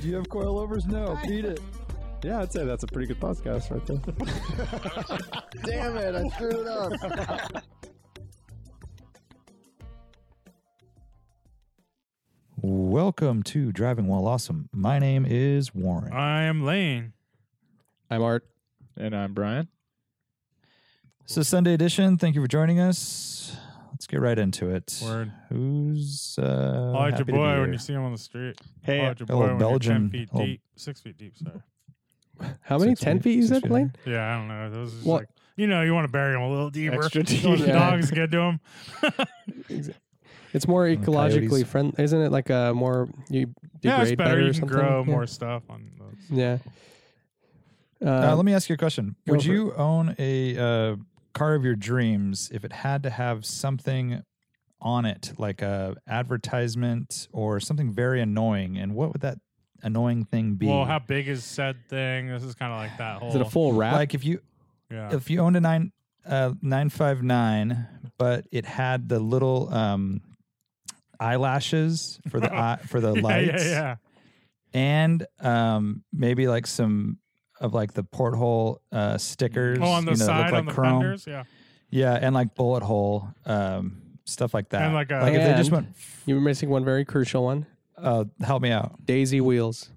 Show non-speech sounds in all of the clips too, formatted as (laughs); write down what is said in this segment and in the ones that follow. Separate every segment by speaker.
Speaker 1: Do you have coilovers? No, beat it. Yeah, I'd say that's a pretty good podcast right there.
Speaker 2: Damn it, I threw it up.
Speaker 3: Welcome to Driving While Awesome. My name is Warren.
Speaker 4: I am Lane.
Speaker 1: I'm Art. And I'm Brian.
Speaker 3: This is Sunday edition. Thank you for joining us. Let's get right into it.
Speaker 4: Word.
Speaker 3: Who's uh
Speaker 4: Holla at
Speaker 3: happy
Speaker 4: your
Speaker 3: to be
Speaker 4: boy
Speaker 3: here?
Speaker 4: when you see him on the street.
Speaker 1: Hey,
Speaker 4: Holla at your
Speaker 3: hello,
Speaker 4: boy when you're
Speaker 3: Belgian.
Speaker 4: 10 feet
Speaker 3: Oh.
Speaker 4: deep. Six feet deep, sorry.
Speaker 5: How many
Speaker 3: Six
Speaker 5: ten
Speaker 3: feet,
Speaker 5: feet you
Speaker 3: six
Speaker 5: said,
Speaker 3: feet.
Speaker 5: Blaine?
Speaker 4: Yeah, I don't know. Those are just
Speaker 5: What?
Speaker 4: like, you know, you want to bury him a little deeper.
Speaker 1: Extra
Speaker 4: so when
Speaker 5: deep.
Speaker 4: the
Speaker 5: Yeah.
Speaker 4: dogs get to him.
Speaker 5: It's more
Speaker 3: And the Mm, coyotes.
Speaker 5: ecologically friendly, isn't it? Like a more you degrade
Speaker 4: yeah, it's better.
Speaker 5: better or
Speaker 4: You can
Speaker 5: something.
Speaker 4: grow
Speaker 5: yeah.
Speaker 4: more stuff on those.
Speaker 5: Yeah. Uh,
Speaker 3: Uh, let me ask you a question.
Speaker 5: go
Speaker 3: Would
Speaker 5: for it.
Speaker 3: you own a uh, car of your dreams if it had to have something on it, like a advertisement or something very annoying? And what would that annoying thing be?
Speaker 4: Well, how big is said thing? This is kind of like that whole.
Speaker 5: is it a full wrap?
Speaker 3: like if you
Speaker 4: yeah.
Speaker 3: if you owned a nine uh nine five nine, but it had the little um eyelashes for
Speaker 4: (laughs)
Speaker 3: the eye, for
Speaker 4: (laughs)
Speaker 3: the
Speaker 4: yeah,
Speaker 3: lights
Speaker 4: Yeah, yeah.
Speaker 3: and um maybe like some of like the porthole uh stickers
Speaker 4: Oh, on the
Speaker 3: you know, that look
Speaker 4: side,
Speaker 3: like
Speaker 4: on the
Speaker 3: chrome
Speaker 4: fenders. Yeah.
Speaker 3: yeah and like bullet hole um stuff like that
Speaker 4: And like a-
Speaker 3: if they just
Speaker 5: And-
Speaker 3: went
Speaker 5: You're missing one very crucial one.
Speaker 3: uh help me out
Speaker 5: Daisy wheels.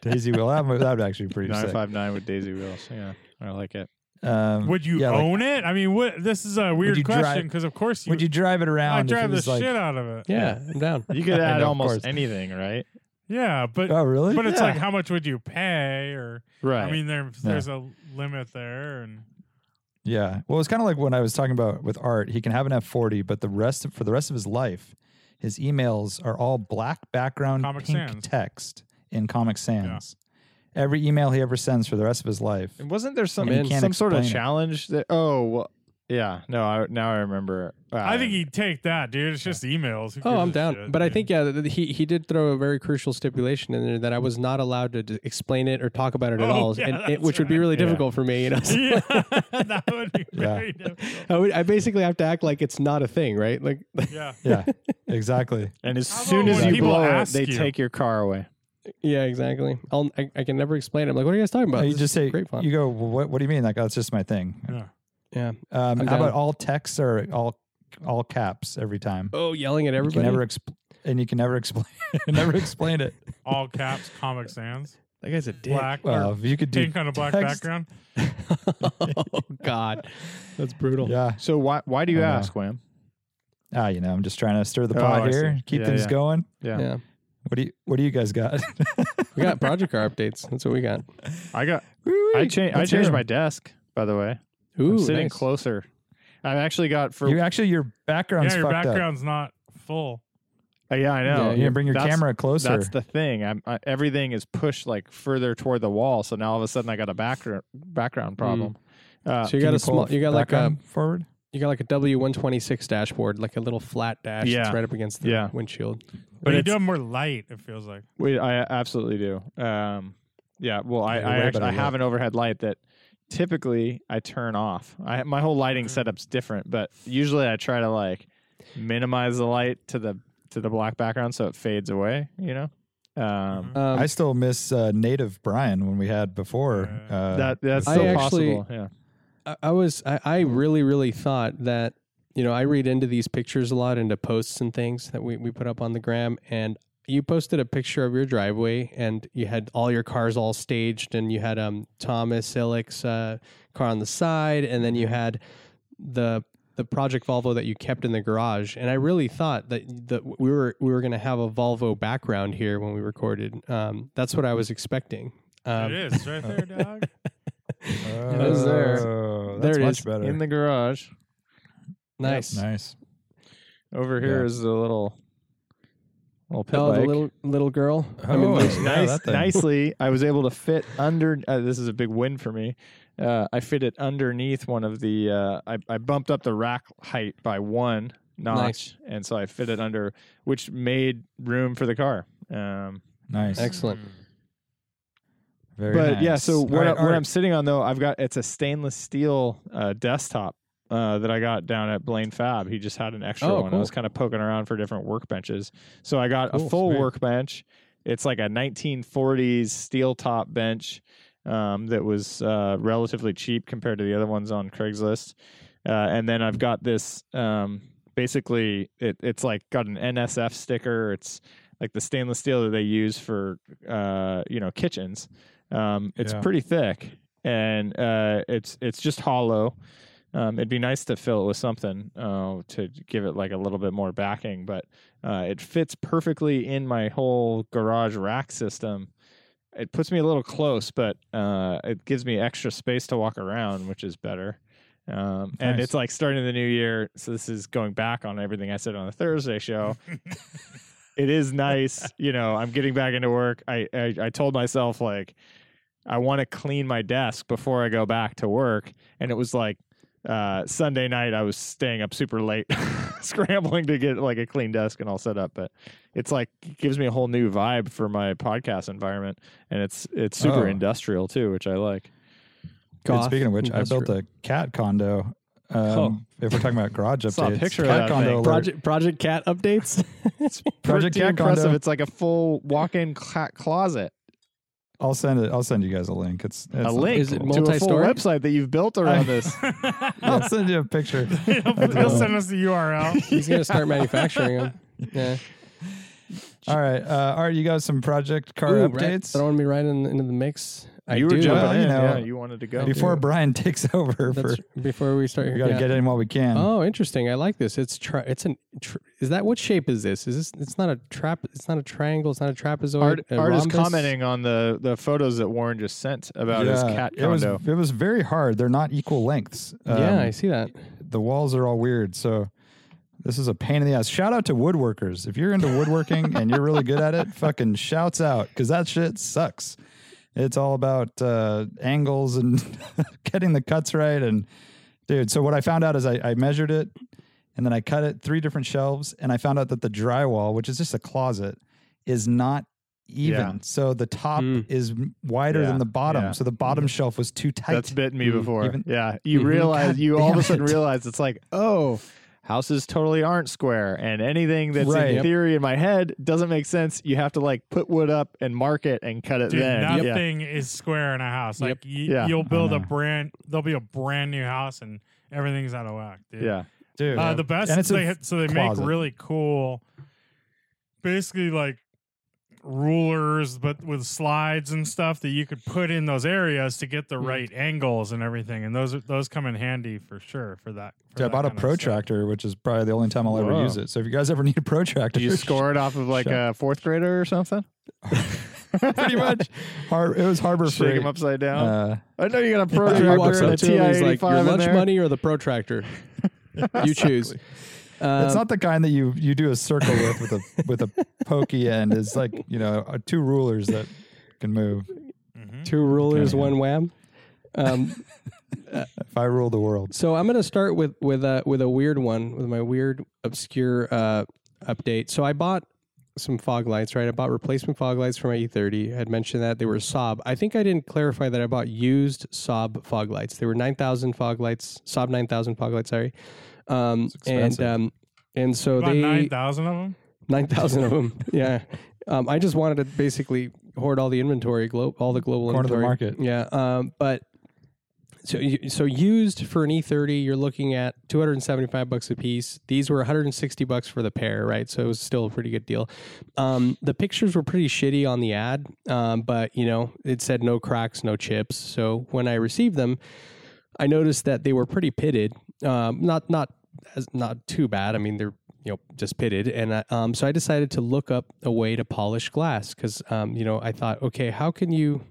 Speaker 3: daisy wheel that would, that would actually be
Speaker 6: (laughs)
Speaker 3: pretty
Speaker 6: Nine
Speaker 3: sick
Speaker 6: five nine with Daisy wheels. Yeah, I like
Speaker 3: (laughs)
Speaker 6: it.
Speaker 3: um
Speaker 4: Would you
Speaker 3: yeah, like,
Speaker 4: own it? I mean, what? This is a weird
Speaker 3: you drive-
Speaker 4: question because, of course, you.
Speaker 3: would you drive it around
Speaker 4: I
Speaker 3: if it
Speaker 4: drive the
Speaker 3: was like-
Speaker 4: shit out of it.
Speaker 5: Yeah, I'm
Speaker 4: (laughs)
Speaker 5: down.
Speaker 6: You could add
Speaker 3: of
Speaker 6: almost
Speaker 3: course.
Speaker 6: anything, right?
Speaker 4: Yeah, but
Speaker 3: oh really
Speaker 4: but it's
Speaker 6: Yeah.
Speaker 4: like how much would you pay? Or
Speaker 6: Right.
Speaker 4: I mean, there there's a limit there, and
Speaker 3: Yeah. Well, it's kind of like when I was talking about with Art. He can have an F forty, but the rest of, for the rest of his life, his emails are all black background
Speaker 4: Comic
Speaker 3: pink
Speaker 4: Sans.
Speaker 3: text in Comic Sans. Every email he ever sends for the rest of his life.
Speaker 6: and wasn't there some
Speaker 3: I mean, you can't
Speaker 6: some sort of
Speaker 3: explain it.
Speaker 6: challenge that? Oh, well, yeah. No, I, now I remember. Uh,
Speaker 4: I think he'd take that, dude. It's just emails. Who
Speaker 5: Oh,
Speaker 4: gives
Speaker 5: I'm
Speaker 4: a
Speaker 5: down.
Speaker 4: shit,
Speaker 5: but I
Speaker 4: dude? (laughs)
Speaker 5: think yeah, th- he he did throw a very crucial stipulation in there that I was not allowed to d- explain it or talk about it at
Speaker 4: Oh,
Speaker 5: all,
Speaker 4: yeah,
Speaker 5: and
Speaker 4: that's
Speaker 5: it, which would be
Speaker 4: right.
Speaker 5: really
Speaker 6: Yeah.
Speaker 5: difficult for me. You know,
Speaker 4: (laughs) yeah, that would be
Speaker 3: Yeah.
Speaker 4: very difficult.
Speaker 5: (laughs) I, would, I basically have to act like it's not a thing, right? Like,
Speaker 4: Yeah.
Speaker 3: Yeah.
Speaker 5: (laughs)
Speaker 3: exactly.
Speaker 6: And as
Speaker 4: How about
Speaker 6: soon as
Speaker 4: when
Speaker 6: you
Speaker 4: people
Speaker 6: blow it,
Speaker 4: ask
Speaker 6: they
Speaker 4: you?
Speaker 6: take your car away.
Speaker 5: yeah, exactly. I'll, I I can never explain. it. I'm like, what are you guys talking about?
Speaker 3: you
Speaker 5: This
Speaker 3: just
Speaker 5: is
Speaker 3: say
Speaker 5: great fun.
Speaker 3: you go. Well, what What do you mean? Like oh, that's just my thing.
Speaker 4: Yeah.
Speaker 5: yeah.
Speaker 3: Um,
Speaker 5: I'm
Speaker 3: how
Speaker 5: down.
Speaker 3: about all texts are all all caps every time?
Speaker 5: Oh, yelling at
Speaker 3: You can
Speaker 5: everybody.
Speaker 3: never exp- and you can never (laughs) explain. never explain it.
Speaker 4: All caps, Comic Sans,
Speaker 6: That guy's a
Speaker 4: black,
Speaker 3: Well,
Speaker 4: or
Speaker 3: if you could do
Speaker 4: pink on a black
Speaker 3: text-
Speaker 4: background.
Speaker 5: (laughs) oh God, that's brutal.
Speaker 3: Yeah.
Speaker 6: So why why do you
Speaker 3: I know.
Speaker 6: ask, Wham?
Speaker 3: Ah, you know, I'm just trying to stir the
Speaker 6: Oh,
Speaker 3: pot
Speaker 6: I see.
Speaker 3: here, keep
Speaker 6: Yeah,
Speaker 3: things
Speaker 6: yeah.
Speaker 3: going.
Speaker 6: Yeah.
Speaker 5: Yeah.
Speaker 3: What do you What do you guys got? (laughs)
Speaker 5: we got project car updates. That's what we got.
Speaker 6: I got. I changed. I
Speaker 3: Let's hear
Speaker 6: changed
Speaker 3: 'em.
Speaker 6: my desk. By the way,
Speaker 5: Ooh,
Speaker 6: I'm sitting
Speaker 5: nice.
Speaker 6: closer. I've actually got for.
Speaker 3: you actually your background's
Speaker 4: Yeah, your
Speaker 3: fucked up.
Speaker 4: background's not full.
Speaker 6: Uh, yeah, I know.
Speaker 5: Yeah,
Speaker 3: You didn't bring your
Speaker 6: That's-
Speaker 3: camera closer.
Speaker 6: That's the thing. I'm, I, everything is pushed like further toward the wall. So now all of a sudden I got a background background problem. Uh,
Speaker 5: So you
Speaker 3: Can
Speaker 5: got a
Speaker 3: pull
Speaker 5: small. You got like a
Speaker 6: um,
Speaker 3: background forward.
Speaker 5: you got like a W one twenty six dashboard, like a little flat dash. that's
Speaker 6: Yeah.
Speaker 5: right up against the
Speaker 6: Yeah.
Speaker 5: windshield.
Speaker 4: But you
Speaker 6: it's-
Speaker 4: do have more light. It feels like.
Speaker 6: we, I absolutely do. Um, yeah. Well, I,
Speaker 3: Yeah,
Speaker 6: I
Speaker 3: way
Speaker 6: actually I
Speaker 3: better
Speaker 6: have an overhead light that typically I turn off. I my whole lighting setup's different, but usually I try to like minimize the light to the to the black background so it fades away. You know.
Speaker 4: Mm-hmm.
Speaker 6: Um,
Speaker 5: Um,
Speaker 3: I still miss uh, native Brian when we had before.
Speaker 4: Yeah.
Speaker 3: Uh,
Speaker 6: that that's
Speaker 5: I
Speaker 6: still
Speaker 5: actually-
Speaker 6: possible. Yeah.
Speaker 5: I, I was I, I
Speaker 4: Hmm.
Speaker 5: really really thought that you know I read into these pictures a lot into posts and things that we we put up on the gram and you posted a picture of your driveway and you had all your cars all staged and you had um Thomas Illick's uh, car on the side and then you
Speaker 4: Mm-hmm.
Speaker 5: had the the project Volvo that you kept in the garage and I really thought that that we were we were gonna have a Volvo background here when we recorded um that's what I was expecting um,
Speaker 4: it is right
Speaker 3: (laughs)
Speaker 4: there,
Speaker 3: uh,
Speaker 4: dog.
Speaker 3: oh,
Speaker 5: is there.
Speaker 3: That's
Speaker 5: There it
Speaker 3: much
Speaker 5: is.
Speaker 3: better.
Speaker 6: In the garage
Speaker 5: nice
Speaker 3: nice.
Speaker 6: over here
Speaker 3: Yeah.
Speaker 6: is the little Little pit
Speaker 5: Oh, the
Speaker 6: bike.
Speaker 5: little little girl. I
Speaker 3: Oh,
Speaker 5: mean,
Speaker 3: yeah,
Speaker 5: there's-
Speaker 3: that
Speaker 6: Nice,
Speaker 3: thing.
Speaker 6: nicely, I was able to fit under. Uh, this is a big win for me. Uh, I fit it underneath one of the. Uh, I, I bumped up the rack height by one notch,
Speaker 5: Nice.
Speaker 6: and so I fit it under, which made room for the car. Um,
Speaker 3: nice.
Speaker 5: excellent.
Speaker 3: Very
Speaker 6: but yeah,
Speaker 3: nice.
Speaker 6: so
Speaker 3: All
Speaker 6: what,
Speaker 3: right,
Speaker 6: I-
Speaker 3: all
Speaker 6: what
Speaker 3: right.
Speaker 6: I'm sitting on though, I've got it's a stainless steel uh, desktop uh, that I got down at Blaine Fab. He just had an extra
Speaker 5: Oh,
Speaker 6: one. I was
Speaker 5: cool.
Speaker 6: kind of poking around for different workbenches, so I got
Speaker 3: Cool,
Speaker 6: a full
Speaker 3: sweet.
Speaker 6: workbench. It's like a 1940s steel top bench um, that was uh, relatively cheap compared to the other ones on Craigslist. Uh, and then I've got this um, basically, it, it's like got an NSF sticker. It's like the stainless steel that they use for, uh, you know, kitchens. Um, it's
Speaker 3: Yeah.
Speaker 6: pretty thick and uh, it's it's just hollow. Um, it'd be nice to fill it with something uh, to give it like a little bit more backing, but uh, it fits perfectly in my whole garage rack system it puts me a little close, but uh, it gives me extra space to walk around, which is better. Um, And
Speaker 3: Nice.
Speaker 6: it's like starting the new year. So this is going back on everything I said on the Thursday show. it is nice, you know. I'm getting back into work. I I, I told myself like I want to clean my desk before I go back to work, and it was like uh sunday night i was staying up super late (laughs) scrambling to get like a clean desk and all set up but it's like gives me a whole new vibe for my podcast environment and it's it's super
Speaker 3: Oh.
Speaker 6: industrial too, which I like.
Speaker 3: Dude,
Speaker 5: Goth
Speaker 3: speaking of which, I built a cat condo. Um,
Speaker 6: Oh.
Speaker 3: If we're talking about garage updates,
Speaker 6: Saw a picture of
Speaker 3: cat
Speaker 6: that
Speaker 3: condo
Speaker 6: thing.
Speaker 3: alert.
Speaker 5: project Project Cat updates.
Speaker 3: Project
Speaker 6: Pretty
Speaker 3: Cat
Speaker 6: impressive.
Speaker 3: Condo.
Speaker 6: It's like a full walk-in cla- closet.
Speaker 3: I'll send it. I'll send you guys a link. It's, it's
Speaker 6: a link
Speaker 5: Is
Speaker 6: to
Speaker 5: it
Speaker 6: a full
Speaker 5: multi-story?
Speaker 6: website that you've built around this. (laughs)
Speaker 3: I'll send you a picture. (laughs)
Speaker 4: They'll send us the URL.
Speaker 5: He's gonna (laughs) start manufacturing
Speaker 3: (laughs)
Speaker 5: them. Yeah.
Speaker 3: all right, uh, all right. You got some project car
Speaker 5: Ooh, right-
Speaker 3: updates
Speaker 5: Throwing me right in, into the mix. I
Speaker 6: you were
Speaker 5: do.
Speaker 6: jumping
Speaker 3: Well,
Speaker 6: in.
Speaker 3: you know,
Speaker 6: yeah, you wanted to go.
Speaker 3: before Brian (laughs) takes over.
Speaker 5: That's-
Speaker 3: For
Speaker 5: before we start.
Speaker 3: we got to
Speaker 5: yeah.
Speaker 3: get in while we can.
Speaker 5: Oh, interesting. I like this. It's tri- it's an tr- is that what shape is this? Is this it's not a trap it's not a triangle, it's not a trapezoid.
Speaker 6: Art,
Speaker 5: a
Speaker 6: Art is
Speaker 5: rhombus?
Speaker 6: commenting on the, the photos that Warren just sent about his
Speaker 3: Yeah,
Speaker 6: cat
Speaker 3: it was
Speaker 6: condo.
Speaker 3: it was very hard. They're not equal lengths. Um,
Speaker 5: yeah, I see that.
Speaker 3: the walls are all weird. So this is a pain in the ass. Shout out to woodworkers. If you're into woodworking and you're really good
Speaker 6: (laughs)
Speaker 3: at it, fucking shouts out because that shit sucks. It's all about uh, angles and (laughs) getting the cuts right. And dude, so what I found out is I, I measured it and then I cut it three different shelves. And I found out that the drywall, which is just a closet, is not even.
Speaker 6: Yeah.
Speaker 3: So the top
Speaker 5: Mm.
Speaker 3: is wider
Speaker 6: Yeah,
Speaker 3: than the bottom.
Speaker 6: yeah. Mm.
Speaker 3: So the bottom shelf was too tight.
Speaker 6: That's bitten me before.
Speaker 3: Even-
Speaker 6: yeah, you
Speaker 5: Mhm.
Speaker 6: realize
Speaker 3: God
Speaker 6: you all of
Speaker 3: damn
Speaker 6: a sudden
Speaker 3: it.
Speaker 6: realize it's like, oh, houses totally aren't square, and anything that's
Speaker 3: Right.
Speaker 6: in
Speaker 3: Yep.
Speaker 6: theory in my head doesn't make sense. You have to like put wood up and mark it and cut it
Speaker 4: (laughs) Dude,
Speaker 6: then. Yeah.
Speaker 4: nothing is square in a house. Like y-
Speaker 6: Yeah.
Speaker 4: you'll build
Speaker 3: I
Speaker 4: a
Speaker 3: know.
Speaker 4: brand, there'll be a brand new house, and everything's out of whack. Dude.
Speaker 6: Yeah.
Speaker 3: Dude,
Speaker 4: Uh, the best
Speaker 3: And it's a
Speaker 4: they so they
Speaker 3: closet.
Speaker 4: make really cool, basically like rulers, but with slides and stuff that you could put in those areas to get the
Speaker 3: Hmm.
Speaker 4: right angles and everything. And those are, those come in handy for sure for that. for
Speaker 3: Dude, I
Speaker 4: that
Speaker 3: bought a
Speaker 4: kind of stuff.
Speaker 3: protractor, which is probably the only time I'll ever
Speaker 6: Whoa.
Speaker 3: use it. So if you guys ever need a protractor,
Speaker 6: Did you (laughs) score it off of like
Speaker 3: Shut-
Speaker 6: a fourth grader or something? (laughs)
Speaker 3: pretty much. (laughs) Har- it was Harbor
Speaker 6: Shake
Speaker 3: Freight.
Speaker 6: him upside down.
Speaker 3: Uh,
Speaker 6: I know you got a
Speaker 5: He walks
Speaker 6: protractor and
Speaker 5: up
Speaker 6: a
Speaker 5: to
Speaker 6: TI
Speaker 5: him. He's like,
Speaker 6: eighty
Speaker 5: "Your
Speaker 6: five in
Speaker 5: lunch
Speaker 6: there.
Speaker 5: money or
Speaker 6: (laughs)
Speaker 5: the protractor? you choose." Uh,
Speaker 3: it's not the kind that you you do a circle with with a with a pokey end. It's like you know uh, two rulers that can move.
Speaker 5: two rulers,
Speaker 3: Okay.
Speaker 5: one wham. Um,
Speaker 3: If I rule the world,
Speaker 5: so I'm going to start with with a with a weird one with my weird obscure uh, update. So I bought some fog lights, right? I bought replacement fog lights for my E30. I had mentioned that they were Saab. I think I didn't clarify that I bought used Saab fog lights. They were 9000 fog lights, Saab 9000 fog lights, sorry. Um, and
Speaker 3: expensive.
Speaker 5: um, and so
Speaker 4: About
Speaker 5: they
Speaker 4: nine thousand of them.
Speaker 5: Nine thousand
Speaker 3: (laughs)
Speaker 5: of them. Yeah, um, I just wanted to basically hoard all the inventory, glo- all the global
Speaker 3: Corner of the
Speaker 5: inventory.
Speaker 3: market.
Speaker 5: Yeah, um, but so you, so used for an E30, you're looking at 275 bucks a piece. These were 160 bucks for the pair, right? So it was still a pretty good deal. Um, the pictures were pretty shitty on the ad, um, but you know it said no cracks, no chips. So when I received them, I noticed that they were pretty pitted. Um, not not as, not too bad. I mean, they're you know just pitted, and uh, um, so I decided to look up a way to polish glass because um, you know I thought, okay, how can you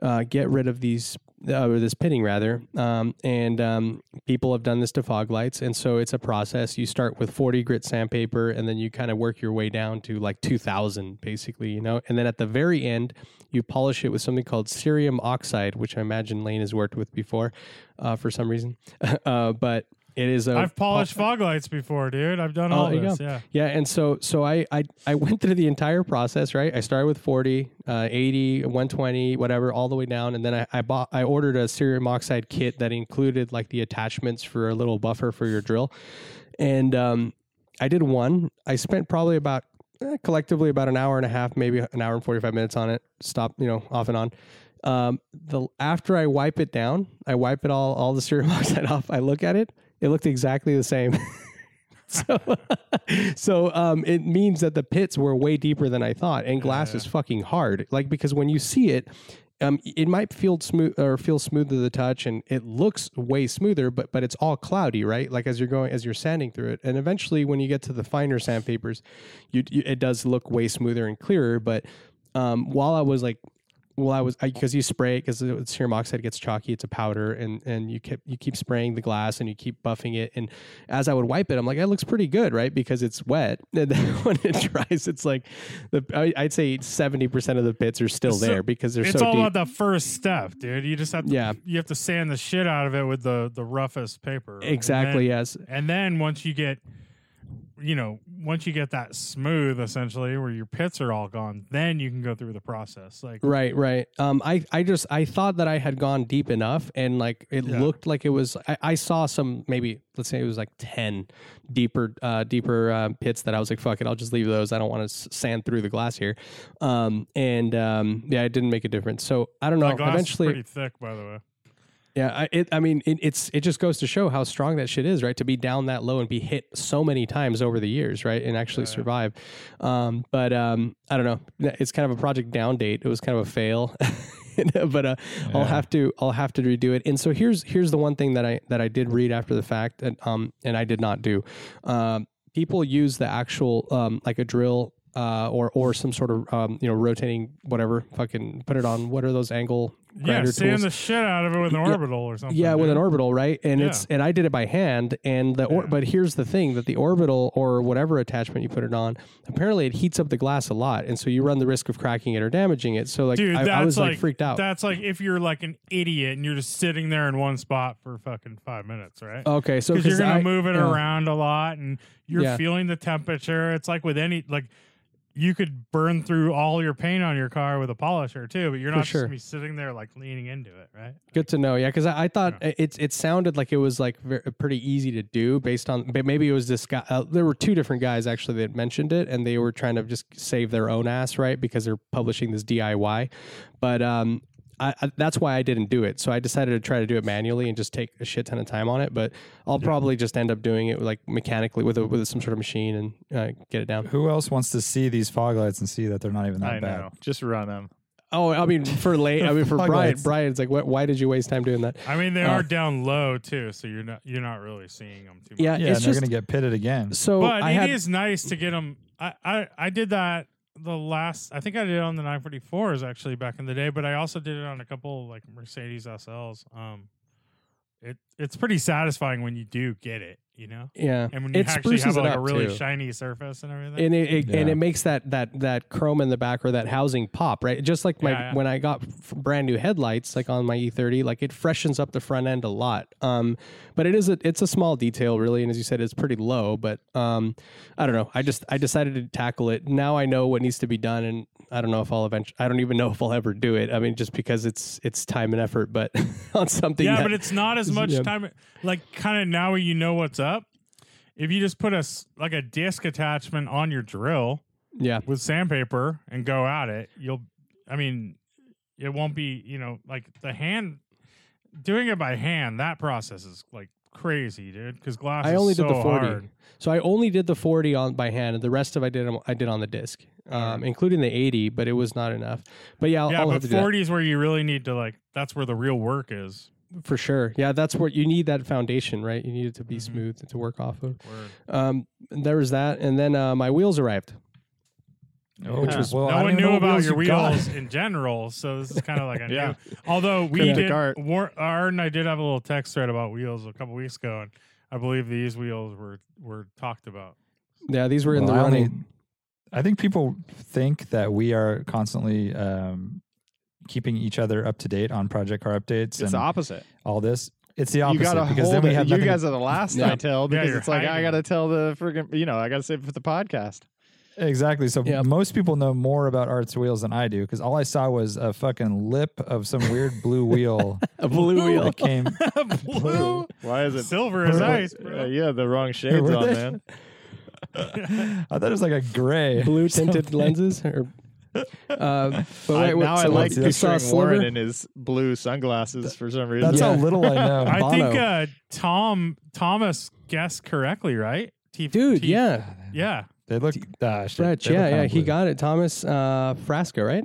Speaker 5: uh, get rid of these uh, or this pitting rather, um, and um, people have done this to fog lights, and so it's a process. You start with 40 grit sandpaper, and then you kind of work your way down to like 2,000, basically, you know. And then at the very end, you polish it with something called cerium oxide, which I imagine Lane has worked with before, uh, for some reason. (laughs) uh, but it is a
Speaker 4: I've polished fog lights before, dude. I've done
Speaker 5: Oh,
Speaker 4: all
Speaker 5: there you
Speaker 4: this.
Speaker 5: go.
Speaker 4: Yeah.
Speaker 5: yeah, and so so I, I I went through the entire process, right? I started with 40, uh, 80, 120, whatever, all the way down, and then I, I bought I ordered a cerium oxide kit that included like the attachments for a little buffer for your drill, and um, I did one. I spent probably about eh, collectively about an hour and a half, maybe an hour and forty five minutes on it. Stop, you know, off and on. Um, the after I wipe it down, I wipe it all all the cerium (laughs) oxide off. I look at it. It looked exactly the same. (laughs) so so um, it means that the pits were way deeper than I thought, and glass is fucking hard. Like because when you see it, um, it might feel smooth or feel smooth to the touch, and it looks way smoother, but but it's all cloudy, right? Like as you're going as you're sanding through it, and eventually when you get to the finer sandpapers, you, you it does look way smoother and clearer. But um, while I was like well, I was because you spray it because serum oxide gets chalky. It's a powder, and and you keep you keep spraying the glass and you keep buffing it. And as I would wipe it, I'm like, it looks pretty good, right? Because it's wet. (laughs) And then when it dries, it's like the I- I'd say seventy percent of the pits are still
Speaker 4: It's so-
Speaker 5: there because they're
Speaker 4: It's
Speaker 5: so
Speaker 4: all
Speaker 5: deep.
Speaker 4: about the first step, dude. You just have to
Speaker 5: Yeah.
Speaker 4: you have to sand the shit out of it with the the roughest paper. And
Speaker 5: exactly.
Speaker 4: then-
Speaker 5: yes.
Speaker 4: And then once you get, you know, once you get that smooth, essentially, where your pits are all gone, then you can go through the process. Like,
Speaker 5: Right, right. Um, I, I just I thought that I had gone deep enough, and like it
Speaker 4: Yeah.
Speaker 5: looked like it was. I, I saw some maybe let's say it was like ten deeper, uh, deeper uh, pits that I was like, fuck it, I'll just leave those. I don't want to sand through the glass here. Um, and um, yeah, it didn't make a difference. So I don't know.
Speaker 4: that glass
Speaker 5: Eventually,
Speaker 4: is pretty thick, by the way.
Speaker 5: yeah, I, it, I mean, it, it's it just goes to show how strong that shit is, right? To be down that low and be hit so many times over the years, right, and actually
Speaker 4: Yeah.
Speaker 5: survive. Um, but um, I don't know. It's kind of a project down date. It was kind of a fail, (laughs) You know, but uh, I'll
Speaker 3: Yeah.
Speaker 5: have to I'll have to redo it. And so here's here's the one thing that I that I did read after the fact, and um, and I did not do. Um, people use the actual um, like a drill. Uh, or or some sort of um, you know rotating whatever fucking put it on what are those angle
Speaker 4: Yeah,
Speaker 5: grinder
Speaker 4: sand
Speaker 5: tools?
Speaker 4: the shit out of it with an
Speaker 5: Yeah.
Speaker 4: orbital or something.
Speaker 5: Yeah, with
Speaker 4: dude.
Speaker 5: an orbital, right? And
Speaker 4: Yeah.
Speaker 5: it's and I did it by hand. And the or,
Speaker 4: Yeah.
Speaker 5: but here's the thing that the orbital or whatever attachment you put it on, apparently it heats up the glass a lot, and so you run the risk of cracking it or damaging it. So like
Speaker 4: Dude,
Speaker 5: I,
Speaker 4: that's
Speaker 5: I was like, freaked out.
Speaker 4: That's like if you're like an idiot and you're just sitting there in one spot for fucking five minutes, right?
Speaker 5: okay, so
Speaker 4: because you're gonna
Speaker 5: I-
Speaker 4: move it
Speaker 5: yeah.
Speaker 4: around a lot and you're
Speaker 5: Yeah.
Speaker 4: feeling the temperature it's like with any like you could burn through all your paint on your car with a polisher too but you're
Speaker 5: For
Speaker 4: not just
Speaker 5: sure.
Speaker 4: gonna be sitting there like leaning into it right
Speaker 5: Good to know. Yeah, because I, I thought it- it's it sounded like it was like very, pretty easy to do based on, but maybe it was this guy. Uh, there were two different guys actually that mentioned it, and they were trying to just save their own ass, right? Because they're publishing this DIY, but um. I, I, that's why I didn't do it. So I decided to try to do it manually and just take a shit ton of time on it. But I'll probably just end up doing it like mechanically with a, with some sort of machine and uh, get it down.
Speaker 3: Who else wants to see these fog lights and see that they're not even that
Speaker 6: I
Speaker 3: bad?
Speaker 6: know. Just run them.
Speaker 5: Oh, I mean for late.
Speaker 4: (laughs)
Speaker 5: I mean for
Speaker 3: Fuck
Speaker 5: Brian.
Speaker 3: lights.
Speaker 5: Brian's like, what, why did you waste time doing that?
Speaker 4: i mean they
Speaker 5: Uh,
Speaker 4: are down low too so you're not you're not really seeing them too much
Speaker 5: Yeah,
Speaker 3: Yeah,
Speaker 5: it's
Speaker 3: and they're
Speaker 5: just
Speaker 3: gonna get pitted again.
Speaker 5: so.
Speaker 4: but
Speaker 5: I
Speaker 4: it
Speaker 5: had,
Speaker 4: is nice to get them I, I i did that the last i think i did it on the 944s actually back in the day but i also did it on a couple like mercedes sls um it it's pretty satisfying when you do get it you know
Speaker 5: yeah,
Speaker 4: and when you
Speaker 5: it
Speaker 4: actually have
Speaker 5: spruces it
Speaker 4: like a
Speaker 5: up,
Speaker 4: really
Speaker 5: too.
Speaker 4: shiny surface and everything.
Speaker 5: and it, it and
Speaker 3: Yeah.
Speaker 5: it makes that that that chrome in the back or that housing pop right just like my
Speaker 4: Yeah, yeah.
Speaker 5: when i got f- brand new headlights like on my e30 like it freshens up the front end a lot um but it is a it's a small detail really and as you said it's pretty low but um i don't know i just i decided to tackle it now i know what needs to be done and i don't know if i'll eventually i don't even know if i'll ever do it i mean just because it's it's time and effort but (laughs) on something
Speaker 4: yeah,
Speaker 5: that-
Speaker 4: but it's not as
Speaker 5: is-
Speaker 4: much
Speaker 5: yeah.
Speaker 4: time. Like kind of now you know what's up. If you just put a s- like a disc attachment on your drill
Speaker 5: yeah
Speaker 4: with sandpaper and go at it, you'll. I mean, it won't be you know like the hand doing it by hand. That process is like crazy, dude. Because glass.
Speaker 5: I
Speaker 4: is
Speaker 5: only
Speaker 4: so
Speaker 5: did the 40.
Speaker 4: hard.
Speaker 5: So I only did the 40 on by hand, and the rest of I did I did on the disc, um, including the 80, but it was not enough. But yeah, I'll,
Speaker 4: yeah,
Speaker 5: I'll have
Speaker 4: but
Speaker 5: to do that
Speaker 4: forty is where you really need to like. That's where the real work is.
Speaker 5: for sure. Yeah, that's where you need that foundation, right? You need it to be
Speaker 6: Mm-hmm.
Speaker 5: smooth to work off of.
Speaker 4: Where
Speaker 5: Um, there was that, and then uh, my wheels arrived.
Speaker 3: Oh,
Speaker 5: Which was-
Speaker 3: well,
Speaker 4: no
Speaker 3: I don't
Speaker 4: one
Speaker 3: even
Speaker 4: knew
Speaker 3: know what
Speaker 4: about
Speaker 3: wheels
Speaker 4: your
Speaker 3: you got.
Speaker 4: wheels in general, so this is kind of like a
Speaker 6: (laughs) Yeah.
Speaker 4: new. Although we
Speaker 6: Cryptic
Speaker 4: did,
Speaker 6: art.
Speaker 4: War, Aaron and I did have a little text thread about wheels a couple weeks ago, and I believe these wheels were were talked
Speaker 3: (laughs)
Speaker 4: about.
Speaker 5: Yeah, these were in
Speaker 3: Well,
Speaker 5: the
Speaker 3: I only-
Speaker 5: running.
Speaker 3: I think people think that we are constantly um, keeping each other up to date on project car updates
Speaker 6: It's
Speaker 3: and
Speaker 6: the opposite.
Speaker 3: all this. It's the
Speaker 6: you
Speaker 3: opposite
Speaker 6: gotta
Speaker 3: because
Speaker 6: hold
Speaker 3: then we
Speaker 6: it.
Speaker 3: have
Speaker 6: you
Speaker 3: nothing to-
Speaker 6: guys are the last
Speaker 5: Yeah.
Speaker 6: I tell
Speaker 4: Yeah,
Speaker 6: because
Speaker 4: you're
Speaker 6: it's like I
Speaker 4: hiding.
Speaker 6: gotta tell the friggin' you know I gotta save it for the podcast.
Speaker 3: Exactly. So
Speaker 5: Yep.
Speaker 3: most people know more about Arts Wheels than I do because all I saw was a fucking lip of some weird blue wheel
Speaker 5: A (laughs) blue wheel.
Speaker 3: that came.
Speaker 4: Blue,
Speaker 6: Why is it
Speaker 4: silver is
Speaker 3: Blue.
Speaker 4: ice,
Speaker 6: Uh,
Speaker 4: bro.
Speaker 6: yeah, the wrong shades
Speaker 3: Were
Speaker 6: on,
Speaker 3: they?
Speaker 6: man.
Speaker 3: I thought it was like a gray.
Speaker 5: blue (laughs) tinted
Speaker 3: something.
Speaker 5: lenses or uh but
Speaker 6: I,
Speaker 5: wait, wait,
Speaker 6: now I
Speaker 5: so
Speaker 6: like
Speaker 5: you saw a
Speaker 6: picturing Warren
Speaker 5: sliver?
Speaker 6: in his blue sunglasses for some reason.
Speaker 3: That's
Speaker 5: Yeah.
Speaker 3: how little I know.
Speaker 4: (laughs) I think
Speaker 5: Bono.
Speaker 4: uh, Tom Thomas guessed correctly, right? T-
Speaker 5: dude
Speaker 4: T-
Speaker 5: yeah
Speaker 4: yeah.
Speaker 3: they look. Ah, shit,
Speaker 5: Fretch,
Speaker 3: they look
Speaker 5: yeah yeah
Speaker 3: kinda
Speaker 5: he
Speaker 3: blue.
Speaker 5: got it thomas uh frasca right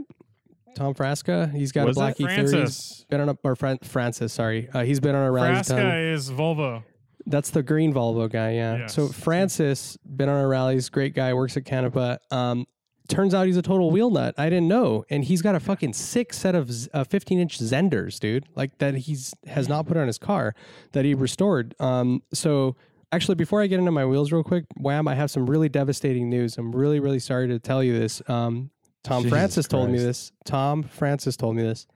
Speaker 5: tom frasca he's got
Speaker 6: Was
Speaker 5: a
Speaker 6: that
Speaker 5: black e30
Speaker 4: Francis.
Speaker 5: been on a or Fran- francis sorry uh, he's been on a rally ton.
Speaker 4: Frasca is Volvo.
Speaker 5: that's the green volvo guy yeah
Speaker 4: Yes.
Speaker 5: so francis been on our rallies great guy works at canapa um turns out he's a total wheel nut i didn't know and he's got a fucking sick set of z- uh, 15 inch zenders dude like that he's has not put on his car that he restored um so actually before i get into my wheels real quick wham i have some really devastating news i'm really really sorry to tell you this um tom
Speaker 3: Jesus
Speaker 5: francis told me
Speaker 3: Christ.
Speaker 5: this tom francis told me this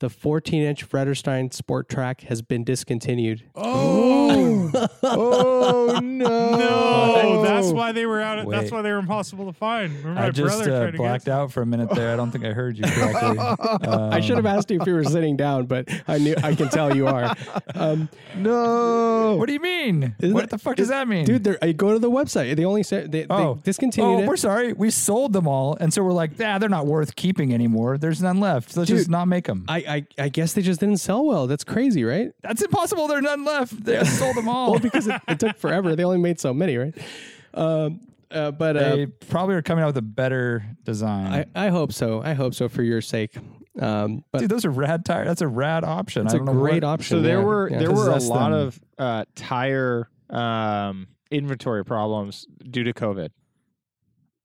Speaker 5: the 14 inch Fredderstein Sport Track has been discontinued. (laughs)
Speaker 4: Oh,
Speaker 6: oh no!
Speaker 4: no,
Speaker 5: Oh,
Speaker 4: Oh, that's why they were out. Of, that's
Speaker 3: Wait.
Speaker 4: why they were impossible to find. Remember, my
Speaker 3: I just
Speaker 4: brother
Speaker 3: uh,
Speaker 4: tried to guess.
Speaker 3: blacked out for a minute there. I don't think I heard you correctly. Uh,
Speaker 5: I should have asked you if you were sitting down, but I knew I can tell you are. Um,
Speaker 6: no.
Speaker 3: What do you mean?
Speaker 5: Isn't
Speaker 3: what
Speaker 5: it-
Speaker 3: the fuck does that mean,
Speaker 5: dude, they're- I go to the website. They only said they,
Speaker 3: Oh.
Speaker 5: they discontinued
Speaker 3: oh,
Speaker 5: it.
Speaker 3: we're sorry. We sold them all, and so we're like, ah, they're not worth keeping anymore. There's none left. Let's just
Speaker 5: Dude,
Speaker 3: not make them.
Speaker 5: I, I I guess they just didn't sell well. That's crazy, right?
Speaker 3: That's impossible. There are none left. They sold them all.
Speaker 5: Well, because it, it took forever. They only made so many, right? Um, uh, but uh,
Speaker 3: they probably are coming out with a better design.
Speaker 5: I I hope so. I hope so for your sake. Um, but
Speaker 3: Dude, those are rad tires. That's a rad option.
Speaker 5: it's
Speaker 3: I
Speaker 5: a
Speaker 3: don't know
Speaker 5: great
Speaker 3: what-
Speaker 5: option.
Speaker 6: So there
Speaker 5: yeah.
Speaker 6: were
Speaker 5: Yeah.
Speaker 6: there were a
Speaker 3: Possess
Speaker 6: lot
Speaker 3: them.
Speaker 6: of uh, tire um, inventory problems due to COVID.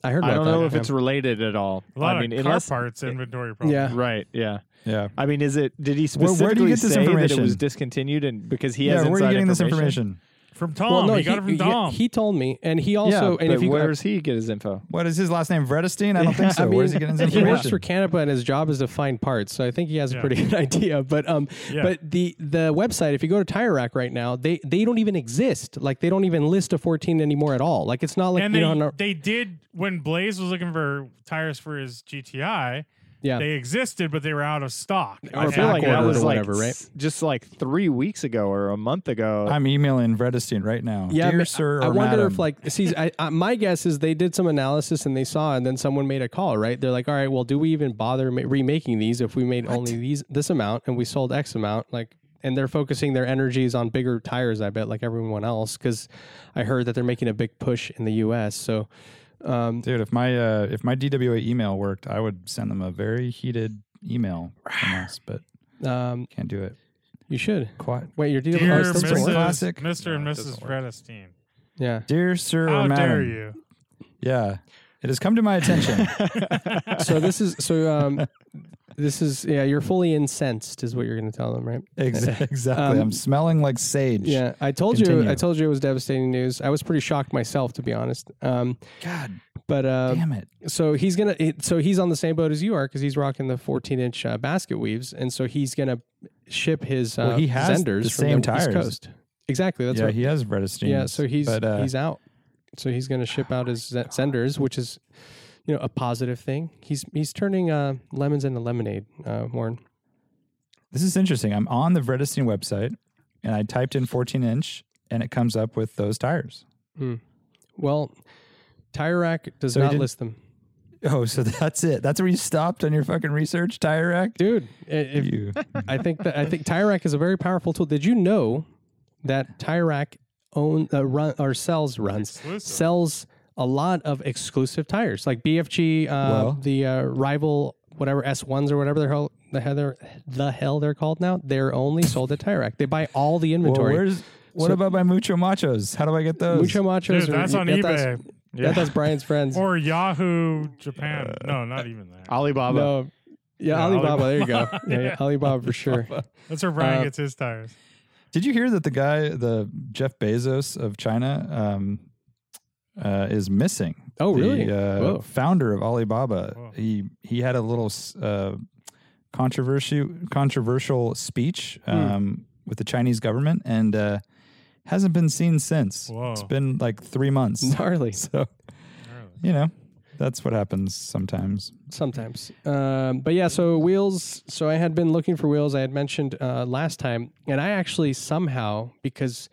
Speaker 5: I heard. About
Speaker 6: I don't
Speaker 5: that.
Speaker 6: know if it's related at all.
Speaker 4: A lot
Speaker 6: I mean,
Speaker 4: of car
Speaker 6: unless
Speaker 4: parts inventory problems.
Speaker 5: Yeah.
Speaker 6: right, yeah.
Speaker 3: Yeah.
Speaker 6: I mean, is it? Did he
Speaker 3: Where-
Speaker 6: specifically
Speaker 3: where do you get this
Speaker 6: say that it was
Speaker 3: information?
Speaker 6: discontinued and because he
Speaker 3: yeah,
Speaker 6: has
Speaker 3: where are you
Speaker 6: inside
Speaker 3: getting this information?
Speaker 4: From Tom.
Speaker 5: Well, no,
Speaker 4: he, got it from
Speaker 5: he,
Speaker 4: Tom.
Speaker 5: he told me, and he also,
Speaker 6: yeah,
Speaker 5: and if
Speaker 6: but
Speaker 5: you go-
Speaker 6: where does he get his info?
Speaker 3: What is his last name? Vredestein? I don't
Speaker 5: (laughs)
Speaker 3: think so.
Speaker 5: I
Speaker 3: Where's he
Speaker 5: mean,
Speaker 3: getting his
Speaker 5: he
Speaker 3: information?
Speaker 5: works for Canapa, and his job is to find parts. So I think he has
Speaker 4: Yeah.
Speaker 5: a pretty (laughs) good idea. But um,
Speaker 4: Yeah.
Speaker 5: but the the website, if you go to Tire Rack right now, they they don't even exist. Like they don't even list a 14 anymore at all. Like it's not like
Speaker 4: and
Speaker 5: you
Speaker 4: they,
Speaker 5: know. no-
Speaker 4: they did when Blaze was looking for tires for his GTI.
Speaker 5: yeah.
Speaker 4: They existed, but they were out of stock.
Speaker 5: Or
Speaker 6: I feel like
Speaker 5: back
Speaker 6: that
Speaker 5: ordered
Speaker 6: was
Speaker 5: or
Speaker 6: like
Speaker 5: whatever, right?
Speaker 6: s- just like three weeks ago or a month ago.
Speaker 3: I'm emailing Vredestein right now.
Speaker 5: yeah,
Speaker 3: Dear
Speaker 5: but
Speaker 3: sir or
Speaker 5: I wonder
Speaker 3: madam.
Speaker 5: if like see, I, I, my guess is they did some analysis and they saw, and then someone made a call, right? They're like, all right, well, do we even bother ma- remaking these if we made only these this amount and we sold X amount? Like, and they're focusing their energies on bigger tires, I bet, like everyone else, because I heard that they're making a big push in the U.S. So, um,
Speaker 3: Dude, if my uh, if my DWA email worked, I would send them a very heated email
Speaker 5: (sighs)
Speaker 3: from us, but
Speaker 5: um,
Speaker 3: can't do it.
Speaker 5: you should
Speaker 3: Quiet.
Speaker 5: wait. Your deal,
Speaker 4: Dear
Speaker 5: oh, it's
Speaker 4: Mrs.
Speaker 5: still working?
Speaker 3: Classic.
Speaker 4: Mr. and
Speaker 3: No, it
Speaker 4: Mrs.
Speaker 3: doesn't work.
Speaker 4: Fredestein.
Speaker 5: yeah.
Speaker 3: Dear sir
Speaker 4: How
Speaker 3: or madam.
Speaker 4: dare you?
Speaker 3: Yeah. It has come to my
Speaker 5: (laughs)
Speaker 3: attention. (laughs)
Speaker 5: So this is so um, this is yeah. You're fully incensed, is what you're going to tell them, right?
Speaker 3: Ex- exactly.
Speaker 5: Um,
Speaker 3: I'm smelling like sage.
Speaker 5: Yeah, I told you.
Speaker 3: Continue.
Speaker 5: I told you it was devastating news. I was pretty shocked myself, to be honest. Um,
Speaker 3: God
Speaker 5: but uh,
Speaker 3: damn it.
Speaker 5: so he's gonna. it- So he's on the same boat as you are because he's rocking the 14 inch uh, basket weaves, and so he's gonna ship his uh,
Speaker 3: Well, he has
Speaker 5: Zenders
Speaker 3: the
Speaker 5: from
Speaker 3: same
Speaker 5: East
Speaker 3: tires.
Speaker 5: Coast. Exactly. That's
Speaker 3: yeah,
Speaker 5: right.
Speaker 3: he has Vredestein.
Speaker 5: yeah. So he's
Speaker 3: but, uh,
Speaker 5: he's out. So he's gonna ship out his Z- Zenders, which is you know a positive thing. He's he's turning uh, lemons into lemonade, uh, Warren.
Speaker 3: This is interesting. I'm on the Vredestein website and I typed in 14 inch and it comes up with those tires.
Speaker 5: Well, Tire Rack does
Speaker 3: So he
Speaker 5: not
Speaker 3: didn't-
Speaker 5: list them.
Speaker 3: Oh, so (laughs) that's it. That's where you stopped on your fucking research tire rack?
Speaker 5: Dude, i- if,
Speaker 3: You.
Speaker 5: I think that I think Tire Rack is a very powerful tool. Did you know that Tire Rack own uh, run or sells runs
Speaker 4: Exclusive.
Speaker 5: sells a lot of exclusive tires like BFG, uh,
Speaker 3: Well.
Speaker 5: the uh, rival whatever S ones or whatever they're hell, the hell they're, the hell they're called now. They're only sold at Tire Rack. They buy all the
Speaker 3: Well,
Speaker 5: (laughs) inventory.
Speaker 3: where's what
Speaker 5: So-
Speaker 3: about my mucho machos? How do I get those?
Speaker 5: Mucho machos.
Speaker 4: Dude,
Speaker 5: are-
Speaker 4: that's on
Speaker 5: you get those-
Speaker 4: eBay.
Speaker 6: Yeah.
Speaker 5: That's Brian's friends.
Speaker 4: Or Yahoo Japan. no, not even that.
Speaker 6: Alibaba.
Speaker 5: No. Yeah,
Speaker 4: Yeah,
Speaker 5: Alibaba. There you go. Yeah,
Speaker 4: Yeah.
Speaker 5: yeah, Alibaba for sure.
Speaker 4: That's where Brian
Speaker 5: Uh,
Speaker 4: gets his tires.
Speaker 3: Did you hear that the guy, the Jeff Bezos of China, um, uh, is missing?
Speaker 5: Oh,
Speaker 3: The,
Speaker 5: really?
Speaker 3: uh,
Speaker 5: Whoa.
Speaker 3: founder of Alibaba.
Speaker 4: Whoa.
Speaker 3: He he had a little uh, controversial controversial speech um, with the Chinese government, and uh, hasn't been seen since.
Speaker 4: Whoa.
Speaker 3: It's been like three months.
Speaker 5: Gnarly.
Speaker 3: So you know, that's what happens sometimes.
Speaker 5: sometimes. Um, but yeah, so wheels. So I had been looking for wheels. I had mentioned uh, last time, and I actually somehow because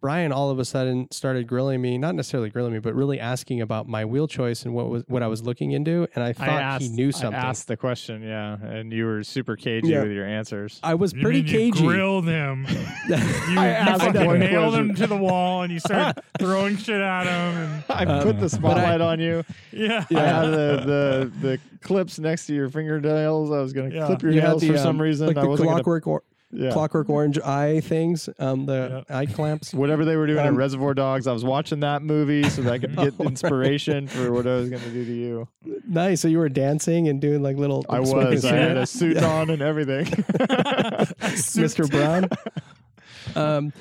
Speaker 5: Brian all of a sudden started grilling me, not necessarily grilling me, but really asking about my wheel choice and what was what I was looking into, and I
Speaker 6: I
Speaker 5: thought
Speaker 6: asked,
Speaker 5: he knew
Speaker 6: I
Speaker 5: something. I,
Speaker 6: asked the question, yeah, and you were super cagey
Speaker 5: Yeah.
Speaker 6: with your answers.
Speaker 5: was
Speaker 4: You
Speaker 5: pretty
Speaker 4: mean
Speaker 5: cagey.
Speaker 4: You
Speaker 5: (laughs)
Speaker 4: grilled him. You,
Speaker 6: I
Speaker 4: you
Speaker 6: asked
Speaker 4: fucking
Speaker 6: one
Speaker 4: nailed
Speaker 6: question.
Speaker 4: him to the wall, and you
Speaker 5: (laughs)
Speaker 4: started throwing shit at him.
Speaker 6: (laughs) I
Speaker 5: Um,
Speaker 6: put the spotlight on
Speaker 5: (laughs)
Speaker 6: you.
Speaker 4: And, yeah.
Speaker 6: I had the, the the clips next to your fingernails. I was gonna
Speaker 4: Yeah.
Speaker 6: clip your
Speaker 5: You had
Speaker 6: nails
Speaker 5: the,
Speaker 6: for
Speaker 5: um,
Speaker 6: some reason.
Speaker 5: like
Speaker 6: I
Speaker 5: the
Speaker 6: wasn't gonna,
Speaker 5: clockwork or,
Speaker 6: yeah.
Speaker 5: clockwork orange eye things, um, the eye clamps.
Speaker 6: whatever they were doing in
Speaker 5: Um, Oh
Speaker 6: Reservoir Dogs. I was watching that movie so that
Speaker 5: (laughs)
Speaker 6: I could get inspiration for what I was going to do to you.
Speaker 5: Nice. So you were dancing and doing like little.
Speaker 6: I
Speaker 5: swing and
Speaker 6: was. I had
Speaker 5: swing.
Speaker 6: a suit on and (laughs)
Speaker 5: (laughs)
Speaker 6: everything.
Speaker 5: Mr. Brown. um,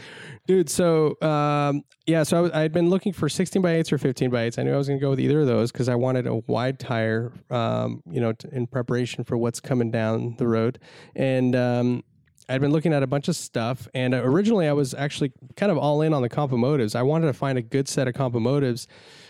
Speaker 5: dude, so um, yeah, so I, was- I had been looking for 16 by 8s or 15 by 8s. I knew I was going to go with either of those because I wanted a wide tire, um, you know, t- in preparation for what's coming down the road. And um, I'd been looking at a bunch of stuff. And uh, originally, I was actually kind of all in on the Compomotives. I wanted to find a good set of Compomotives.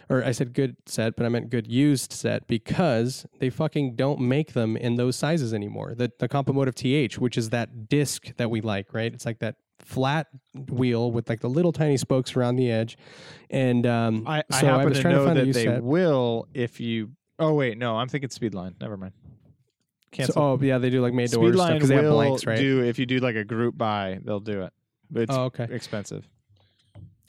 Speaker 5: Or I said good set, but I meant good used set because they fucking don't make them in those sizes anymore. The the Compomotive TH, which is that disc that we like, right? It's like that flat wheel with like the little tiny spokes around the edge. And um,
Speaker 6: I, I
Speaker 5: so I
Speaker 6: happen
Speaker 5: was
Speaker 6: to
Speaker 5: trying to
Speaker 6: know
Speaker 5: find a
Speaker 6: that
Speaker 5: used
Speaker 6: they
Speaker 5: set.
Speaker 6: will if you. Oh wait, no, I'm thinking Speedline. Never mind.
Speaker 5: So,
Speaker 6: Cancel.
Speaker 5: oh yeah, they do like made to order stuff
Speaker 6: Speedline
Speaker 5: because they have
Speaker 6: will
Speaker 5: blanks, right?
Speaker 6: do if you do like a group buy, they'll do it. But it's
Speaker 5: oh okay.
Speaker 6: expensive.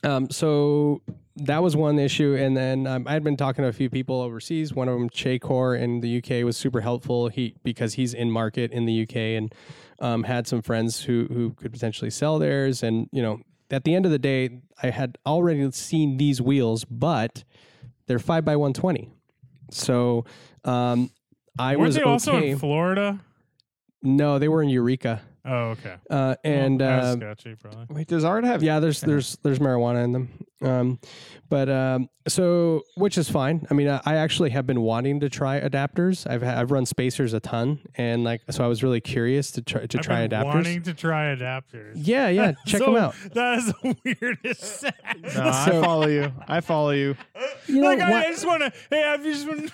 Speaker 5: Um, so that was one issue, and then um, I had been talking to a few people overseas. One of them, Che Cor in the UK, was super helpful. He because he's in market in the UK and um, had some friends who who could potentially sell theirs. And you know, at the end of the day, I had already seen these wheels, but they're five by one twenty. So um, I
Speaker 4: Weren't
Speaker 5: was
Speaker 4: they also
Speaker 5: okay.
Speaker 4: in Florida?
Speaker 5: no, they were in Eureka,
Speaker 4: Oh, okay.
Speaker 5: uh, and
Speaker 4: Well, that's
Speaker 5: uh,
Speaker 4: sketchy, probably.
Speaker 6: Wait, does Art have?
Speaker 5: (laughs) yeah there's there's there's marijuana in them um but um so which is fine i mean i, I actually have been wanting to try adapters i've ha- i've run spacers a ton and like so i was really curious to try to
Speaker 4: I've
Speaker 5: try
Speaker 4: been
Speaker 5: adapters
Speaker 4: Wanting to try adapters.
Speaker 5: yeah (laughs) yeah check
Speaker 4: So,
Speaker 5: them out
Speaker 4: That is the (laughs) weirdest. sound.
Speaker 6: No, I
Speaker 5: So-
Speaker 6: follow you. I follow you.
Speaker 5: you know
Speaker 4: like I,
Speaker 5: what?
Speaker 4: I just want to. Hey, I've just been.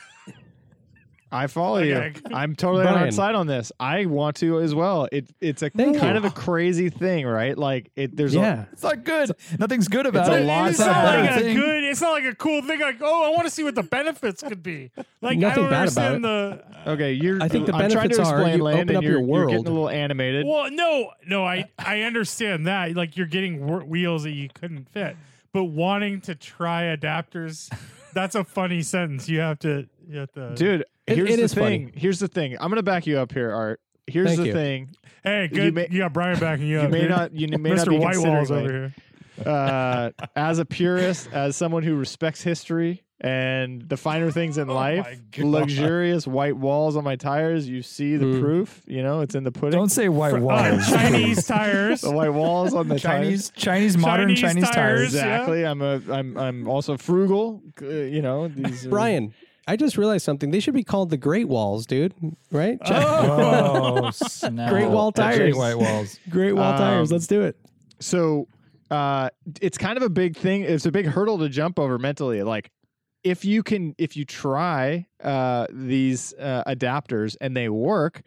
Speaker 6: I follow
Speaker 4: Okay.
Speaker 6: you. I'm totally on
Speaker 5: Brian.
Speaker 6: our side on this. I want to as well. It it's a
Speaker 5: Thank
Speaker 6: kind
Speaker 5: you.
Speaker 6: of a crazy thing, right? Like it there's
Speaker 5: yeah
Speaker 3: It's not good. Nothing's good about
Speaker 6: a
Speaker 3: it.
Speaker 4: (laughs)
Speaker 6: lot
Speaker 4: It's
Speaker 6: It's a
Speaker 4: not
Speaker 6: bad
Speaker 4: like a good. It's not like a cool thing. Like, oh, I want to see what the benefits could be. Like,
Speaker 5: Nothing
Speaker 4: I don't
Speaker 5: bad about
Speaker 4: understand the.
Speaker 6: a okay, you're
Speaker 5: I think the
Speaker 6: I'm trying to
Speaker 5: benefits are
Speaker 6: explain
Speaker 5: you
Speaker 6: Landon,
Speaker 5: open up
Speaker 6: you're,
Speaker 5: your
Speaker 6: you're getting
Speaker 5: world.
Speaker 6: a little animated.
Speaker 4: Well, no, no, I I understand that. Like, you're getting wor- wheels that you couldn't fit, but wanting to try adapters. That's a funny sentence. You have to. You have to.
Speaker 6: Dude,
Speaker 5: It-
Speaker 6: here's
Speaker 5: it
Speaker 6: the
Speaker 5: is funny.
Speaker 6: thing. Here's the thing. I'm gonna back you up here, Art. Here's
Speaker 5: Thank
Speaker 6: the
Speaker 5: you.
Speaker 6: thing.
Speaker 4: hey, good.
Speaker 6: you
Speaker 4: You,
Speaker 6: may-
Speaker 4: got Brian backing you up.
Speaker 6: You may
Speaker 4: Oh, dude. (laughs)
Speaker 6: not you may not
Speaker 4: Mr.
Speaker 6: be
Speaker 4: Whitewall's
Speaker 6: considering,
Speaker 4: over here. (laughs)
Speaker 6: like, uh, as a purist, as someone who respects history and the finer things in
Speaker 3: Oh
Speaker 6: life,
Speaker 3: my God.
Speaker 6: luxurious white walls on my tires. You see the
Speaker 5: Mm.
Speaker 6: proof. You know it's in the pudding.
Speaker 3: Don't say
Speaker 4: (laughs)
Speaker 3: white
Speaker 4: Uh,
Speaker 3: (laughs) walls.
Speaker 4: Chinese tires.
Speaker 6: the white walls on
Speaker 5: (laughs)
Speaker 6: the
Speaker 3: Chinese, Chinese modern Chinese,
Speaker 4: Chinese
Speaker 6: tires.
Speaker 3: tires.
Speaker 4: yeah.
Speaker 6: Exactly. I'm a. I'm. I'm also frugal. uh, You
Speaker 5: (laughs)
Speaker 6: know these. Are,
Speaker 5: brian i just realized something they should be called the great walls dude right
Speaker 3: (laughs) Oh, snap.
Speaker 5: Great wall
Speaker 3: The Great
Speaker 5: tires.
Speaker 3: white walls.
Speaker 5: (laughs) great wall tires
Speaker 6: Um,
Speaker 5: let's do it
Speaker 6: So, uh, it's kind of a big thing. It's a big hurdle to jump over mentally. Like, if you can, if you try uh, these uh, adapters and they work,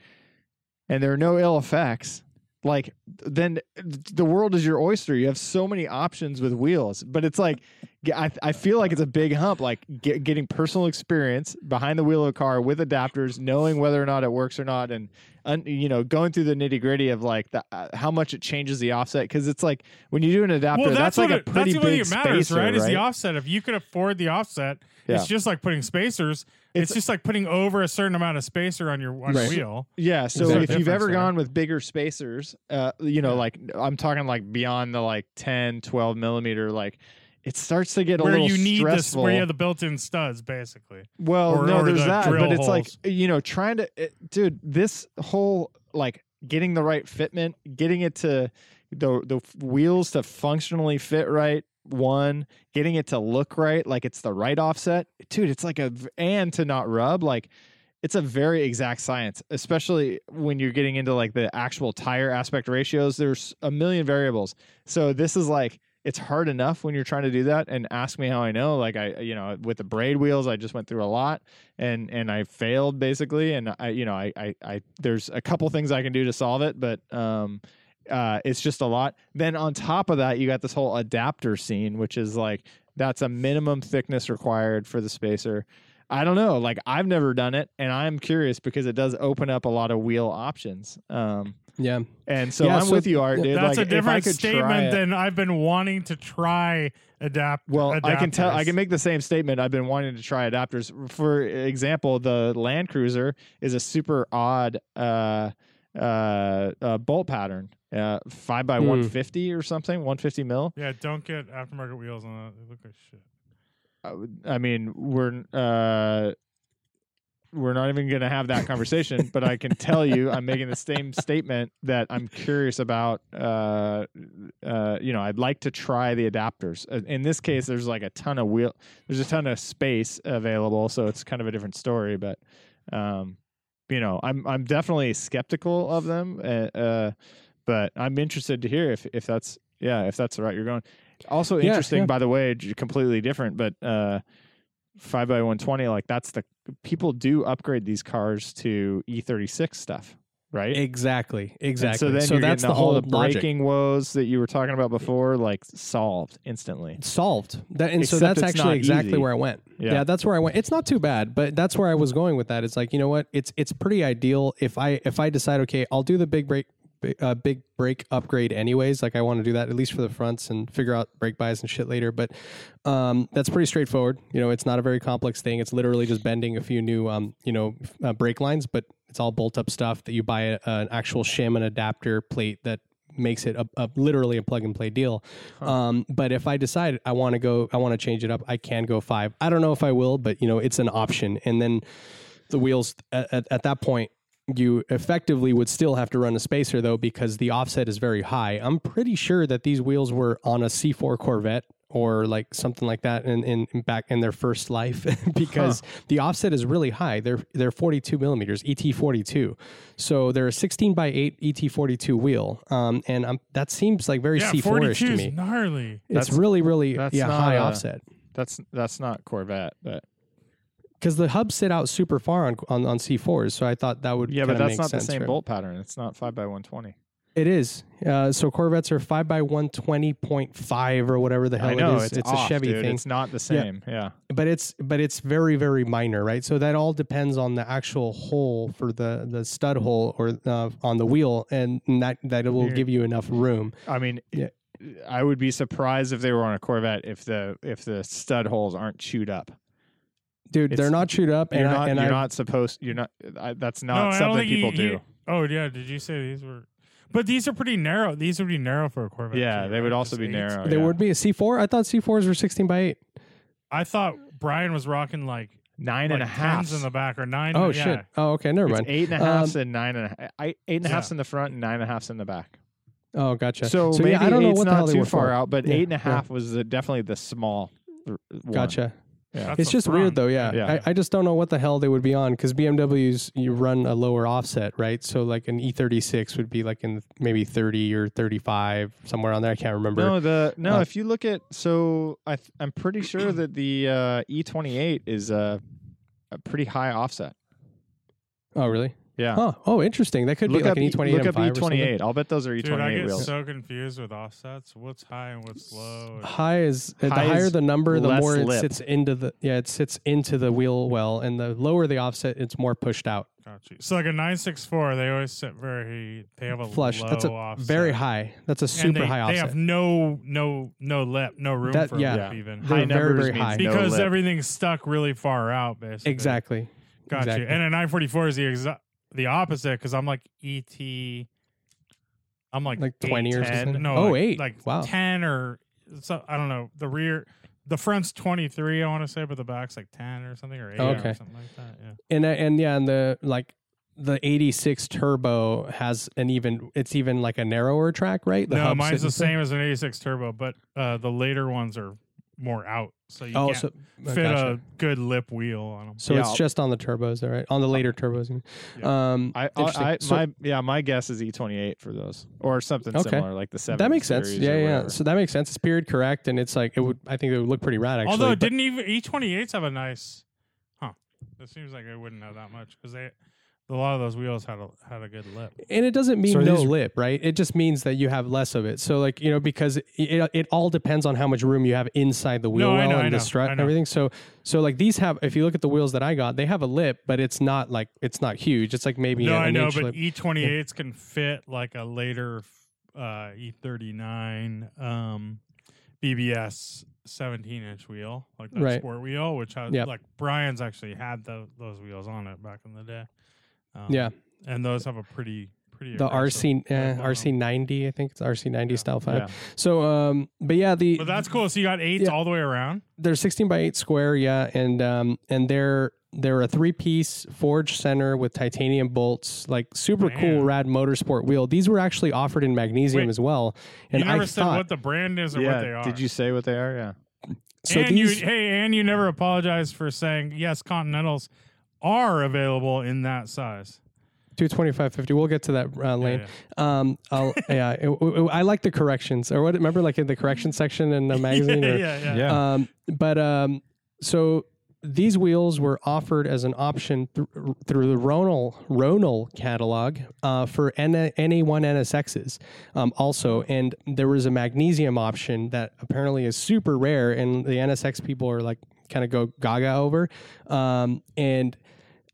Speaker 6: and there are no ill effects, like then the world is your oyster. You have so many options with wheels, but it's like g- I, I feel like it's a big hump, like get, getting personal experience behind the wheel of a car with adapters, knowing whether or not it works or not, and un, you know going through the nitty gritty of like the, uh, how much it changes the offset because it's like when you do an adapter,
Speaker 4: Well,
Speaker 6: that's,
Speaker 4: that's,
Speaker 6: like
Speaker 4: what
Speaker 6: a
Speaker 4: it,
Speaker 6: pretty
Speaker 4: that's what
Speaker 6: big
Speaker 4: it matters,
Speaker 6: spacer,
Speaker 4: right? Is the offset. If you could afford the offset,
Speaker 6: Yeah.
Speaker 4: it's just like putting spacers. It's,
Speaker 6: It's-
Speaker 4: just like putting over a certain amount of spacer on your on your
Speaker 5: Right.
Speaker 4: wheel.
Speaker 6: Yeah. So
Speaker 4: Is there a
Speaker 6: if you've
Speaker 4: difference
Speaker 6: ever
Speaker 4: there?
Speaker 6: gone with bigger spacers, uh, you know, like I'm talking like beyond the like 10, 12 millimeter, like it starts to get a
Speaker 4: where
Speaker 6: little
Speaker 4: you need this,
Speaker 6: stressful.
Speaker 4: where you have the built-in studs, basically.
Speaker 6: Well,
Speaker 4: Or-
Speaker 6: no,
Speaker 4: or
Speaker 6: there's
Speaker 4: the
Speaker 6: that,
Speaker 4: drill
Speaker 6: but it's like
Speaker 4: holes.
Speaker 6: you know, trying to, it, dude. This whole like getting the right fitment, getting it to the the wheels to functionally fit right. One, getting it to look right, like it's the right offset, dude. It's like a v- and to not rub, like it's a very exact science, especially when you're getting into like the actual tire aspect ratios. There's a million variables, so this is like it's hard enough when you're trying to do that and ask me how I know. Like I, you know, with the braid wheels, I just went through a lot and, and I failed basically. And I, you know, I, I, I, there's a couple things I can do to solve it, but, um, uh, it's just a lot. Then on top of that, you got this whole adapter scene, which is like, that's a minimum thickness required for the spacer. I don't know. Like I've never done it and I'm curious because it does open up a lot of wheel options. Um,
Speaker 5: Yeah.
Speaker 6: and so
Speaker 5: Yeah,
Speaker 6: I'm
Speaker 5: so
Speaker 6: with you, Art, dude.
Speaker 4: That's
Speaker 6: like,
Speaker 4: a
Speaker 6: if I
Speaker 4: different
Speaker 6: could try
Speaker 4: statement
Speaker 6: it-
Speaker 4: than I've been wanting to try adapt.
Speaker 6: Well, I can tell. I
Speaker 4: adapters.
Speaker 6: can make the same statement. I've been wanting to try adapters. For example, the Land Cruiser is a super odd uh, uh, uh, bolt pattern, uh, five by
Speaker 5: Hmm.
Speaker 6: one fifty or something, one fifty mil.
Speaker 4: Yeah, don't get aftermarket wheels on that. They look like shit.
Speaker 6: I would- I mean, we're uh, we're not even going to have that conversation. but I can tell you, I'm making the same statement that I'm curious about. Uh, uh, you know, I'd like to try the adapters. Uh, In this case, there's like a ton of wheel. There's a ton of space available, so it's kind of a different story. But um, you know, I'm I'm definitely skeptical of them. Uh, uh, but I'm interested to hear if if that's yeah if that's the route you're going. Also
Speaker 5: Yeah,
Speaker 6: interesting,
Speaker 5: yeah.
Speaker 6: by the way, j- completely different, but uh, five by one twenty, like that's the people do upgrade these cars to E thirty six stuff, right?
Speaker 5: Exactly.
Speaker 6: And
Speaker 5: Exactly.
Speaker 6: So then you're
Speaker 5: that's
Speaker 6: getting
Speaker 5: the
Speaker 6: all
Speaker 5: whole
Speaker 6: the
Speaker 5: logic.
Speaker 6: braking woes that you were talking about before, like solved instantly.
Speaker 5: solved. That, and so
Speaker 6: Except
Speaker 5: that's
Speaker 6: it's not
Speaker 5: actually exactly
Speaker 6: easy.
Speaker 5: where I went.
Speaker 6: Yeah.
Speaker 5: Yeah. that's where I went. It's not too bad, but that's where I was going with that. It's like you know what? It's it's pretty ideal if I if I decide okay, I'll do the big break. bi- Uh, big break upgrade anyways like i want to do that at least for the fronts and figure out brake buys and shit later but um, that's pretty straightforward you know it's not a very complex thing it's literally just bending a few new um, you know f- uh, brake lines but it's all bolt up stuff that you buy a, an actual shim and adapter plate that makes it a, a literally a plug and play deal. Um, but if I decide I want to go, I want to change it up, I can go five. I don't know if I will, but you know, it's an option. And then the wheels at, at, at that point, you effectively would still have to run a spacer though, because the offset is very high. I'm pretty sure that these wheels were on a C4 Corvette or like something like that in, in, in back in their first life (laughs) because the offset is really high. They're they're 42 millimeters, ET 42. So they're a 16 by 8 ET 42 wheel, um, and i that seems like very
Speaker 4: Yeah,
Speaker 5: C4 ish
Speaker 4: 42
Speaker 5: to
Speaker 4: is
Speaker 5: me.
Speaker 4: gnarly.
Speaker 5: It's
Speaker 6: That's-
Speaker 5: really really
Speaker 6: that's
Speaker 5: yeah
Speaker 6: not
Speaker 5: high
Speaker 6: a-
Speaker 5: offset
Speaker 6: That's that's not Corvette, but
Speaker 5: because the hubs sit out super far on on, on C4s. So I thought that would
Speaker 6: yeah, but
Speaker 5: kinda
Speaker 6: that's
Speaker 5: make
Speaker 6: not the
Speaker 5: sense,
Speaker 6: same
Speaker 5: right?
Speaker 6: bolt pattern. It's not five by one twenty.
Speaker 5: It is. Uh, so Corvettes are five by one twenty point five or whatever the hell
Speaker 6: I know
Speaker 5: it is. It's, a
Speaker 6: off,
Speaker 5: Chevy
Speaker 6: dude.
Speaker 5: thing,
Speaker 6: It's not the same. Yeah.
Speaker 5: but it's but it's very very minor, right? So that all depends on the actual hole for the the stud hole or uh, on the wheel, and that that it will
Speaker 6: Here.
Speaker 5: give you enough room.
Speaker 6: I mean,
Speaker 5: Yeah.
Speaker 6: I would be surprised if they were on a Corvette if the if the stud holes aren't chewed up.
Speaker 5: Dude,
Speaker 6: It's-
Speaker 5: they're not chewed up,
Speaker 6: You're
Speaker 5: and
Speaker 6: not
Speaker 5: I, and
Speaker 6: you're
Speaker 5: I,
Speaker 6: not supposed you're not I, that's not
Speaker 4: No, I don't
Speaker 6: something
Speaker 4: think you-
Speaker 6: people do.
Speaker 4: you- Oh yeah, did you say these were? But these are pretty narrow. These would be narrow for a Corvette.
Speaker 6: yeah,
Speaker 4: too,
Speaker 6: they would
Speaker 4: right?
Speaker 6: also
Speaker 4: Just
Speaker 6: be
Speaker 4: eights.
Speaker 6: narrow.
Speaker 5: there
Speaker 6: yeah.
Speaker 5: would be a C four. I thought C fours were sixteen by eight.
Speaker 4: I thought Brian was rocking like
Speaker 6: nine and a
Speaker 4: like
Speaker 6: half.
Speaker 4: tens in the back or nine.
Speaker 5: Oh
Speaker 4: yeah.
Speaker 5: shit. Oh okay, never
Speaker 6: It's
Speaker 5: mind.
Speaker 6: eight and a
Speaker 5: Um,
Speaker 6: halfs and nine and a, I- eight and a
Speaker 4: Yeah.
Speaker 6: halfs in the front and nine and a halfs in the back.
Speaker 5: Oh gotcha.
Speaker 6: So,
Speaker 5: yeah,
Speaker 6: maybe
Speaker 5: I don't know
Speaker 6: eight's
Speaker 5: what the
Speaker 6: not
Speaker 5: hell they
Speaker 6: too
Speaker 5: were
Speaker 6: far
Speaker 5: for.
Speaker 6: out, but
Speaker 5: Yeah,
Speaker 6: eight and a
Speaker 5: yeah.
Speaker 6: half was the, definitely the small. r- one.
Speaker 5: Gotcha.
Speaker 4: That's
Speaker 5: it's
Speaker 4: the
Speaker 5: just weird
Speaker 4: front.
Speaker 5: though yeah,
Speaker 6: Yeah.
Speaker 5: I, I just don't know what the hell they would be on because bmws you run a lower offset right so like an e36 would be like in maybe 30 or 35 somewhere on there i can't remember
Speaker 6: No, the no.
Speaker 5: Uh,
Speaker 6: if you look at so, I th- I'm pretty
Speaker 5: (clears throat)
Speaker 6: sure that the uh, E28 is a, a pretty high offset.
Speaker 5: oh really
Speaker 6: Yeah.
Speaker 5: huh. oh interesting that could
Speaker 6: look
Speaker 5: be like
Speaker 6: up
Speaker 5: an
Speaker 6: E-
Speaker 5: e28
Speaker 6: Look up
Speaker 5: M5 or something.
Speaker 6: E28. I'll bet those are E E28
Speaker 4: Dude, I get
Speaker 6: wheels.
Speaker 4: so confused with offsets. What's high and what's low? and-
Speaker 5: high is the
Speaker 6: High
Speaker 5: higher
Speaker 6: is
Speaker 5: the number the
Speaker 6: less
Speaker 5: more it
Speaker 6: lip.
Speaker 5: sits into the yeah it sits into the wheel well and the lower the offset it's more pushed out
Speaker 4: Got you. So like a nine six four, they always sit very. They have a
Speaker 5: flush
Speaker 4: Low
Speaker 5: that's a
Speaker 4: offset.
Speaker 5: very high that's a
Speaker 4: And
Speaker 5: super
Speaker 4: they,
Speaker 5: high
Speaker 4: They
Speaker 5: offset
Speaker 4: have no no no lip, no room
Speaker 5: That-
Speaker 4: for
Speaker 5: yeah.
Speaker 4: lip
Speaker 6: Yeah.
Speaker 4: even.
Speaker 5: They're
Speaker 6: High
Speaker 5: very
Speaker 6: numbers
Speaker 5: very
Speaker 6: means
Speaker 5: high
Speaker 6: no
Speaker 4: because
Speaker 6: lip.
Speaker 4: everything's stuck really far out, basically.
Speaker 5: exactly
Speaker 4: Got
Speaker 5: exactly.
Speaker 4: you. And a 944 is the exa- the opposite because I'm like E ET. I'm like
Speaker 5: Like 20 or
Speaker 4: 8, 10,
Speaker 5: something?
Speaker 4: No,
Speaker 5: Oh,
Speaker 4: like,
Speaker 5: eight.
Speaker 4: Like
Speaker 5: Wow.
Speaker 4: 10 or so I don't know the rear. The front's twenty three, I want to say, but the back's like ten or something or eight
Speaker 5: Okay.
Speaker 4: or something like that. Yeah.
Speaker 5: and I- and yeah, and the like the 86 turbo has an even it's even like a narrower track, right?
Speaker 4: no,
Speaker 5: hub's
Speaker 4: mine's the
Speaker 5: sitting-
Speaker 4: same as an eighty six turbo, but uh, the later ones are more out, so you
Speaker 5: Oh,
Speaker 4: can't
Speaker 5: so oh,
Speaker 4: fit
Speaker 5: gotcha.
Speaker 4: a good lip wheel on them.
Speaker 5: So
Speaker 6: Yeah,
Speaker 5: it's
Speaker 6: I'll-
Speaker 5: just on the turbos, all right? On the later turbos. I mean. Um,
Speaker 6: I, I,
Speaker 5: Interesting.
Speaker 6: I
Speaker 5: So-
Speaker 6: my yeah, my guess is E twenty eight for those or something
Speaker 5: Okay.
Speaker 6: similar like the seven.
Speaker 5: that makes sense.
Speaker 6: series or
Speaker 5: Yeah, yeah.
Speaker 6: whatever.
Speaker 5: So that makes sense. It's period correct, and it's like it would. I think it would look pretty rad. Actually,
Speaker 4: Although
Speaker 5: but-
Speaker 4: didn't even E twenty eights have a nice, huh? It seems like I wouldn't know that much because they a lot of those wheels had a had a good lip.
Speaker 5: and it doesn't mean
Speaker 3: So are
Speaker 5: no
Speaker 3: these-
Speaker 5: lip, right? It just means that you have less of it. So like you know, because it, it, it all depends on how much room you have inside the wheel
Speaker 4: No, I
Speaker 5: well
Speaker 4: know,
Speaker 5: and
Speaker 4: I
Speaker 5: the
Speaker 4: know,
Speaker 5: strut
Speaker 4: I
Speaker 5: and
Speaker 4: know.
Speaker 5: everything. So so like these have. If you look at the wheels that I got, they have a lip, but it's not like it's not huge. It's like maybe
Speaker 4: no,
Speaker 5: an
Speaker 4: I know,
Speaker 5: inch
Speaker 4: but
Speaker 5: lip.
Speaker 4: E twenty eights can fit like a later uh, E thirty nine um, BBS seventeen inch wheel, like that
Speaker 5: Right.
Speaker 4: sport wheel, which has
Speaker 5: Yep.
Speaker 4: like Brian's actually had tho- those wheels on it back in the day. Um,
Speaker 5: Yeah.
Speaker 4: and those have a pretty pretty
Speaker 5: the
Speaker 4: aggressive
Speaker 5: RC
Speaker 4: lip on
Speaker 5: uh,
Speaker 4: 'em.
Speaker 5: RC ninety, I think it's RC ninety
Speaker 4: Yeah.
Speaker 5: style five.
Speaker 6: Yeah.
Speaker 5: So um, but yeah, the
Speaker 4: But that's cool. So you got eights
Speaker 5: Yeah.
Speaker 4: all the way around.
Speaker 5: they're 16 by 8 square yeah and um and they're they're a three piece forged center with titanium bolts like super cool
Speaker 4: Man.
Speaker 5: rad motorsport wheel these were actually offered in magnesium
Speaker 4: Wait,
Speaker 5: as well and
Speaker 4: You never
Speaker 5: i
Speaker 4: said
Speaker 5: thought
Speaker 4: what the brand is or
Speaker 6: yeah.
Speaker 4: what they are.
Speaker 6: Did you say what they are? Yeah.
Speaker 5: so
Speaker 4: and
Speaker 5: these
Speaker 4: you, hey, and you never apologized for saying yes. Continentals are available in that size.
Speaker 5: 225.50 we'll get to that uh, lane
Speaker 4: yeah.
Speaker 5: um i'll yeah it- it- i like the corrections or what remember like in the correction section in the
Speaker 4: (laughs)
Speaker 5: magazine
Speaker 4: yeah,
Speaker 5: or,
Speaker 4: yeah, Uh, yeah.
Speaker 3: Yeah.
Speaker 5: Um, but um, so these wheels were offered as an option thr through the Ronal Ronal catalog uh, for N- NA1 NSXs um, also, and there was a magnesium option that apparently is super rare, and the NSX people are like kind of go gaga over, um, and.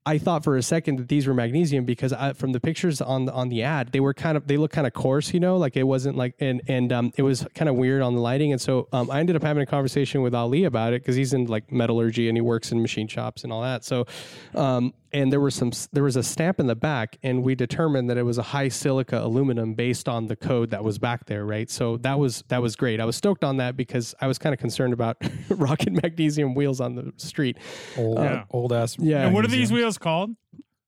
Speaker 5: I thought for a second that these were magnesium because I, from the pictures on the, on the ad, they were kind of they looked kind of coarse, you know, like it wasn't like and and um, it was kind of weird on the lighting. And so um, I ended up having a conversation with Ali about it because he's in like metallurgy and he works in machine shops and all that. So um, and there was some there was a stamp in the back, and we determined that it was a high silica aluminum based on the code that was back there, right? So that was that was great. I was stoked on that because I was kind of concerned about (laughs) rocket magnesium wheels on the street.
Speaker 3: Old,
Speaker 4: uh,
Speaker 3: uh,
Speaker 4: Yeah.
Speaker 3: old ass.
Speaker 5: Yeah.
Speaker 4: And what are these wheels called?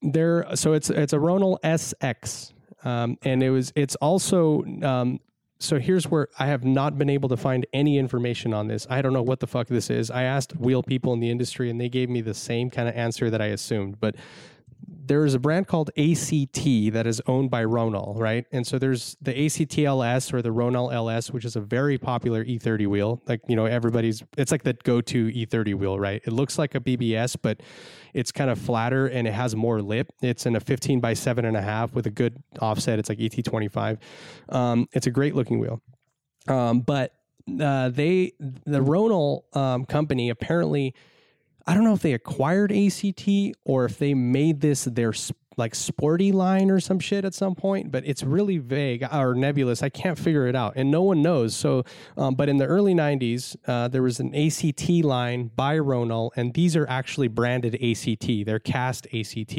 Speaker 5: There, so it's it's a Ronal SX, um, and it was it's also um, so here's where I have not been able to find any information on this. I don't know what the fuck this is. I asked wheel people in the industry, and they gave me the same kind of answer that I assumed, but. There is a brand called ACT that is owned by Ronal, right? And so there's the ACT LS or the Ronal LS, which is a very popular E30 wheel. Like, you know, everybody's, it's like the go to E30 wheel, right? It looks like a BBS, but it's kind of flatter and it has more lip. It's in a 15 by seven and a half with a good offset. It's like ET25. Um, it's a great looking wheel. Um, but uh, they, the Ronal um, company apparently, I don't know if they acquired ACT or if they made this their s- like sporty line or some shit at some point, but it's really vague or nebulous. I can't figure it out, and no one knows. So, um, but in the early '90s, uh, there was an ACT line by Ronal, and these are actually branded ACT. They're cast ACT.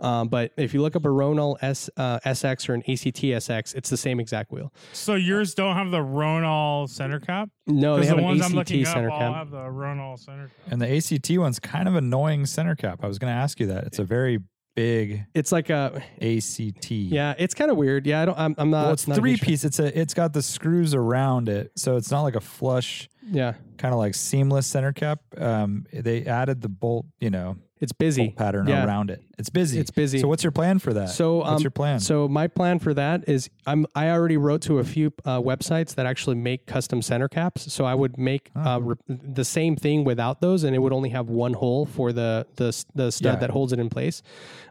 Speaker 5: Um, but if you look up a Ronal S, uh, SX or an ACT SX, it's the same exact wheel.
Speaker 4: So yours don't have the Ronal center cap?
Speaker 5: No, Oh, they
Speaker 4: Because
Speaker 5: have
Speaker 4: the
Speaker 5: an
Speaker 4: ones I'm
Speaker 5: ACT
Speaker 4: looking
Speaker 5: center
Speaker 4: up all
Speaker 5: cap.
Speaker 4: have the Ronal center cap.
Speaker 3: And the ACT one's kind of annoying center cap. I was going to ask you that. It's a very big
Speaker 5: it's like a
Speaker 3: ACT.
Speaker 5: yeah, it's kind of weird. Yeah, I don't. I'm, I'm not.
Speaker 3: Well, it's
Speaker 5: not a
Speaker 3: three
Speaker 5: huge fan.
Speaker 3: piece. It's a. It's got the screws around it, so it's not like a flush,
Speaker 5: Yeah,
Speaker 3: kind of like seamless center cap. Um, they added the bolt, you know,
Speaker 5: it's busy.
Speaker 3: bolt pattern
Speaker 5: Yeah.
Speaker 3: around it. It's busy.
Speaker 5: It's busy.
Speaker 3: So what's your plan for that?
Speaker 5: So, um,
Speaker 3: what's your plan?
Speaker 5: So my plan for that is I'm I already wrote to a few uh, websites that actually make custom center caps. So I would make
Speaker 3: Ah.
Speaker 5: uh, re- the same thing without those, and it would only have one hole for the the s- the stud
Speaker 3: Yeah.
Speaker 5: that holds it in place.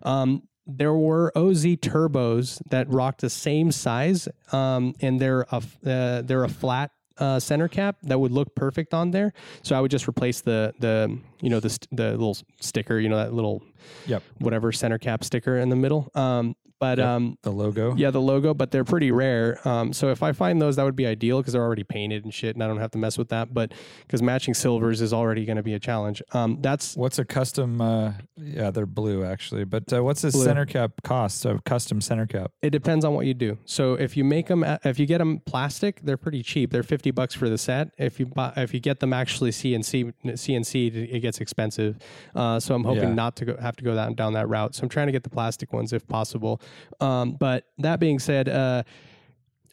Speaker 5: Um, there were OZ turbos that rocked the same size, um, and they're a f- uh, they're a flat. Uh, center cap that would look perfect on there, so I would just replace the the you know the st- the little s- sticker, you know that little
Speaker 3: yep.
Speaker 5: whatever center cap sticker in the middle. Um, But um,
Speaker 3: The logo.
Speaker 5: yeah, the logo, but they're pretty rare. Um, so if I find those, that would be ideal because they're already painted and shit, and I don't have to mess with that. But because matching silvers is already going to be a challenge. Um, that's
Speaker 3: What's a custom? Uh, yeah, they're blue actually. But uh, what's the
Speaker 5: Blue.
Speaker 3: center cap cost of custom center cap?
Speaker 5: it depends on what you do. So if you make them, if you get them plastic, they're pretty cheap. They're fifty bucks for the set. If you buy, if you get them actually CNC CNC, it gets expensive. Uh, so I'm hoping
Speaker 3: Yeah.
Speaker 5: not to go, have to go down down that route. So I'm trying to get the plastic ones if possible. Um, but that being said, uh,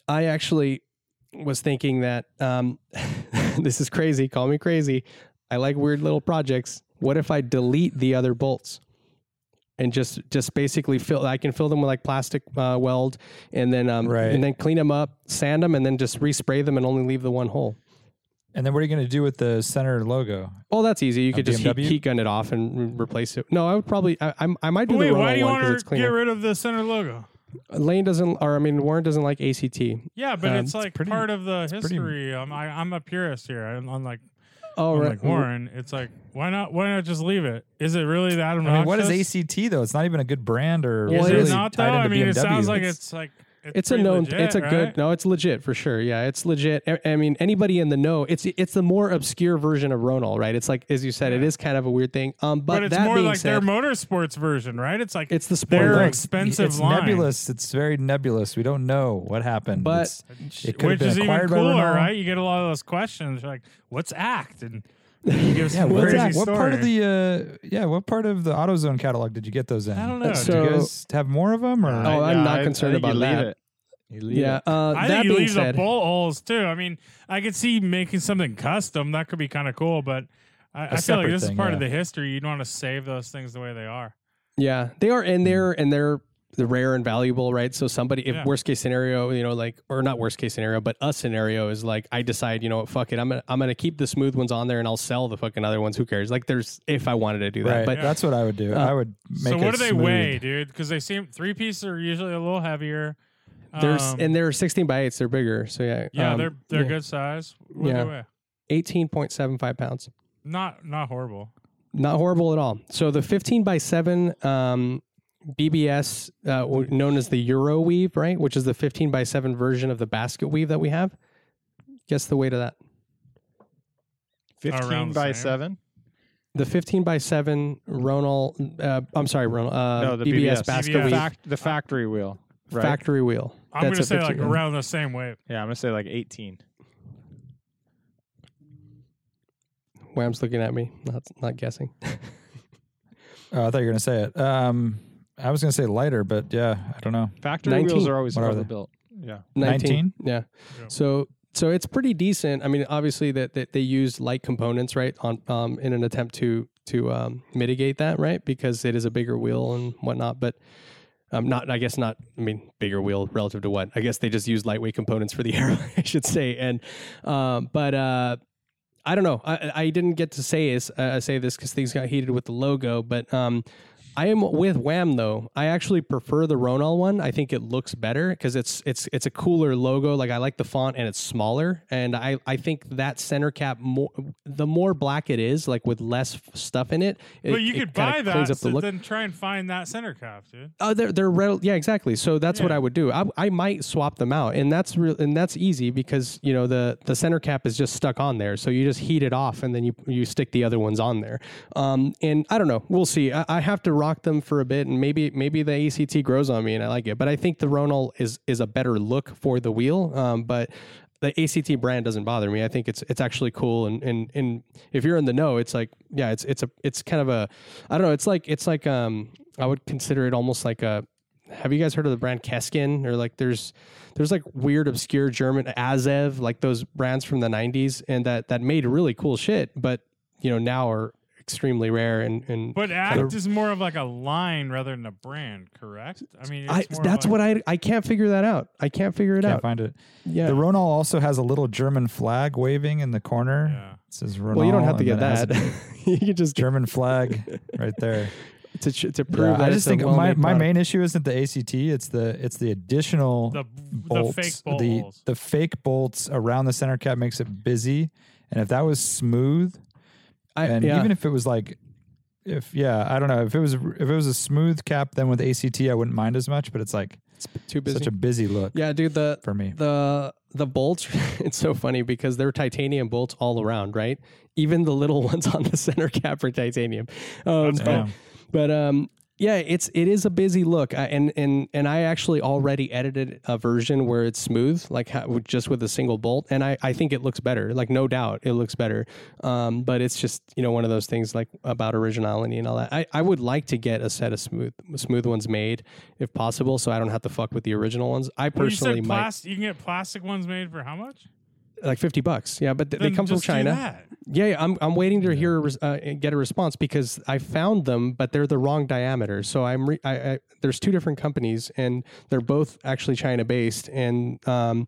Speaker 5: I actually was thinking that um, (laughs) this is crazy. Call me crazy. I like weird little projects. What if I delete the other bolts? and just just basically fill. I can fill them with like plastic uh, weld, and then um,
Speaker 3: Right.
Speaker 5: and then clean them up, sand them, and then just respray them, and only leave the one hole.
Speaker 3: And then what are you going to do with the center logo?
Speaker 5: Oh, that's easy. You could just heat,
Speaker 3: BMW?
Speaker 5: heat gun it off and re- replace it. No, I would probably. I, I'm, I might do
Speaker 4: Wait,
Speaker 5: the
Speaker 4: why
Speaker 5: Rono
Speaker 4: do you
Speaker 5: one
Speaker 4: want
Speaker 5: because it's
Speaker 4: to get
Speaker 5: cleaner.
Speaker 4: rid of the center logo?
Speaker 5: Lane doesn't, or I mean Warren doesn't like ACT.
Speaker 4: Yeah, but
Speaker 5: Um,
Speaker 4: it's
Speaker 5: it's
Speaker 4: like
Speaker 3: pretty-
Speaker 4: part of the
Speaker 3: pretty-
Speaker 4: history. I'm I, I'm a purist here. I'm, I'm like
Speaker 5: Oh,
Speaker 4: I'm
Speaker 5: right.
Speaker 4: like Warren. It's like why not? Why not just leave it? Is it really that obnoxious?
Speaker 3: I mean, what is ACT though? It's not even a good brand or
Speaker 5: Well,
Speaker 4: Is
Speaker 5: it's
Speaker 4: it
Speaker 3: really
Speaker 4: not though?
Speaker 3: tied into
Speaker 4: I mean,
Speaker 3: BMW.
Speaker 4: it sounds like
Speaker 3: It's-
Speaker 4: it's like
Speaker 5: It's a
Speaker 4: pretty
Speaker 5: known.
Speaker 4: legit,
Speaker 5: it's a good.
Speaker 4: right?
Speaker 5: No, it's legit for sure. Yeah, it's legit. I, I mean, anybody in the know. It's it's the more obscure version of Ronal, right? It's like as you said, it is kind of a weird thing. Um, but,
Speaker 4: But, it's
Speaker 5: that
Speaker 4: more
Speaker 5: being
Speaker 4: like
Speaker 5: said,
Speaker 4: their motorsports version, right? It's like
Speaker 5: it's the sport.
Speaker 4: their
Speaker 5: line.
Speaker 3: Like,
Speaker 4: expensive
Speaker 3: it's
Speaker 4: line,
Speaker 3: nebulous. It's very nebulous. We don't know what happened.
Speaker 5: But-
Speaker 3: It's- it could have
Speaker 4: which
Speaker 3: been
Speaker 4: is even
Speaker 3: acquired by
Speaker 4: cooler,
Speaker 3: Renault.
Speaker 4: right? You get a lot of those questions, like what's ACT, and you give
Speaker 3: Yeah,
Speaker 4: some
Speaker 3: where,
Speaker 4: crazy
Speaker 3: what
Speaker 4: story.
Speaker 3: part of the uh, yeah, what part of the AutoZone catalog did you get those in?
Speaker 4: I don't know.
Speaker 5: So-
Speaker 3: Do you guys have more of them or
Speaker 5: Oh, I'm
Speaker 6: Yeah,
Speaker 5: not
Speaker 6: I- I
Speaker 5: concerned
Speaker 6: think you
Speaker 5: about
Speaker 6: leave
Speaker 5: that.
Speaker 6: it.
Speaker 5: Yeah, uh,
Speaker 4: I
Speaker 5: that
Speaker 4: think you
Speaker 5: being
Speaker 4: leave
Speaker 5: said,
Speaker 4: the bolt holes too. I mean, I could see making something custom. That could be kind of cool, but I, I feel like
Speaker 3: separate
Speaker 4: this is
Speaker 3: thing,
Speaker 4: part of
Speaker 3: yeah.
Speaker 4: the history. You'd want to save those things the way they are.
Speaker 5: yeah, they are in there and they're the rare and valuable, right? So somebody, if
Speaker 4: Yeah.
Speaker 5: worst case scenario, you know, like or not worst case scenario, but a scenario is like I decide, you know, what, fuck it, I'm gonna I'm gonna keep the smooth ones on there and I'll sell the fucking other ones. Who cares? Like there's if I wanted to do that,
Speaker 3: Right,
Speaker 5: but
Speaker 3: that's what I would do.
Speaker 5: Uh,
Speaker 3: I would make.
Speaker 4: so what
Speaker 3: a
Speaker 4: do they
Speaker 3: smooth-
Speaker 4: weigh, dude? Because they seem three pieces are usually a little heavier.
Speaker 5: there's
Speaker 4: Um,
Speaker 5: and they're 16 by eights, they're bigger. So yeah,
Speaker 4: yeah,
Speaker 5: um,
Speaker 4: they're they're
Speaker 5: yeah.
Speaker 4: good size. What do
Speaker 5: Yeah.
Speaker 4: they weigh?
Speaker 5: 18.75 pounds.
Speaker 4: Not not horrible.
Speaker 5: Not horrible at all. So the 15 by 7 um, BBS, uh, w- known as the Euro weave, right? Which is the 15 by 7 version of the basket weave that we have. Guess the weight of that.
Speaker 4: Around
Speaker 6: 15
Speaker 4: the
Speaker 6: by
Speaker 4: same.
Speaker 6: 7.
Speaker 5: The 15 by 7 Ronal, uh, I'm sorry, Ronal, uh,
Speaker 6: no, the
Speaker 5: BBS,
Speaker 6: BBS.
Speaker 5: basket
Speaker 4: BBS.
Speaker 5: weave
Speaker 6: Fact, the factory wheel. Right.
Speaker 5: factory wheel.
Speaker 4: I'm gonna
Speaker 5: a
Speaker 4: say like
Speaker 5: 15.
Speaker 4: around the same weight.
Speaker 6: yeah, I'm going to say like 18.
Speaker 5: Wham's looking at me, not, not guessing.
Speaker 3: Oh, I thought you were gonna say it. Um, I was gonna say lighter, but yeah, I don't know.
Speaker 6: Factory
Speaker 5: 19.
Speaker 6: wheels are always
Speaker 3: What are they?
Speaker 6: overbuilt. Yeah.
Speaker 3: 19?
Speaker 5: Yeah.
Speaker 4: Yeah.
Speaker 5: So so it's pretty decent. I mean, obviously that, that they use light components, right? On um, in an attempt to to um, mitigate that, right? Because it is a bigger wheel and whatnot. But um, not I guess not. I mean, bigger wheel relative to what? I guess they just use lightweight components for the (laughs) arrow, I should say. And um, but uh, I don't know. I, I didn't get to say is uh, say this because things got heated with the logo, but um, I am with Wham though. I actually prefer the Ronal one. I think it looks better because it's it's it's a cooler logo. Like I like the font and it's smaller. And I I think that center cap more the more black it is, like with less f- stuff in it. it
Speaker 4: but you
Speaker 5: it
Speaker 4: could
Speaker 5: kinda
Speaker 4: buy that,
Speaker 5: cleans up the
Speaker 4: so
Speaker 5: look.
Speaker 4: then try and find that center cap, dude.
Speaker 5: Oh, they're they're rel- yeah, exactly. So that's what
Speaker 4: Yeah.
Speaker 5: I would do. I, I might swap them out, and that's real and that's easy because you know the the center cap is just stuck on there, so you just heat it off, and then you you stick the other ones on there. Um, and I don't know, we'll see. I, I have to rock them for a bit, and maybe maybe the ACT grows on me, and I like it. But I think the Ronal is is a better look for the wheel. Um, but the ACT brand doesn't bother me. I think it's it's actually cool and and and if you're in the know, it's like yeah, it's it's a it's kind of a I don't know, it's like it's like um I would consider it almost like a have you guys heard of the brand Keskin or like there's there's like weird obscure German Azev like those brands from the 90s and that that made really cool shit but you know now are extremely rare and and
Speaker 4: But ACT is more of like a line rather than a brand, correct? I mean,
Speaker 5: I,
Speaker 4: it's more
Speaker 5: that's
Speaker 4: of like,
Speaker 5: what I I can't figure that out. I can't figure it
Speaker 3: Can't
Speaker 5: out.
Speaker 3: find it.
Speaker 5: yeah.
Speaker 3: The Ronal also has a little German flag waving in the corner.
Speaker 4: Yeah.
Speaker 3: It says Ronal.
Speaker 5: well, you don't have to
Speaker 3: and
Speaker 5: get
Speaker 3: then it has a
Speaker 5: that. (laughs) you can
Speaker 3: (laughs)
Speaker 5: just
Speaker 3: German
Speaker 5: (laughs)
Speaker 3: flag right there.
Speaker 5: to ch- to prove
Speaker 3: Yeah,
Speaker 5: that
Speaker 3: I
Speaker 5: it's
Speaker 3: just
Speaker 5: a
Speaker 3: think my,
Speaker 5: well-made
Speaker 3: my
Speaker 5: product.
Speaker 3: main issue isn't the ACT. It's the it's the additional
Speaker 4: the,
Speaker 3: bolts.
Speaker 4: the fake
Speaker 3: the,
Speaker 4: balls.
Speaker 3: the fake bolts around the center cap makes it busy. And if that was smooth,
Speaker 5: I,
Speaker 3: and
Speaker 5: yeah.
Speaker 3: even if it was like if yeah, I don't know if it was if it was a smooth cap, then with ACT I wouldn't mind as much. But it's like
Speaker 5: Too busy.
Speaker 3: such a busy look
Speaker 5: yeah, dude. The
Speaker 3: for me.
Speaker 5: the the bolts (laughs) it's so funny because they're titanium bolts all around right even the little (laughs) ones on the center cap are titanium um, but,
Speaker 3: cool.
Speaker 5: but, um yeah it's it is a busy look I, and and and i actually already edited a version where it's smooth like how, with- just with a single bolt and i i think it looks better like no doubt it looks better um but it's just you know one of those things like about originality and all that i i would like to get a set of smooth smooth ones made if possible so i don't have to fuck with the original ones i
Speaker 4: Well,
Speaker 5: personally
Speaker 4: you said
Speaker 5: might
Speaker 4: plastic. You can get plastic ones made for how much?
Speaker 5: like 50 bucks. Yeah, but th- they
Speaker 4: Then
Speaker 5: come from
Speaker 4: just do
Speaker 5: China.
Speaker 4: that.
Speaker 5: Yeah, yeah, I'm I'm waiting to hear a res- uh, get a response because I found them, but they're the wrong diameter. So I'm re- I, I there's two different companies and they're both actually China based and um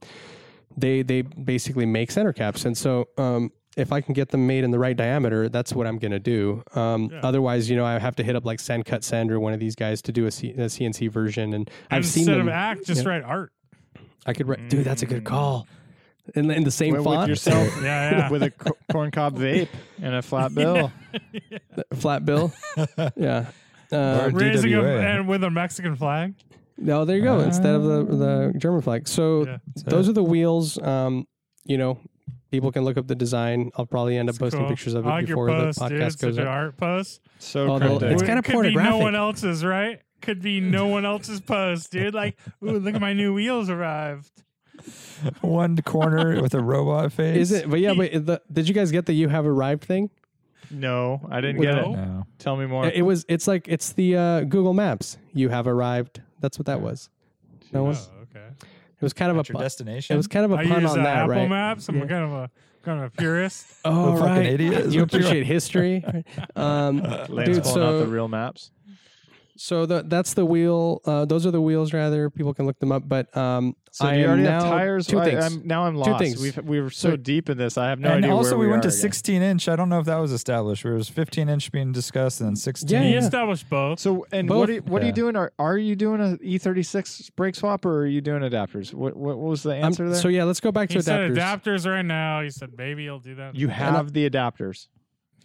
Speaker 5: they they basically make center caps and so um if I can get them made in the right diameter, that's what I'm gonna do. Um,
Speaker 4: Yeah.
Speaker 5: Otherwise, you know, I have to hit up like Send Cut Send or one of these guys to do a, C- a CNC version, and I've seen
Speaker 4: Instead
Speaker 5: them.
Speaker 4: of act, just
Speaker 5: Yeah.
Speaker 4: write
Speaker 5: (laughs)
Speaker 4: art.
Speaker 5: I could, write, dude, that's a good call. In, in the same
Speaker 6: Mm. With-
Speaker 5: font,
Speaker 6: with yourself
Speaker 4: Yeah, yeah.
Speaker 6: (laughs) (laughs) with a co- corn
Speaker 5: Oh.
Speaker 6: cob vape and a
Speaker 5: (laughs)
Speaker 6: flat bill.
Speaker 5: flat
Speaker 4: (laughs)
Speaker 5: bill. yeah. Uh,
Speaker 3: Or
Speaker 4: Raising a,
Speaker 3: DWA.
Speaker 4: and with a Mexican flag.
Speaker 5: no, there you go. Instead of the the German flag. So
Speaker 4: Ah. Yeah.
Speaker 5: those are the wheels. Um, you know, people can look up the design. I'll probably end up posting
Speaker 4: Cool.
Speaker 5: pictures of
Speaker 4: I
Speaker 5: it
Speaker 4: like
Speaker 5: before
Speaker 4: your post,
Speaker 5: the
Speaker 4: dude.
Speaker 5: podcast
Speaker 4: It's
Speaker 5: goes
Speaker 4: such an
Speaker 5: up.
Speaker 4: Art post.
Speaker 6: So
Speaker 5: Although
Speaker 6: cryptic.
Speaker 5: Oh, it's
Speaker 4: It
Speaker 5: kinda
Speaker 4: could Be
Speaker 5: pornographic.
Speaker 4: no one else's, right? Could be no one else's post, dude. Like, ooh, look at my new wheels arrived.
Speaker 3: One (laughs) corner with a robot face.
Speaker 5: Is it? But yeah, but the, did you guys get the "you have arrived" thing?
Speaker 6: no, I didn't get
Speaker 4: No.
Speaker 6: it.
Speaker 3: No.
Speaker 6: Tell me more.
Speaker 5: It was. It's like it's the uh, Google Maps. You have arrived. That's what that was. No one.
Speaker 4: Oh, okay.
Speaker 5: It was kind of
Speaker 3: At
Speaker 5: a.
Speaker 3: your
Speaker 5: pun-
Speaker 3: destination.
Speaker 5: It was kind of a
Speaker 4: I
Speaker 5: pun
Speaker 4: use
Speaker 5: on
Speaker 4: uh,
Speaker 5: that,
Speaker 4: Apple
Speaker 5: right?
Speaker 4: Maps. I'm
Speaker 5: Yeah.
Speaker 4: kind of a kind of a purist.
Speaker 5: Oh,
Speaker 3: What fucking
Speaker 5: right.
Speaker 3: idiot is
Speaker 5: You
Speaker 3: what you are.
Speaker 5: appreciate history,
Speaker 3: (laughs)
Speaker 5: um,
Speaker 6: Lance
Speaker 5: dude.
Speaker 6: pulling out
Speaker 5: So
Speaker 6: the real maps.
Speaker 5: So the, that's the wheel. Uh, those are the wheels, rather. People can look them up. But um,
Speaker 6: So
Speaker 5: I
Speaker 6: do you
Speaker 5: am
Speaker 6: already
Speaker 5: now
Speaker 6: have tires?
Speaker 5: Two
Speaker 6: I,
Speaker 5: things.
Speaker 6: I'm, now I'm lost.
Speaker 5: things.
Speaker 6: We've, we were so
Speaker 5: So-
Speaker 6: deep in this. I have no
Speaker 3: and
Speaker 6: idea
Speaker 3: also,
Speaker 6: where
Speaker 3: we,
Speaker 6: we,
Speaker 3: went
Speaker 6: are
Speaker 3: to
Speaker 6: again.
Speaker 3: 16 inch. I don't know if that was established. We was 15 inch being discussed, and then 16.
Speaker 4: He
Speaker 5: Yeah.
Speaker 4: established both.
Speaker 6: So and
Speaker 5: Both.
Speaker 6: what are you, what are you
Speaker 3: Yeah.
Speaker 6: doing? Are are you doing a E36 brake swap or are you doing adapters? What what, what was the
Speaker 5: I'm-
Speaker 6: answer there?
Speaker 5: so yeah, let's go back
Speaker 4: he
Speaker 5: to
Speaker 4: said
Speaker 5: adapters.
Speaker 4: adapters right now. He said maybe he'll do that.
Speaker 6: you have the adapters.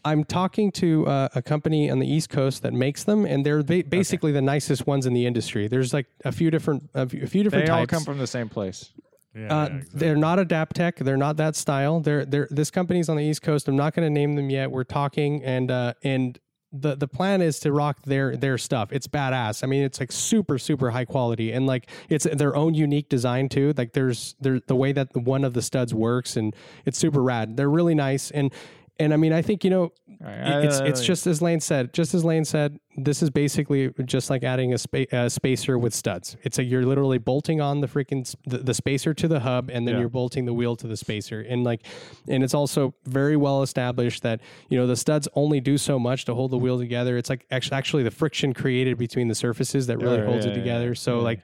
Speaker 5: I'm talking to uh, a company on the East Coast that makes them, and they're ba- basically the nicest ones in the industry. There's like a few different a few, a few
Speaker 6: They
Speaker 5: different
Speaker 6: all
Speaker 5: types.
Speaker 6: come from the same place.
Speaker 4: yeah,
Speaker 5: Uh,
Speaker 4: yeah, exactly.
Speaker 5: They're not Adaptech. They're not that style. They're they're this company's on the East Coast. I'm not going to name them yet. We're talking and uh, and the the plan is to rock their their stuff. It's badass. I mean, it's like super super high quality and like it's their own unique design too. Like there's there the way that the, one of the studs works and it's super rad. They're really nice and. And I mean, I think you know,
Speaker 6: All right, I-
Speaker 5: it- it's
Speaker 6: I-
Speaker 5: it's just as Lane said. Just as Lane said, this is basically just like adding a, spa- a spacer with studs. It's a you're literally bolting on the freaking s- the, the spacer to the hub, and then
Speaker 6: Yeah.
Speaker 5: you're bolting the wheel to the spacer. And like, and it's also very well established that you know the studs only do so much to
Speaker 6: Hmm.
Speaker 5: hold the wheel together. It's like actually actually the friction created between the surfaces that really
Speaker 6: Yeah,
Speaker 5: holds
Speaker 6: Oh, yeah,
Speaker 5: it
Speaker 6: yeah, Hmm.
Speaker 5: together. So like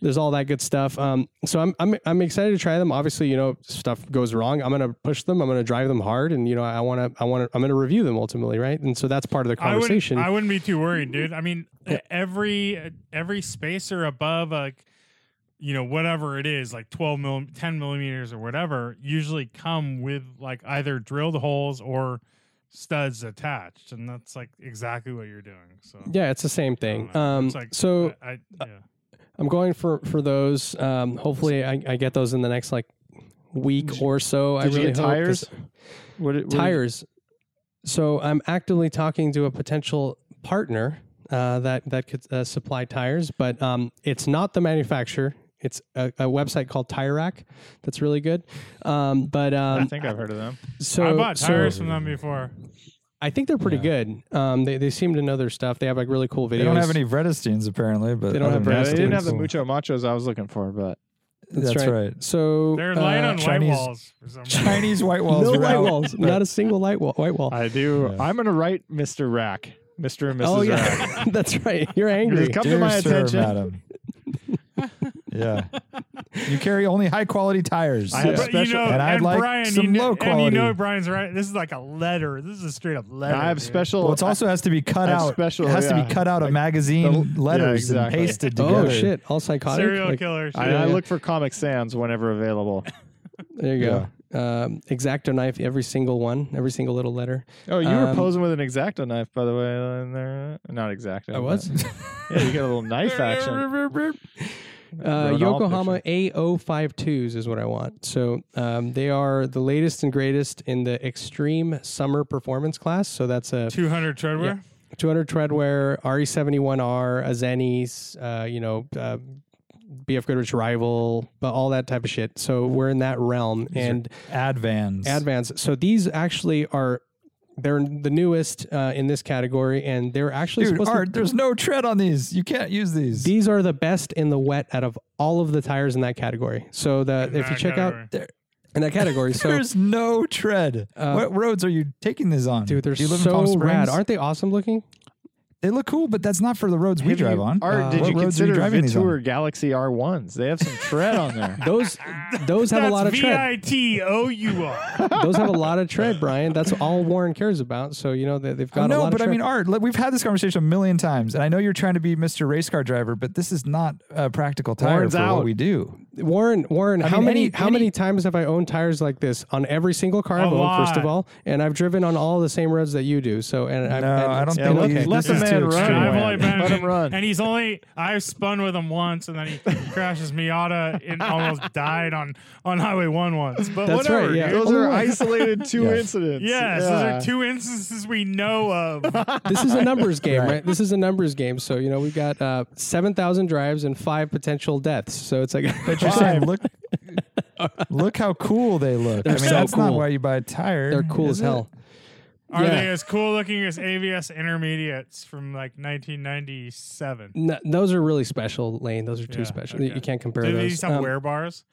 Speaker 5: there's all that good stuff. Um, so I'm, I'm I'm excited to try them. Obviously, you know, stuff goes wrong. I'm gonna push them. I'm gonna drive them hard, and you know, I wanna I wanna I'm gonna review them ultimately, right? And so that's part of the
Speaker 4: I wouldn't,
Speaker 5: conversation.
Speaker 4: I wouldn't be too worried, dude. I mean, e, every every spacer above like you know whatever it is, like twelve mil, ten millimeters or whatever, usually come with like either drilled holes or studs attached, and that's like exactly what you're doing. So
Speaker 5: yeah, it's the same
Speaker 4: I
Speaker 5: thing.
Speaker 4: don't know.
Speaker 5: Um,
Speaker 4: It's like,
Speaker 5: so
Speaker 4: I, I- yeah.
Speaker 5: I'm going for for those. Um, hopefully, I, I get those in the next like week or so.
Speaker 6: did
Speaker 5: I
Speaker 6: you
Speaker 5: really
Speaker 6: get
Speaker 5: hope
Speaker 6: tires?
Speaker 5: this-
Speaker 6: what, did- what did-
Speaker 5: tires. So I'm actively talking to a potential partner uh, that that could uh, supply tires, but um, it's not the manufacturer. It's a, a website called Tire Rack that's really good. Um, but um,
Speaker 6: I think I've heard of them.
Speaker 5: so
Speaker 4: I bought
Speaker 5: so-
Speaker 4: tires from them before.
Speaker 5: I think they're pretty good. Um, they they seem to know their stuff. They have like really cool videos.
Speaker 3: They don't have any Vredesteins, apparently, but
Speaker 5: They don't
Speaker 3: other
Speaker 5: have
Speaker 3: than
Speaker 6: Yeah, they
Speaker 3: that,
Speaker 5: Brad
Speaker 6: didn't have
Speaker 3: it's
Speaker 6: the
Speaker 3: cool.
Speaker 6: mucho machos I was looking for, but
Speaker 3: That's,
Speaker 5: That's
Speaker 3: right.
Speaker 5: right. So
Speaker 4: They're light
Speaker 5: uh,
Speaker 4: on
Speaker 3: Chinese-
Speaker 4: white walls for some reason.
Speaker 3: Chinese white walls.
Speaker 5: no
Speaker 3: are
Speaker 5: white
Speaker 3: out.
Speaker 5: walls, (laughs) not a single light wall, white wall.
Speaker 6: I do.
Speaker 3: Yeah.
Speaker 6: I'm gonna write Mr. Rack, Mr. and Mrs.
Speaker 5: Oh
Speaker 6: Rack.
Speaker 5: (laughs) yeah, that's right. You're angry.
Speaker 6: Just come to
Speaker 3: Dear
Speaker 6: my
Speaker 3: sir,
Speaker 6: attention.
Speaker 3: madam.
Speaker 5: (laughs)
Speaker 3: yeah. You carry only high quality tires.
Speaker 6: I
Speaker 4: (laughs)
Speaker 6: have
Speaker 4: But you
Speaker 6: special-
Speaker 4: know,
Speaker 3: and I'd like
Speaker 4: Brian,
Speaker 3: some
Speaker 4: you kn-
Speaker 3: low
Speaker 4: And you
Speaker 3: quality.
Speaker 4: know, Brian's right. This is like a letter. This is a straight up letter.
Speaker 6: I have
Speaker 4: dude.
Speaker 6: special.
Speaker 3: well, it also has to be cut
Speaker 6: I have
Speaker 3: out.
Speaker 6: special,
Speaker 3: it has to
Speaker 6: yeah.
Speaker 3: be cut out of
Speaker 6: Like
Speaker 3: magazine
Speaker 6: the-
Speaker 3: letters
Speaker 6: yeah, exactly.
Speaker 3: and pasted together.
Speaker 5: Oh shit! All psychotic.
Speaker 4: serial
Speaker 5: Like,
Speaker 4: killer. shit.
Speaker 5: (laughs)
Speaker 6: I, I look for Comic Sans whenever available.
Speaker 5: There you go. um, exacto knife every single one, every single little letter.
Speaker 6: Oh, you were
Speaker 5: Um,
Speaker 6: posing with an exacto knife, by the way, in there. Not exacto.
Speaker 5: I was. (laughs)
Speaker 6: but- Yeah, you got a little (laughs) knife action.
Speaker 5: Uh,
Speaker 6: Rodolph
Speaker 5: Yokohama AO52s is what I want. So um, they are the latest and greatest in the extreme summer performance class. So that's a
Speaker 4: Two hundred treadwear.
Speaker 5: 200 treadwear, E RE71R, Azenis, uh, you know, uh, BF Goodrich Rival, but all that type of shit. So we're in that realm. and
Speaker 3: Advans.
Speaker 5: Advance. So these actually are they're the newest uh, in this category, and they're actually
Speaker 3: Dude,
Speaker 5: supposed
Speaker 3: Art,
Speaker 5: to.
Speaker 3: there's no tread on these. You can't use these.
Speaker 5: These are the best in the wet out of all of the tires in that category. So the if you
Speaker 4: that
Speaker 5: check
Speaker 4: category.
Speaker 5: out there in that category,
Speaker 3: (laughs)
Speaker 5: so
Speaker 3: there's no tread.
Speaker 5: Uh,
Speaker 3: what roads are you taking these on?
Speaker 5: dude, they're
Speaker 3: Do you live in Palm
Speaker 5: so
Speaker 3: Springs?
Speaker 5: rad. Aren't they awesome looking?
Speaker 3: they look cool, but that's not for the roads we
Speaker 6: Have you-
Speaker 3: drive on.
Speaker 6: Art, did
Speaker 3: Uh, What
Speaker 6: you
Speaker 3: roads are
Speaker 6: consider
Speaker 3: driving these on?
Speaker 6: Ventura Galaxy R1s? They have some tread on there.
Speaker 4: (laughs)
Speaker 5: Those those have a
Speaker 4: That's
Speaker 5: lot of
Speaker 4: V
Speaker 5: tread.
Speaker 4: I T O U
Speaker 6: (laughs)
Speaker 4: R.
Speaker 5: Those have a lot of tread, Brian. That's all Warren cares about. So you know they, they've got a
Speaker 3: no,
Speaker 5: lot
Speaker 3: but
Speaker 5: of
Speaker 3: I
Speaker 5: tread.
Speaker 3: mean, Art, like, we've had this conversation a million times, and I know you're trying to be Mr. Race Car Driver, but this is not a practical tire
Speaker 6: Warren's
Speaker 3: for
Speaker 6: out.
Speaker 3: what we do.
Speaker 5: Warren, Warren, how
Speaker 3: mean,
Speaker 5: many
Speaker 3: any-
Speaker 5: how many times have I owned tires like this on every single car
Speaker 4: A
Speaker 5: I've owned? First
Speaker 4: lot.
Speaker 5: of all, and I've driven on all the same roads that you do. So and I've,
Speaker 3: No,
Speaker 5: and
Speaker 3: I
Speaker 5: it's
Speaker 3: don't
Speaker 6: Yeah,
Speaker 3: think
Speaker 5: been
Speaker 6: let,
Speaker 3: he-
Speaker 5: okay.
Speaker 6: let
Speaker 3: this
Speaker 6: the
Speaker 3: is too
Speaker 6: man run.
Speaker 3: extreme.
Speaker 4: I've
Speaker 3: Wow.
Speaker 4: only been,
Speaker 6: Let him run.
Speaker 4: and he's only I've spun with him once, and then he crashes Miata and almost died on on Highway One once. But
Speaker 5: That's
Speaker 4: whatever,
Speaker 5: right, yeah.
Speaker 4: dude.
Speaker 6: Those are isolated two
Speaker 3: Yeah.
Speaker 6: incidents.
Speaker 4: Yes,
Speaker 6: Yeah.
Speaker 4: those are two instances we know
Speaker 6: (laughs)
Speaker 4: of.
Speaker 5: This is a
Speaker 3: (laughs)
Speaker 5: numbers game, right. This is a numbers game. So you know we've got uh, seven thousand drives and five potential deaths. So it's like (laughs)
Speaker 3: But you're saying, look, look how cool they look. I
Speaker 5: They're
Speaker 3: mean,
Speaker 5: so
Speaker 3: that's not
Speaker 5: cool.
Speaker 3: why you buy a tire. (laughs)
Speaker 5: they're cool as
Speaker 3: is it?
Speaker 5: hell.
Speaker 4: Are
Speaker 5: Yeah.
Speaker 4: they as cool looking as AVS intermediates from like 1997?
Speaker 5: No, those are really special, Lane. Those are too
Speaker 4: Yeah,
Speaker 5: special.
Speaker 4: okay.
Speaker 5: You can't compare
Speaker 4: Do
Speaker 5: those.
Speaker 4: these have wear bars?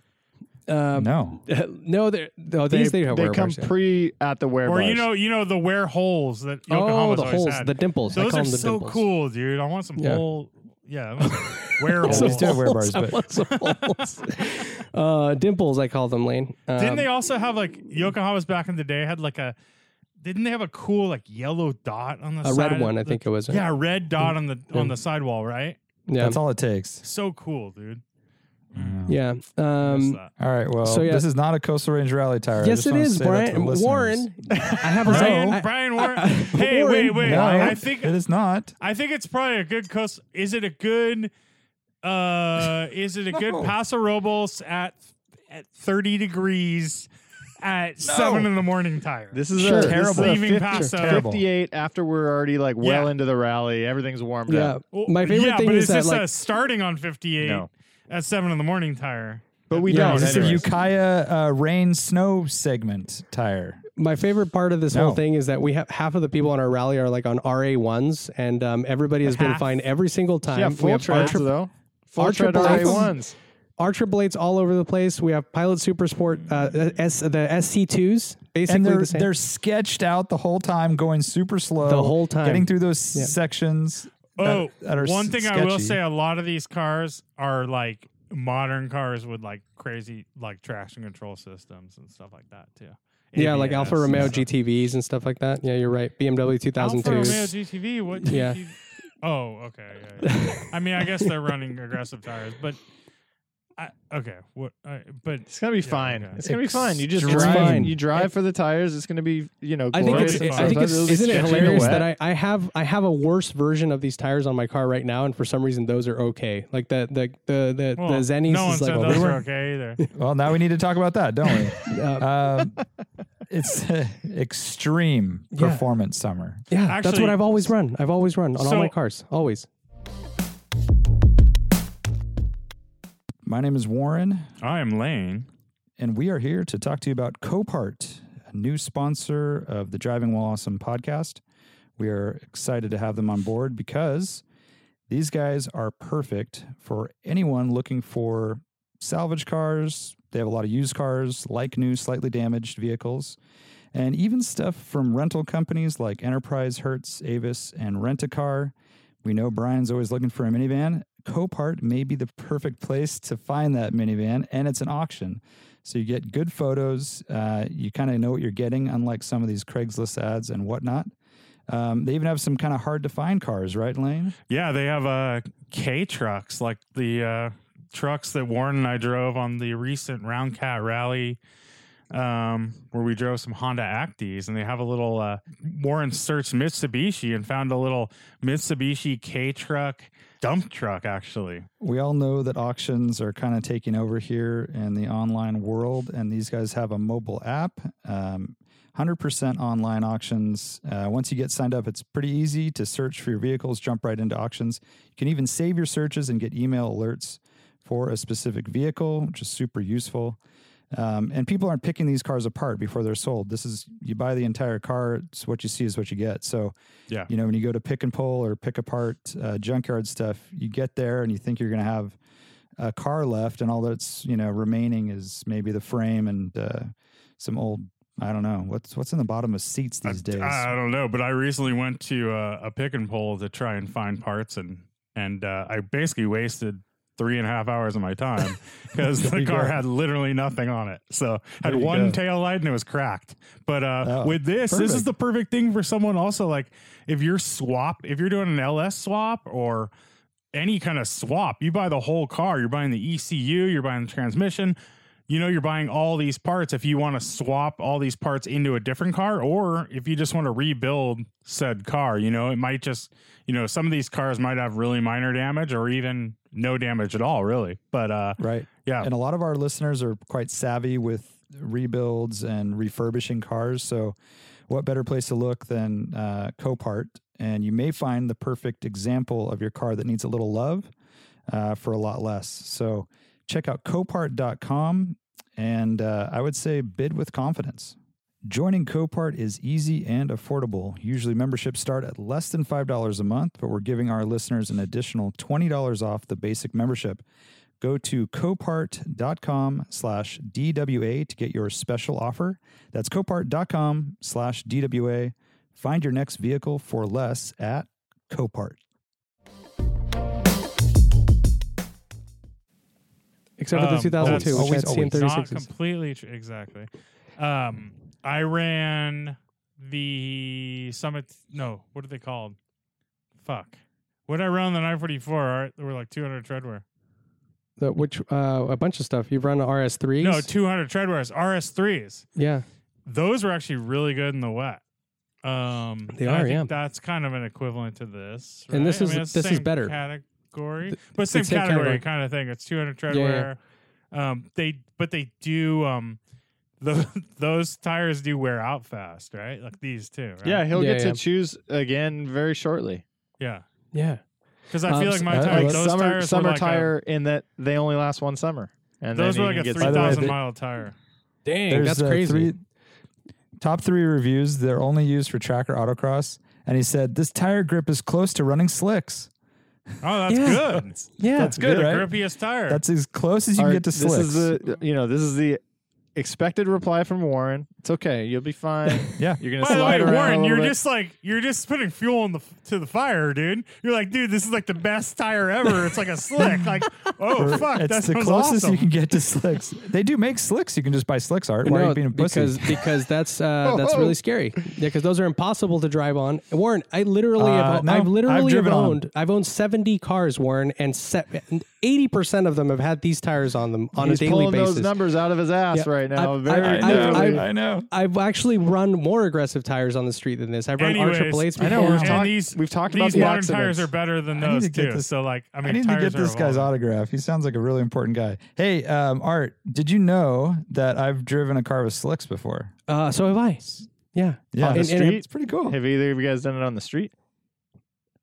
Speaker 5: um,
Speaker 3: No.
Speaker 5: (laughs) no, they're, no, these they, have
Speaker 6: they
Speaker 5: wear
Speaker 6: come
Speaker 5: bars, yeah.
Speaker 6: pre at the wear
Speaker 4: Or you
Speaker 6: bars.
Speaker 4: know, you know the wear holes that Yokohama's
Speaker 5: Oh, the
Speaker 4: always
Speaker 5: holes,
Speaker 4: had.
Speaker 5: the dimples. I
Speaker 4: Those
Speaker 5: call
Speaker 4: are
Speaker 5: them the
Speaker 4: so
Speaker 5: dimples.
Speaker 4: cool, dude. I want some
Speaker 5: Yeah.
Speaker 4: hole. Yeah, I want
Speaker 5: (laughs)
Speaker 4: some wear holes.
Speaker 3: These do have wear bars,
Speaker 5: I
Speaker 3: but
Speaker 5: want some holes. (laughs) uh, dimples, I call them, Lane. Um,
Speaker 4: Didn't they also have like Yokohama's back in the day had like a? Didn't they have a cool like yellow dot on the
Speaker 5: a
Speaker 4: side
Speaker 5: red
Speaker 4: of
Speaker 5: one, I
Speaker 4: the-
Speaker 5: think it was. right? Mm.
Speaker 4: Yeah, a red dot on the on the sidewall, right?
Speaker 5: yeah,
Speaker 3: that's all it takes.
Speaker 4: So cool, dude.
Speaker 5: yeah.
Speaker 4: Miss
Speaker 5: Um,
Speaker 4: that.
Speaker 3: All right. Well,
Speaker 5: So, yeah.
Speaker 3: this is not a Coastal Range Rally tire. I
Speaker 5: yes,
Speaker 3: just
Speaker 5: it
Speaker 3: wanna
Speaker 5: is,
Speaker 3: say that to
Speaker 5: Brian.
Speaker 3: the listeners.
Speaker 5: Warren, I have a
Speaker 4: Brian,
Speaker 5: I-
Speaker 4: Brian Warren. hey, wait, wait.
Speaker 3: No,
Speaker 4: I think
Speaker 3: it is not.
Speaker 4: I think it's probably a good coast. Is it a good? Uh, is it a good
Speaker 3: No.
Speaker 4: Paso Robles at at thirty degrees at seven in the morning tire?
Speaker 6: this is
Speaker 5: Sure.
Speaker 6: a terrible.
Speaker 4: Just leaving
Speaker 6: 50
Speaker 4: Paso.
Speaker 3: Terrible.
Speaker 6: 58 after we're already like well
Speaker 4: Yeah.
Speaker 6: into the rally. Everything's warmed
Speaker 5: Oh, yeah.
Speaker 6: up.
Speaker 4: Well,
Speaker 5: My favorite
Speaker 4: yeah,
Speaker 5: thing
Speaker 4: but
Speaker 5: is,
Speaker 4: is
Speaker 5: that
Speaker 4: this
Speaker 5: like
Speaker 4: a starting on fifty eight
Speaker 6: No.
Speaker 4: at seven in the morning tire?
Speaker 6: But we
Speaker 5: Yeah,
Speaker 4: Oh,
Speaker 6: don't.
Speaker 3: Is this a
Speaker 6: anyways.
Speaker 3: Ukiah uh, rain snow segment tire?
Speaker 5: my favorite part of this
Speaker 3: No.
Speaker 5: whole thing is that we have half of the people on our rally are like on RA ones, and um, everybody has been
Speaker 4: Half.
Speaker 5: fined every single time.
Speaker 6: yeah,
Speaker 5: we
Speaker 6: full
Speaker 5: have
Speaker 6: treads
Speaker 5: R,
Speaker 6: though. Full
Speaker 5: our
Speaker 6: tread
Speaker 5: triple
Speaker 6: RA
Speaker 5: F-
Speaker 6: ones.
Speaker 5: R triple eights all over the place. We have Pilot Super Sport, uh, S the SC twos, basically
Speaker 3: and they're
Speaker 5: the same.
Speaker 3: they're sketched out the whole time, going super slow
Speaker 5: The whole time.
Speaker 3: getting through those
Speaker 5: Yeah.
Speaker 3: sections. that-
Speaker 4: Oh,
Speaker 3: that are
Speaker 4: one
Speaker 3: s-
Speaker 4: thing I will
Speaker 3: sketchy.
Speaker 4: say: a lot of these cars are like modern cars with like crazy like traction control systems and stuff like that too.
Speaker 5: Yeah, like Alfa
Speaker 4: ABS and
Speaker 5: Romeo
Speaker 4: stuff.
Speaker 5: GTVs and stuff like that. Yeah, you're right. BMW
Speaker 4: Alfa
Speaker 5: 2002s.
Speaker 4: Romeo GTV. What?
Speaker 5: Yeah.
Speaker 4: GTV? Oh, okay. yeah, yeah. I mean, I guess they're running aggressive tires, but I, okay. What? I, but
Speaker 6: It's gonna be
Speaker 4: Yeah,
Speaker 6: fine.
Speaker 4: okay.
Speaker 6: It's gonna be fine. You just
Speaker 3: It's
Speaker 6: drive.
Speaker 5: fine.
Speaker 6: You drive for the tires. It's gonna be you know.
Speaker 5: I think
Speaker 6: glorious
Speaker 5: it's.
Speaker 6: and
Speaker 5: I think it's.
Speaker 6: fun.
Speaker 5: Isn't it
Speaker 6: Sketchy and
Speaker 5: hilarious
Speaker 6: wet.
Speaker 5: that I, I have I have a worse version of these tires on my car right now, and for some reason those are okay. Like the the the the,
Speaker 4: well,
Speaker 5: the Zenis
Speaker 4: no one
Speaker 5: is like
Speaker 4: said those are okay either.
Speaker 3: Well, now we need to talk about that,
Speaker 5: (laughs)
Speaker 3: don't we?
Speaker 5: Uh,
Speaker 3: um, it's uh, extreme performance summer.
Speaker 5: yeah, that's
Speaker 4: Actually-
Speaker 5: what I've always run. I've always run on all
Speaker 4: So-
Speaker 5: my cars. Always.
Speaker 3: My name is Warren,
Speaker 4: (laughs) I am Lane.
Speaker 3: and we are here to talk to you about Copart, a new sponsor of the Driving While Awesome podcast. We are excited to have them on board because these guys are perfect for anyone looking for salvage cars. They have a lot of used cars, like new, slightly damaged vehicles, and even stuff from rental companies like Enterprise, Hertz, Avis, and Rent a Car. We know Brian's always looking for a minivan. Copart may be the perfect place to find that minivan, and it's an auction. So you get good photos. Uh, you kind of know what you're getting, unlike some of these Craigslist ads and whatnot. Um, they even have some kind of hard to find cars, right, Lane?
Speaker 4: Yeah, they have uh, K trucks, like the uh, trucks that Warren and I drove on the recent Round Cat Rally um, where we drove some Honda Actis, and they have a little uh, Warren searched Mitsubishi and found a little Mitsubishi K truck dump truck actually.
Speaker 3: We all know that auctions are kind of taking over here in the online world, and these guys have a mobile app. Um, 100% online auctions. Uh, once you get signed up, it's pretty easy to search for your vehicles, jump right into auctions. You can even save your searches and get email alerts for a specific vehicle, which is super useful. Um, and people aren't picking these cars apart before they're sold. This is you buy the entire car. It's what you see is what you get. So,
Speaker 4: Yeah.
Speaker 3: you know, when you go to pick and pull or pick apart uh, junkyard stuff, you get there and you think you're going to have a car left, and all that's you know remaining is maybe the frame and uh, some old. I don't know what's what's in the bottom of seats these days.
Speaker 4: I, I don't know, but I recently went to uh, a pick and pull to try and find parts, and and uh, I basically wasted three and a half hours of my
Speaker 3: (laughs)
Speaker 4: time because
Speaker 3: There
Speaker 4: the
Speaker 3: you
Speaker 4: car
Speaker 3: go.
Speaker 4: had literally nothing on it. So had
Speaker 3: There you
Speaker 4: one
Speaker 3: go.
Speaker 4: tail light and it was cracked. But uh,
Speaker 3: Oh,
Speaker 4: with this, this is
Speaker 3: perfect.
Speaker 4: the perfect thing for someone also like if you're swap, if you're doing an LS swap or any kind of swap, you buy the whole car. You're buying the ECU, you're buying the transmission, you know you're buying all these parts if you want to swap all these parts into a different car or if you just want to rebuild said car you know it might just you know some of these cars might have really minor damage or even no damage at all really but uh
Speaker 3: right.
Speaker 4: yeah
Speaker 3: And a lot of our listeners are quite savvy with rebuilds and refurbishing cars. So, what better place to look than uh, Copart? And you may find the perfect example of your car that needs a little love uh, for a lot less. So, check out copart.com and uh, I would say bid with confidence. Joining Copart is easy and affordable. Usually memberships start at less than $5 a month, but we're giving our listeners an additional $20 off the basic membership go to copart.com slash dwa to get your special offer that's copart.com slash dwa find your next vehicle for less at copart
Speaker 5: Except for the
Speaker 4: Um,
Speaker 5: 2002,
Speaker 4: that's
Speaker 5: which had
Speaker 3: always-
Speaker 4: not
Speaker 5: CM36s.
Speaker 4: completely tr- exactly um i ran the summit no what are they called fuck what i run on the 944 are there were like 200 treadwear
Speaker 5: The- which uh, a bunch of stuff. You've run RS3s.
Speaker 4: no 200 treadwears rs3s
Speaker 5: yeah.
Speaker 4: those were actually really good in the wet. Um,
Speaker 5: They
Speaker 4: and I
Speaker 5: are,
Speaker 4: think
Speaker 5: yeah.
Speaker 4: That's kind of an equivalent to this,
Speaker 5: And this
Speaker 4: right?
Speaker 5: is-
Speaker 4: it's
Speaker 5: this is
Speaker 4: same
Speaker 5: better.
Speaker 4: category,
Speaker 5: Th-
Speaker 4: but same,
Speaker 5: same
Speaker 4: category,
Speaker 5: category.
Speaker 4: kind of thing. It's 200 treadwear.
Speaker 5: Yeah, yeah.
Speaker 4: Um, they but they do um, the, (laughs) those tires do wear out fast, right? Like these too. Right?
Speaker 6: Yeah, he'll
Speaker 5: Yeah,
Speaker 6: get
Speaker 5: yeah.
Speaker 6: to choose again very shortly.
Speaker 4: yeah.
Speaker 5: Yeah.
Speaker 4: Because I
Speaker 5: Um,
Speaker 4: feel like my
Speaker 3: I- I
Speaker 4: tire,
Speaker 3: like
Speaker 4: those
Speaker 6: summer
Speaker 4: tires
Speaker 6: summer
Speaker 4: were like
Speaker 6: tire in that they only last one summer.
Speaker 4: A,
Speaker 6: And
Speaker 4: those
Speaker 6: then
Speaker 4: were
Speaker 6: he
Speaker 4: like a
Speaker 6: can get-
Speaker 3: By the way,
Speaker 4: 3,000
Speaker 3: they-
Speaker 4: mile tire.
Speaker 5: Dang,
Speaker 3: There's
Speaker 5: that's
Speaker 3: the
Speaker 5: crazy.
Speaker 3: three- top three reviews they're only used for tracker autocross and he said this tire grip is close to running slicks
Speaker 4: Oh, that's
Speaker 5: Yeah.
Speaker 4: good.
Speaker 5: yeah.
Speaker 3: that's good
Speaker 4: the
Speaker 3: right
Speaker 4: grippiest tire.
Speaker 3: that's as close as you
Speaker 6: All
Speaker 3: can
Speaker 6: right,
Speaker 3: get to
Speaker 6: this
Speaker 3: slicks
Speaker 6: is the you know this is the expected reply from Warren. It's okay, you'll be
Speaker 5: (laughs)
Speaker 6: fine.
Speaker 3: yeah
Speaker 6: You're gonna
Speaker 4: By the
Speaker 6: slide
Speaker 4: way,
Speaker 6: around a
Speaker 4: Warren,
Speaker 6: little
Speaker 4: you're
Speaker 6: bit.
Speaker 4: just like you're just putting fuel on the f- to the fire, dude. You're like, dude, this is like the best tire ever. It's like a slick. Like, oh
Speaker 3: Or
Speaker 4: fuck,
Speaker 3: it's
Speaker 4: that
Speaker 3: the
Speaker 4: sounds
Speaker 3: closest
Speaker 4: awesome.
Speaker 3: you can get to slicks. They do make slicks. You can just buy slicks art. Why are
Speaker 5: No,
Speaker 3: you being a pussy?
Speaker 5: because because that's uh,
Speaker 3: (laughs)
Speaker 5: that's really scary. Yeah, because those are impossible to drive on. Warren, I literally
Speaker 3: Uh,
Speaker 5: have,
Speaker 3: no,
Speaker 5: I've literally
Speaker 3: I've
Speaker 5: have
Speaker 3: driven on.
Speaker 5: owned I've owned seventy cars, Warren, and eighty percent of them have had these tires on them on
Speaker 6: He's
Speaker 5: a daily
Speaker 6: pulling
Speaker 5: basis.
Speaker 6: those numbers out of his ass
Speaker 5: Yeah,
Speaker 6: right now.
Speaker 5: I've-
Speaker 6: very
Speaker 5: I've-
Speaker 6: clearly.
Speaker 5: I've-
Speaker 3: I know.
Speaker 5: I've actually run more aggressive tires on the street than this. I've run
Speaker 4: Anyways,
Speaker 5: Archer Blades
Speaker 6: I know,
Speaker 5: before.
Speaker 6: we're
Speaker 4: and
Speaker 6: talk-
Speaker 4: these
Speaker 6: we've talked about
Speaker 4: these
Speaker 6: the
Speaker 4: modern
Speaker 6: accidents.
Speaker 4: tires are better than
Speaker 3: I need
Speaker 4: those
Speaker 3: to get
Speaker 4: too.
Speaker 3: this-
Speaker 4: so like, I mean,
Speaker 3: I need to
Speaker 4: tires
Speaker 3: get this
Speaker 4: are
Speaker 3: guy's
Speaker 4: evolving.
Speaker 3: autograph. He sounds like a really important guy. Hey, um, Art, did you know that I've driven a car with slicks before?
Speaker 5: Uh, so have I. Yeah.
Speaker 3: Yeah,
Speaker 5: the
Speaker 3: it's-
Speaker 5: street?
Speaker 3: it's pretty cool.
Speaker 6: Have either of you guys done it on the street?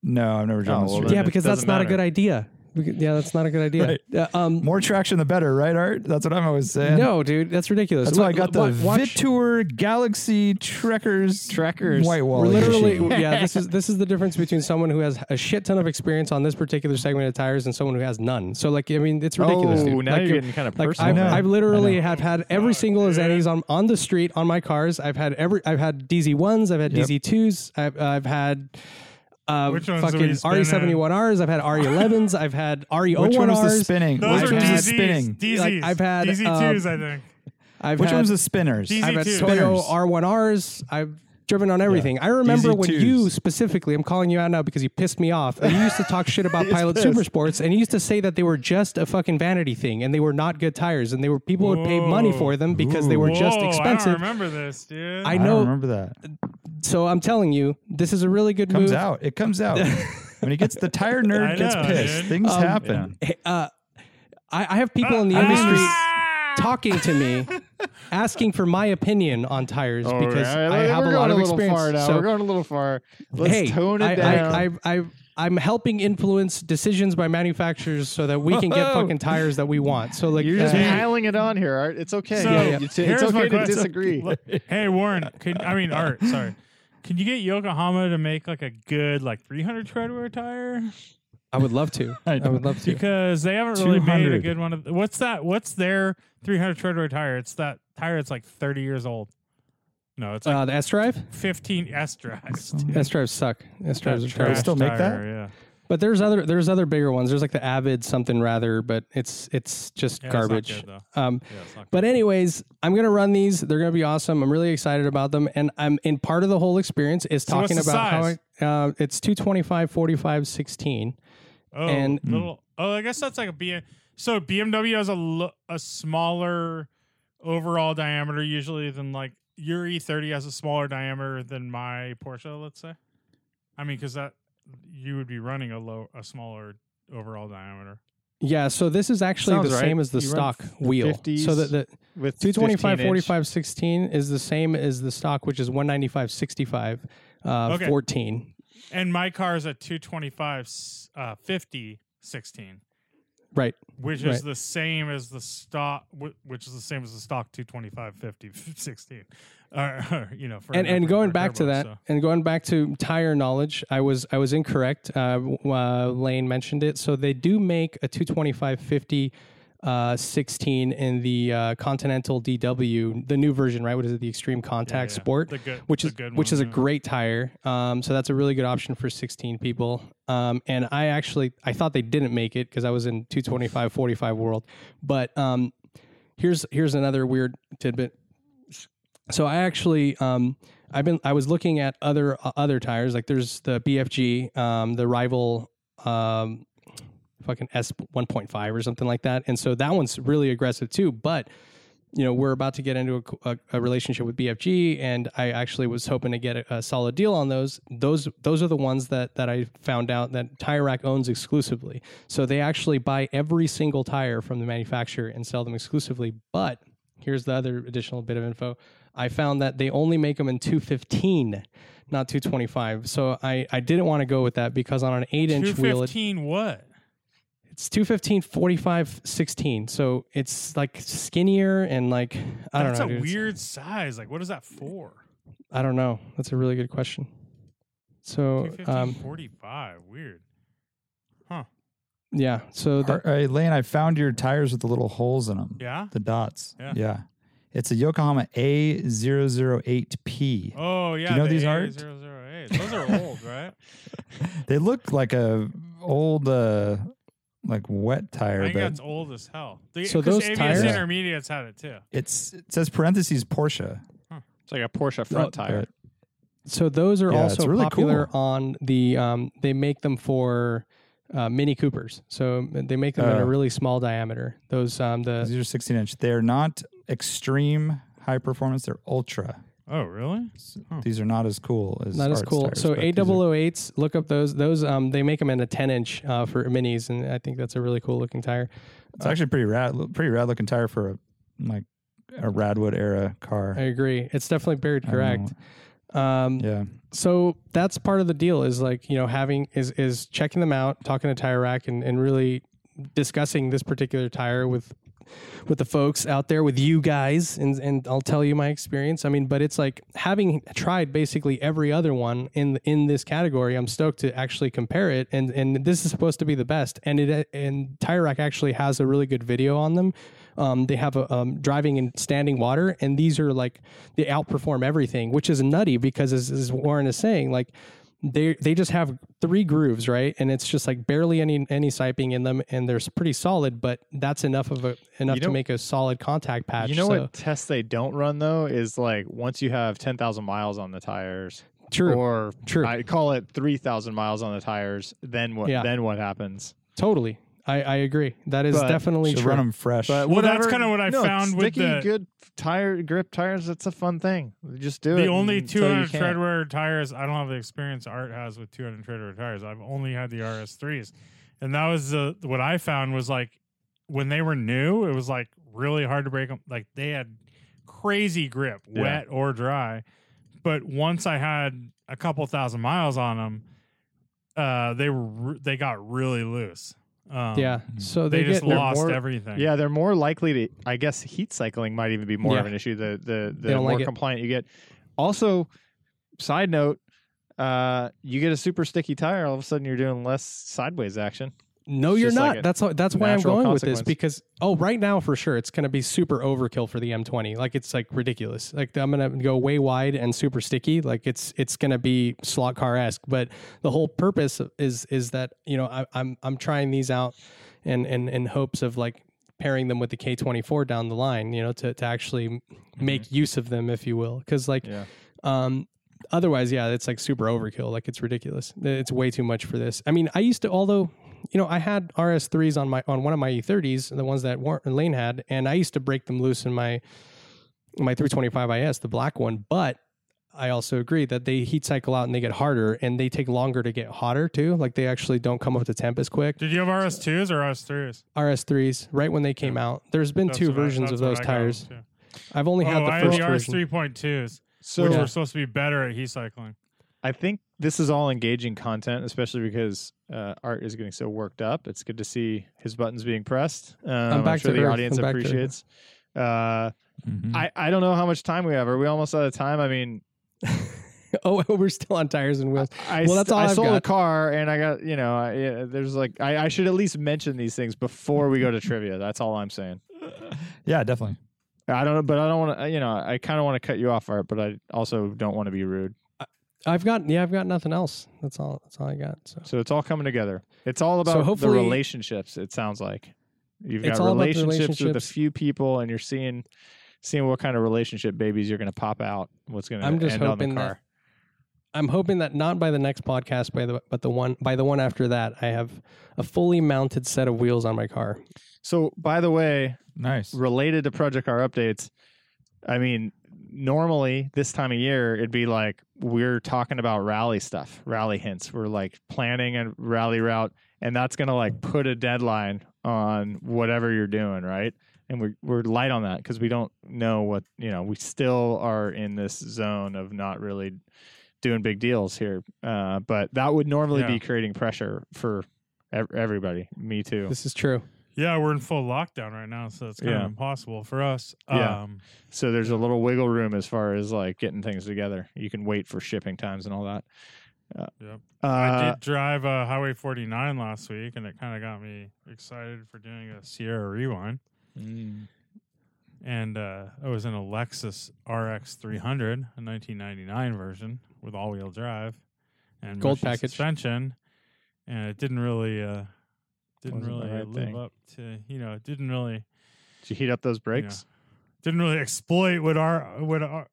Speaker 3: No, I've never
Speaker 6: Oh,
Speaker 3: driven. this
Speaker 6: well,
Speaker 3: street.
Speaker 6: then-
Speaker 5: yeah,
Speaker 6: it
Speaker 5: because that's
Speaker 6: doesn't
Speaker 5: not a
Speaker 6: matter.
Speaker 5: good idea. We could- Yeah, that's not a good idea. Uh, um,
Speaker 3: More traction, the better, right, Art? That's what I'm always saying.
Speaker 5: no, dude, that's ridiculous.
Speaker 3: that's why I
Speaker 5: Look,
Speaker 3: got the
Speaker 5: look, watch-
Speaker 3: Vitour Galaxy Trekkers
Speaker 6: Trekkers.
Speaker 3: white wall.
Speaker 5: We're literally,
Speaker 3: issue.
Speaker 5: yeah. This is this is the difference between someone who has a shit ton of experience on this particular segment of tires and someone who has none. So, like, I mean, it's ridiculous,
Speaker 6: oh,
Speaker 5: dude.
Speaker 6: now
Speaker 5: like,
Speaker 6: you're getting kind of
Speaker 5: like
Speaker 6: personal.
Speaker 5: I've,
Speaker 3: man.
Speaker 5: I've literally
Speaker 3: I
Speaker 5: have had every single Azenis on on the street on my cars. I've had every, I've had DZ ones, I've had
Speaker 3: Yep.
Speaker 5: DZ twos, I've I've had. Uh,
Speaker 4: Which ones
Speaker 5: fucking
Speaker 4: were you spinning?
Speaker 5: RE71Rs. I've had RE11s. I've had E RE01Rs.
Speaker 3: Which one was the spinning?
Speaker 4: Those
Speaker 3: Which
Speaker 4: are
Speaker 3: one
Speaker 4: DZs.
Speaker 3: was the spinning?
Speaker 4: DZs.
Speaker 5: Like, I've had,
Speaker 4: DZ2s, I think.
Speaker 5: I've
Speaker 3: Which
Speaker 5: had,
Speaker 3: one was the spinners?
Speaker 4: DZ2s.
Speaker 5: I've had
Speaker 4: Spinners.
Speaker 5: Toyo R1Rs. I've driven on everything. I remember
Speaker 3: Easy
Speaker 5: when
Speaker 3: twos.
Speaker 5: you specifically, I'm calling you out now because you pissed me off. And you used to talk shit about Pilot Super Sports and you used to say that they were just a fucking vanity thing and they were not good tires and they were people would pay money
Speaker 4: Whoa.
Speaker 5: for them because they were just
Speaker 4: Whoa, I
Speaker 5: expensive.
Speaker 4: don't remember this, dude.
Speaker 5: I
Speaker 3: I don't
Speaker 5: know.
Speaker 3: remember that. It
Speaker 5: so I'm telling you, this is a really good
Speaker 3: comes
Speaker 5: move.
Speaker 3: out. It comes out. when he gets the tire
Speaker 4: (laughs)
Speaker 3: nerd
Speaker 4: I
Speaker 3: gets
Speaker 4: know,
Speaker 3: pissed.
Speaker 4: dude.
Speaker 3: Things happen.
Speaker 5: Hey, Uh, I, I have people in the
Speaker 4: Ah!
Speaker 5: industry talking to me, asking for my opinion on tires because I
Speaker 6: we're
Speaker 5: have a
Speaker 6: going
Speaker 5: lot of
Speaker 6: little
Speaker 5: experience.
Speaker 6: Far now.
Speaker 5: So-
Speaker 6: we're going a little far. Let's
Speaker 5: hey,
Speaker 6: tone it
Speaker 5: I,
Speaker 6: down.
Speaker 5: I, I, I, I'm helping influence decisions by manufacturers so that we can
Speaker 4: Oh.
Speaker 5: get fucking tires that we want. So like,
Speaker 6: You're just
Speaker 5: uh,
Speaker 6: piling it on here, Art. It's okay.
Speaker 4: So,
Speaker 6: It's,
Speaker 4: here's
Speaker 6: it's
Speaker 4: my
Speaker 6: okay to
Speaker 4: question.
Speaker 6: disagree.
Speaker 4: hey Warren, can, I mean Art, sorry. Can you get Yokohama to make like a good like 300 treadwear tire?
Speaker 5: I would love
Speaker 4: (laughs)
Speaker 5: to. I, would love to.
Speaker 4: Because they haven't really made a
Speaker 3: 200.
Speaker 4: good one. Of, what's that? What's their 300 treadwear tire? It's that tire that's like 30 years old. No, it's like
Speaker 5: Uh, the S drive,
Speaker 4: 15 S drives. dude.
Speaker 5: S drives suck. S drives are
Speaker 4: That
Speaker 5: terrible.
Speaker 4: trash
Speaker 3: still make that?
Speaker 4: tire, Yeah.
Speaker 5: But there's other there's other bigger ones. There's like the Avid something rather, but it's it's just
Speaker 4: Yeah, it's not
Speaker 5: garbage.
Speaker 4: good, though.
Speaker 5: um,
Speaker 4: Yeah, it's not
Speaker 5: But anyways, I'm gonna run these. They're gonna be awesome. I'm really excited about them, and I'm in part of the whole experience is
Speaker 4: So what's
Speaker 5: talking
Speaker 4: the
Speaker 5: about
Speaker 4: size?
Speaker 5: how I, uh, it's 225, 45, 16.
Speaker 4: Oh,
Speaker 5: And-
Speaker 4: little. Oh, I guess that's like a BM. So BMW has a l- a smaller overall diameter usually than like your E30 has a smaller diameter than my Porsche. Let's say. I mean, because that you would be running a low a smaller overall diameter.
Speaker 5: Yeah, so this is actually
Speaker 6: Sounds
Speaker 5: the
Speaker 6: right.
Speaker 5: same as the
Speaker 6: You run
Speaker 5: stock wheel. So
Speaker 6: 50s,
Speaker 5: that the
Speaker 6: With
Speaker 5: 225,
Speaker 6: 15 inch.
Speaker 5: 45, 16 is the same as the stock, which is 195, 65, uh,
Speaker 4: Okay.
Speaker 5: 14.
Speaker 4: And my car is a 225 s- uh, 50 16,
Speaker 5: Right.
Speaker 4: which
Speaker 5: Right.
Speaker 4: is the same as the stock, wh- which is the same as the stock 225 50 (laughs) 16. Or, uh, you know, for
Speaker 5: and and
Speaker 4: for-
Speaker 5: going
Speaker 4: for
Speaker 5: back to
Speaker 4: turbos,
Speaker 5: that
Speaker 4: so.
Speaker 5: and going back to tire knowledge i was i was incorrect uh, w- uh lane mentioned it so they do make a 225 50 uh 16 in the uh continental dw the new version right what is it the extreme contact
Speaker 4: yeah.
Speaker 5: sport
Speaker 4: The good-
Speaker 5: which
Speaker 4: the
Speaker 5: is
Speaker 4: good
Speaker 5: which
Speaker 4: one,
Speaker 5: is a
Speaker 4: yeah.
Speaker 5: great tire um so that's a really good option for 16 people um and i actually i thought they didn't make it because i was in 225 45 world but um here's here's another weird tidbit so I actually um I've been I was looking at other uh, other tires like there's the BFG um the rival um fucking S 1.5 or something like that and so that one's really aggressive too but you know we're about to get into a co- a, a relationship with BFG and I actually was hoping to get a, a solid deal on those those those are the ones that that I found out that Tire Rack owns exclusively so they actually buy every single tire from the manufacturer and sell them exclusively but here's the other additional bit of info i found that they only make them in 215 not 225 so i, I didn't want to go with that because on an 8 inch wheel it,
Speaker 4: 215 what?
Speaker 5: it's 215 45 16 so it's like skinnier and like i
Speaker 4: That's
Speaker 5: don't know
Speaker 4: a
Speaker 5: dude. It's-
Speaker 4: weird size. Like, what is that for?
Speaker 5: i don't know that's a really good question so
Speaker 4: 215,
Speaker 5: um,
Speaker 4: 45. Weird.
Speaker 5: yeah so that,
Speaker 3: Ar- uh, Lane, I found your tires with the little holes in them.
Speaker 4: Yeah?
Speaker 3: The dots.
Speaker 4: Yeah.
Speaker 3: It's a Yokohama A008P.
Speaker 4: Oh, yeah.
Speaker 3: know
Speaker 4: the
Speaker 3: these
Speaker 4: A008.
Speaker 3: aren't?
Speaker 4: Those are old,
Speaker 5: (laughs)
Speaker 4: right?
Speaker 3: They look like a old uh like wet
Speaker 4: I
Speaker 3: tire
Speaker 4: think
Speaker 3: that
Speaker 4: that's old as hell. The, (laughs)
Speaker 5: So
Speaker 4: 'cause
Speaker 5: those
Speaker 4: ABS
Speaker 5: tires-
Speaker 4: intermediates had it too.
Speaker 3: it's it says parentheses Porsche.
Speaker 6: It's like a Porsche front tire.
Speaker 3: but-
Speaker 5: so those are
Speaker 3: Yeah, it's
Speaker 5: also
Speaker 3: really
Speaker 5: popular on the um, they make them for uh, mini coopers so uh, they make them in
Speaker 3: Oh.
Speaker 5: a really small diameter those um, the
Speaker 3: These are 16 inch. They're not extreme high performance, they're ultra.
Speaker 4: Oh, really?
Speaker 3: These are not as cool as
Speaker 5: Not as
Speaker 3: Art's
Speaker 5: cool.
Speaker 3: tires,
Speaker 5: so
Speaker 3: but these are-
Speaker 5: A008s, look up those. Those um, they make them in a 10 inch uh, for minis, and I think that's a really cool looking tire.
Speaker 3: It's actually pretty rad pretty rad looking tire for a like a Radwood era car.
Speaker 5: I agree. It's definitely buried
Speaker 3: I don't know.
Speaker 5: correct. Um,
Speaker 3: Yeah.
Speaker 5: So that's part of the deal is like you know having is is checking them out, talking to Tire Rack, and and really discussing this particular tire with with the folks out there with you guys and and I'll tell you my experience. I mean, but it's like having tried basically every other one in in this category, I'm stoked to actually compare it and and this is supposed to be the best. And it and Tire Rack actually has a really good video on them. Um, they have a um, driving and standing water, and these are like they outperform everything, which is nutty because as, as Warren is saying, like they they just have three grooves, right? And it's just like barely any any siping in them, and they're s- pretty solid, but that's enough of a enough
Speaker 6: You
Speaker 5: to
Speaker 6: know-
Speaker 5: make a solid contact patch.
Speaker 6: You know
Speaker 5: so,
Speaker 6: what tests they don't run though is like once you have ten thousand miles on the tires,
Speaker 5: True,
Speaker 6: or
Speaker 5: true,
Speaker 6: I call it three thousand miles on the tires. Then what?
Speaker 5: Yeah.
Speaker 6: Then what happens?
Speaker 5: totally. I, I agree. That is
Speaker 6: But-
Speaker 5: definitely
Speaker 3: Should
Speaker 5: true.
Speaker 3: run them fresh.
Speaker 6: But
Speaker 4: Well, that's
Speaker 6: whatever-
Speaker 4: kinda what I
Speaker 6: no,
Speaker 4: found with
Speaker 6: sticky,
Speaker 4: the-
Speaker 6: good tire grip tires. That's a fun thing. Just do it.
Speaker 4: The only
Speaker 6: until you
Speaker 4: 200
Speaker 6: can't.
Speaker 4: treadwear tires, I don't have the experience Art has with 200 treadwear tires. I've only had the RS3s. And that was the, what I found was like when they were new, it was like really hard to break them. Like they had crazy grip,
Speaker 6: Yeah.
Speaker 4: wet or dry. But once I had a couple thousand miles on them, uh, they were re- they got really loose. Um,
Speaker 5: yeah. So
Speaker 4: they,
Speaker 5: they,
Speaker 4: just
Speaker 5: get they're
Speaker 4: lost
Speaker 5: more-
Speaker 4: everything.
Speaker 6: Yeah, they're more likely to. I guess heat cycling might even be more of
Speaker 5: Yeah.
Speaker 6: an issue. The the
Speaker 5: They
Speaker 6: the
Speaker 5: don't
Speaker 6: more
Speaker 5: like it.
Speaker 6: compliant you get. Also, side note, uh, you get a super sticky tire. All of a sudden, you're doing less sideways action.
Speaker 5: No,
Speaker 6: It's
Speaker 5: you're
Speaker 6: just like
Speaker 5: not.
Speaker 6: a
Speaker 5: that's how, that's why I'm
Speaker 6: natural
Speaker 5: going with this
Speaker 6: consequence.
Speaker 5: because oh, right now for sure it's going to be super overkill for the M20. Like it's like ridiculous. Like I'm going to go way wide and super sticky. Like it's it's going to be slot car esque. But the whole purpose is is that you know I, I'm I'm trying these out and and in hopes of like pairing them with the K24 down the line. You know to to actually
Speaker 6: Mm-hmm.
Speaker 5: make use of them, if you will, because like
Speaker 6: Yeah.
Speaker 5: um otherwise yeah it's like super overkill like it's ridiculous it's way too much for this i mean i used to although you know i had rs3s on my on one of my e30s the ones that warren lane had and i used to break them loose in my my 325is the black one but i also agree that they heat cycle out and they get harder and they take longer to get hotter too like they actually don't come up to temp as quick
Speaker 4: Did you have RS2s or RS3s?
Speaker 5: rs3s right when they came out there's been
Speaker 4: That's
Speaker 5: two
Speaker 4: what I-
Speaker 5: versions
Speaker 4: that's
Speaker 5: of
Speaker 4: what
Speaker 5: those
Speaker 4: I got
Speaker 5: tires
Speaker 4: them too.
Speaker 5: i've only had
Speaker 4: oh,
Speaker 5: the
Speaker 4: I
Speaker 5: first
Speaker 4: had the
Speaker 5: version
Speaker 4: RS3.2s.
Speaker 6: So
Speaker 4: which were supposed to be better at heat cycling.
Speaker 6: I think this is all engaging content, especially because uh, Art is getting so worked up. It's good to see his buttons being pressed. Um, I'm
Speaker 5: back
Speaker 6: sure
Speaker 5: to
Speaker 6: the
Speaker 5: earth.
Speaker 6: audience
Speaker 5: I'm back to earth. Mm-hmm.
Speaker 6: appreciates. Uh,
Speaker 3: Mhm.
Speaker 6: I I don't know how much time we have. Are we almost out of time? I mean,
Speaker 5: (laughs) oh we're still on tires and wheels
Speaker 6: I,
Speaker 5: Well, that's
Speaker 6: st-
Speaker 5: all
Speaker 6: I
Speaker 5: I've
Speaker 6: sold a
Speaker 5: got.
Speaker 6: car and I got, you know, I, yeah, there's like, I, I should at least mention these things before we go to trivia. That's all I'm saying.
Speaker 3: yeah, definitely.
Speaker 6: I don't know, but I don't want to, you know, I kind of want to cut you off, Art, but I also don't want to be rude.
Speaker 5: I've got yeah, I've got nothing else. That's all. That's all I got. So
Speaker 6: So it's all coming together. It's all about the
Speaker 5: hopefully-
Speaker 6: relationships, it sounds like. You've
Speaker 5: It's
Speaker 6: got
Speaker 5: all about the
Speaker 6: relationships, with a
Speaker 5: relationships.
Speaker 6: few people and you're seeing seeing what kind of relationship babies you're going to pop out, what's going to
Speaker 5: I'm just
Speaker 6: end on the
Speaker 5: hoping that-
Speaker 6: car.
Speaker 5: I'm hoping that not by the next podcast, by the but the one by the one after that, I have a fully mounted set of wheels on my car.
Speaker 6: So, by the way,
Speaker 3: Nice.
Speaker 6: related to Project Car updates, I mean, normally this time of year it'd be like we're talking about rally stuff, rally hints. We're like planning a rally route, and that's gonna like put a deadline on whatever you're doing, right? And we're we're light on that because we don't know what you know. We still are in this zone of not really doing big deals here, uh, but that would normally
Speaker 4: Yeah.
Speaker 6: be creating pressure for ev- everybody. Me too.
Speaker 5: This is true.
Speaker 4: Yeah, we're in full lockdown right now, so it's kind
Speaker 6: Yeah.
Speaker 4: of impossible for us.
Speaker 6: Yeah.
Speaker 4: Um,
Speaker 6: So there's a little wiggle room as far as like getting things together. You can wait for shipping times and all that. Uh,
Speaker 4: Yep. I
Speaker 6: uh,
Speaker 4: did drive uh, Highway 49 last week, and it kind of got me excited for doing a Sierra Rewind. Mm. And uh, I was in a Lexus RX 300, a 1999 version with all-wheel drive and
Speaker 5: Gold
Speaker 4: motion
Speaker 5: package.
Speaker 4: suspension, and it didn't really uh, didn't
Speaker 6: Wasn't the
Speaker 4: really
Speaker 6: right
Speaker 4: live
Speaker 6: thing.
Speaker 4: up to you know it didn't really
Speaker 6: did you heat up those brakes?
Speaker 4: didn't really exploit what our what our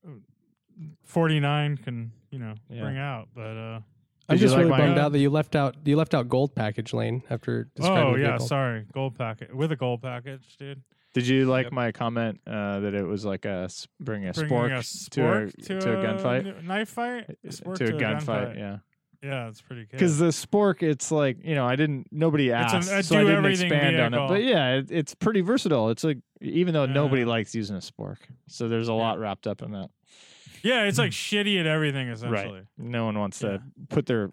Speaker 4: 49 can you know
Speaker 6: Yeah.
Speaker 4: bring out but uh
Speaker 5: I'm
Speaker 6: Did you
Speaker 5: just
Speaker 6: like
Speaker 5: really
Speaker 6: my-
Speaker 5: bummed out that you left out you left out gold package lane after describing.
Speaker 4: oh
Speaker 5: the
Speaker 4: yeah
Speaker 5: vehicle.
Speaker 4: sorry gold packet with a gold package dude
Speaker 6: Did you like
Speaker 4: Yep.
Speaker 6: my comment uh, that it was like a s- bring a
Speaker 4: Bringing
Speaker 6: spork,
Speaker 4: a
Speaker 6: to a-
Speaker 4: spork
Speaker 6: to a gunfight? Uh,
Speaker 4: n- knife fight spork
Speaker 6: to a gunfight?
Speaker 4: gunfight.
Speaker 6: Yeah,
Speaker 4: yeah it's pretty good
Speaker 6: because the spork, it's like you know, I didn't nobody
Speaker 4: an-
Speaker 6: asked,
Speaker 4: a
Speaker 6: so I didn't
Speaker 4: do-everything
Speaker 6: expand on it. But
Speaker 4: vehicle.
Speaker 6: yeah, it, it's pretty versatile. It's like even though
Speaker 4: Yeah.
Speaker 6: nobody likes using a spork, so there's a lot wrapped up in that.
Speaker 4: yeah it's
Speaker 6: (clears throat)
Speaker 4: like shitty at everything essentially
Speaker 6: No one wants to put their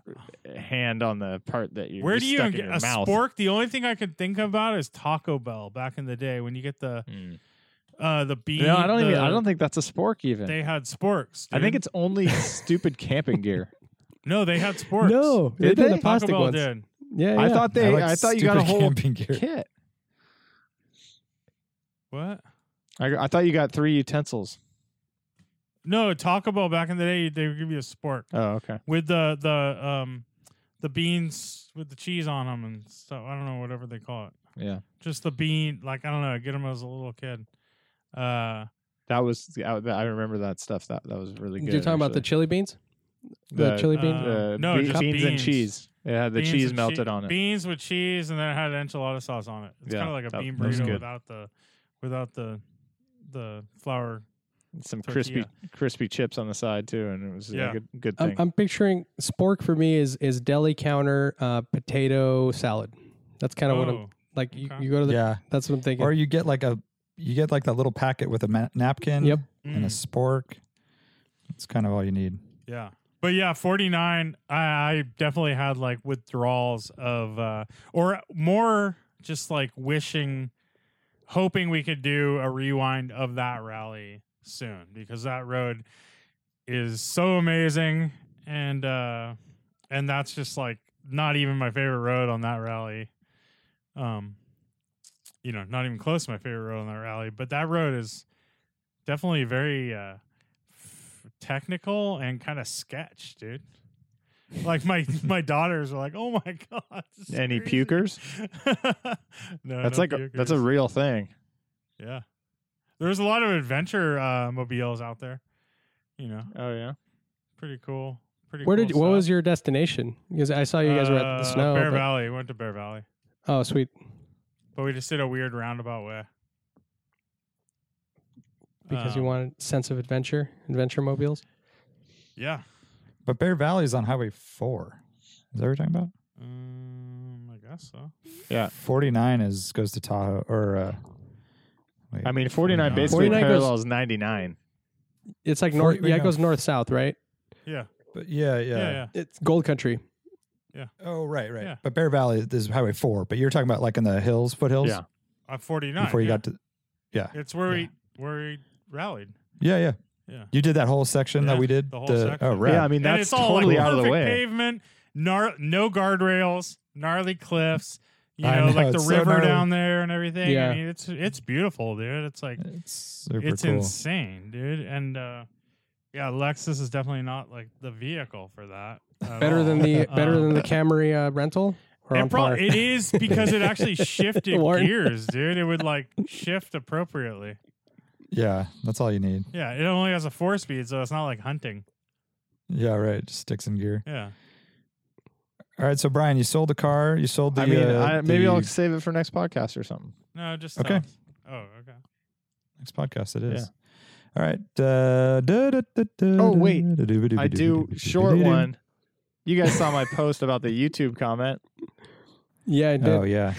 Speaker 6: hand on the part that you
Speaker 4: Where do you
Speaker 6: stuck
Speaker 4: even
Speaker 6: in
Speaker 4: get a
Speaker 6: your mouth.
Speaker 4: spork? The only thing I can think about is Taco Bell back in the day when you get the
Speaker 6: Hmm.
Speaker 4: uh the bean.
Speaker 6: No, I don't
Speaker 4: the,
Speaker 6: even. I don't think that's a spork. Even
Speaker 4: they had sporks.
Speaker 6: I think
Speaker 4: dude.
Speaker 6: it's
Speaker 4: (laughs)
Speaker 6: only stupid camping gear.
Speaker 4: no, they had sporks.
Speaker 5: No, they
Speaker 6: Did
Speaker 5: did
Speaker 6: they?
Speaker 5: the
Speaker 4: Taco
Speaker 5: plastic
Speaker 4: Bell
Speaker 5: ones.
Speaker 4: did.
Speaker 5: Yeah, yeah.
Speaker 6: I thought they. I,
Speaker 3: like
Speaker 6: thought you got a (laughs)
Speaker 3: stupid
Speaker 6: whole
Speaker 3: camping gear.
Speaker 6: kit.
Speaker 4: What?
Speaker 6: I, I thought you got three utensils.
Speaker 4: No, Taco Bell back in the day, they would give you a sport
Speaker 6: Oh, okay.
Speaker 4: with the the um the beans with the cheese on them and stuff. I don't know whatever they call it.
Speaker 3: Yeah.
Speaker 4: Just the bean, like I don't know. I Get them as a little kid. Uh,
Speaker 6: That was I I remember that stuff. That that was really good.
Speaker 7: You're talking about the
Speaker 6: actually.
Speaker 7: chili beans? The, chili bean?
Speaker 4: Uh,
Speaker 6: the
Speaker 4: no,
Speaker 6: bean-
Speaker 4: just
Speaker 6: beans, and
Speaker 4: beans.
Speaker 6: cheese. It had the
Speaker 4: beans
Speaker 6: cheese
Speaker 4: with
Speaker 6: melted
Speaker 4: chee-
Speaker 6: on it.
Speaker 4: Beans with cheese, and then it had enchilada sauce on it. It's
Speaker 6: Yeah,
Speaker 4: kind of like a
Speaker 6: that-
Speaker 4: bean
Speaker 6: that was
Speaker 4: burrito
Speaker 6: good.
Speaker 4: without the without the the flour.
Speaker 6: Some
Speaker 4: tortilla.
Speaker 6: crispy crispy chips on the side too, and it was
Speaker 4: Yeah.
Speaker 6: a good good
Speaker 7: I'm,
Speaker 6: thing.
Speaker 7: I'm picturing spork for me is is deli counter uh, potato salad. That's kind of what I'm
Speaker 4: Oh,
Speaker 7: like. You,
Speaker 4: okay.
Speaker 7: you go to the.
Speaker 3: Yeah.
Speaker 7: That's what I'm thinking.
Speaker 3: Or you get like a you get like that little packet with a ma- napkin
Speaker 7: Yep.
Speaker 3: and a
Speaker 4: mm,
Speaker 3: spork. That's kind of all you need.
Speaker 4: yeah. But yeah, 49, I, I definitely had like withdrawals of, uh, or more just like wishing, hoping we could do a rewind of that rally soon because that road is so amazing. And, uh, and that's just like not even my favorite road on that rally. Um, you know, not even close to my favorite road on that rally, but that road is definitely very, uh, f- technical and kind of sketch, dude. Like my
Speaker 6: (laughs)
Speaker 4: my daughters are like, oh my god. this is
Speaker 6: Any
Speaker 4: crazy."
Speaker 6: pukers?
Speaker 4: (laughs) no,
Speaker 6: that's
Speaker 4: no
Speaker 6: like a, that's a
Speaker 4: pukers.
Speaker 6: real thing.
Speaker 4: yeah. There's a lot of adventure uh, mobiles out there. You know,
Speaker 6: Oh yeah.
Speaker 4: pretty cool. Pretty.
Speaker 7: Where
Speaker 4: cool
Speaker 7: did? What was
Speaker 4: stuff.
Speaker 7: your destination? Because I saw you guys were at the
Speaker 4: Uh,
Speaker 7: snow.
Speaker 4: Bear
Speaker 7: but-
Speaker 4: Valley. We went to Bear Valley,
Speaker 7: oh, sweet.
Speaker 4: but we just did a weird roundabout way.
Speaker 7: Because you
Speaker 4: Um,
Speaker 7: wanted sense of adventure, adventure mobiles.
Speaker 4: Yeah.
Speaker 3: But Bear Valley is on Highway 4. Is that what we're talking about?
Speaker 4: Um, I guess so.
Speaker 6: Yeah.
Speaker 3: 49 is goes to Tahoe or uh wait,
Speaker 6: I mean, 49 basically
Speaker 7: 49 goes-
Speaker 6: parallels 99.
Speaker 7: It's like
Speaker 3: Forty-
Speaker 7: north. Yeah, it
Speaker 3: no.
Speaker 7: goes north south, right?
Speaker 3: but yeah, yeah,
Speaker 4: Yeah, yeah.
Speaker 7: It's gold country.
Speaker 3: Oh, right, right.
Speaker 4: Yeah.
Speaker 3: But Bear Valley this is Highway 4, but you're talking about like in the hills, foothills
Speaker 6: Yeah.
Speaker 4: Uh, 49.
Speaker 3: before you
Speaker 4: yeah.
Speaker 3: got to
Speaker 4: It's where
Speaker 3: Yeah.
Speaker 4: we where we rallied.
Speaker 3: Yeah, yeah.
Speaker 4: Yeah.
Speaker 3: You did that whole section
Speaker 4: Yeah,
Speaker 3: that we did.
Speaker 4: the whole
Speaker 3: Oh,
Speaker 4: section.
Speaker 3: right.
Speaker 6: Yeah, I mean
Speaker 4: and
Speaker 6: that's
Speaker 4: it's all
Speaker 6: totally
Speaker 4: like
Speaker 6: out of the
Speaker 4: perfect
Speaker 6: way.
Speaker 4: pavement, gnar- no guardrails, gnarly cliffs. You
Speaker 3: I
Speaker 4: know,
Speaker 3: know,
Speaker 4: like the
Speaker 3: it's so
Speaker 4: river
Speaker 3: gnarly.
Speaker 4: down there and everything.
Speaker 7: Yeah.
Speaker 4: I mean, it's it's beautiful, dude. It's like
Speaker 3: It's super
Speaker 4: it's
Speaker 3: cool.
Speaker 4: insane, dude. And uh, yeah, Lexus is definitely not like the vehicle for that. at
Speaker 7: Better than
Speaker 4: all.
Speaker 7: the better
Speaker 4: Um, (laughs)
Speaker 7: than the Camry uh, rental. Or on
Speaker 4: It, prob-
Speaker 7: par?
Speaker 4: it is because
Speaker 7: (laughs)
Speaker 4: it actually shifted
Speaker 7: Warren.
Speaker 4: gears, dude. It would like shift appropriately.
Speaker 3: Yeah, that's all you need.
Speaker 4: Yeah, it only has a four speed, so it's not like hunting.
Speaker 3: Yeah, right. Just sticks in gear.
Speaker 4: Yeah.
Speaker 3: All right, so Brian, you sold the car. You sold the.
Speaker 6: I mean,
Speaker 3: uh,
Speaker 6: I, maybe
Speaker 3: the
Speaker 6: I'll save it for next podcast or something.
Speaker 4: No, just
Speaker 3: Okay.
Speaker 4: sounds- Oh, okay.
Speaker 3: next podcast. It is.
Speaker 6: Yeah.
Speaker 3: All right. Uh, da, da, da, da,
Speaker 6: Oh, wait.
Speaker 3: da, da, da, da,
Speaker 6: I
Speaker 3: da,
Speaker 6: do
Speaker 3: da, da,
Speaker 6: short
Speaker 3: da, da.
Speaker 6: one. You guys saw my post about the YouTube comment.
Speaker 7: yeah, it did.
Speaker 6: (laughs)
Speaker 3: Oh yeah,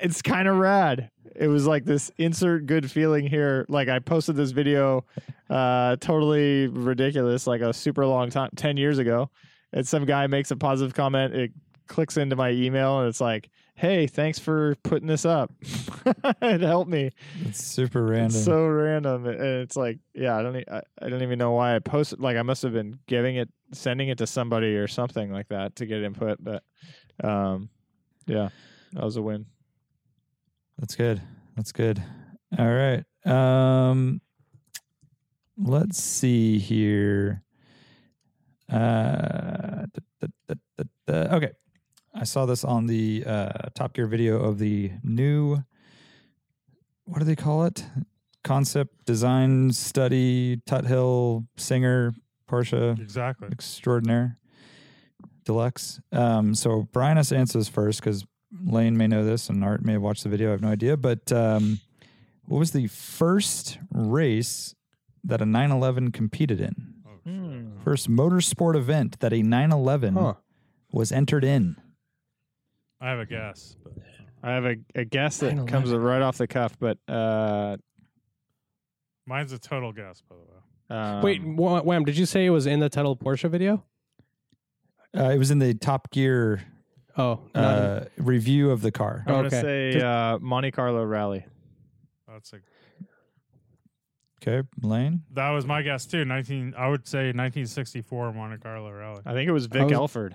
Speaker 6: It's kind of rad. It was like this insert good feeling here. Like I posted this video, uh, totally ridiculous, like a super long time, ten years ago, and some guy makes a positive comment. It clicks into my email, and it's like, "Hey, thanks for putting this up. (laughs) it helped me."
Speaker 3: it's super random.
Speaker 6: It's so random. And it's like, yeah, I don't, e- I, I don't even know why I posted. Like, I must have been giving it, sending it to somebody or something like that to get input. But, um, yeah, that was a win.
Speaker 3: That's good. That's good. All right. Um, let's see here. Uh, da, da, da, da, da. okay. I saw this on the uh, Top Gear video of the new. What do they call it? Concept design study Tuthill Singer Porsche
Speaker 4: Exactly.
Speaker 3: extraordinaire deluxe um so brian has to answer this first because lane may know this and art may have watched the video i have no idea but um what was the first race that a 911 competed in
Speaker 4: Oh, shit.
Speaker 6: Hmm.
Speaker 3: first motorsport event that a 911
Speaker 7: Huh.
Speaker 3: was entered in
Speaker 4: I have a guess. But
Speaker 6: I have a, a guess
Speaker 7: I
Speaker 6: that
Speaker 7: don't
Speaker 6: comes
Speaker 7: like
Speaker 6: right off the cuff, but, uh,
Speaker 4: mine's a total guess, by the way.
Speaker 6: um,
Speaker 7: Wait, wha- Wham, did you say it was in the title Porsche video?
Speaker 3: uh, it was in the top gear
Speaker 7: Oh, not in-
Speaker 3: uh, review of the car
Speaker 6: I'm
Speaker 7: okay.
Speaker 6: going to say,
Speaker 7: Just-
Speaker 6: uh, Monte Carlo rally.
Speaker 4: That's a
Speaker 3: okay lane
Speaker 4: that was my guess too. Nineteen,
Speaker 3: Uh,
Speaker 4: I would say nineteen sixty four Monte Carlo rally.
Speaker 6: I think it was Vic
Speaker 7: was-
Speaker 6: Elford.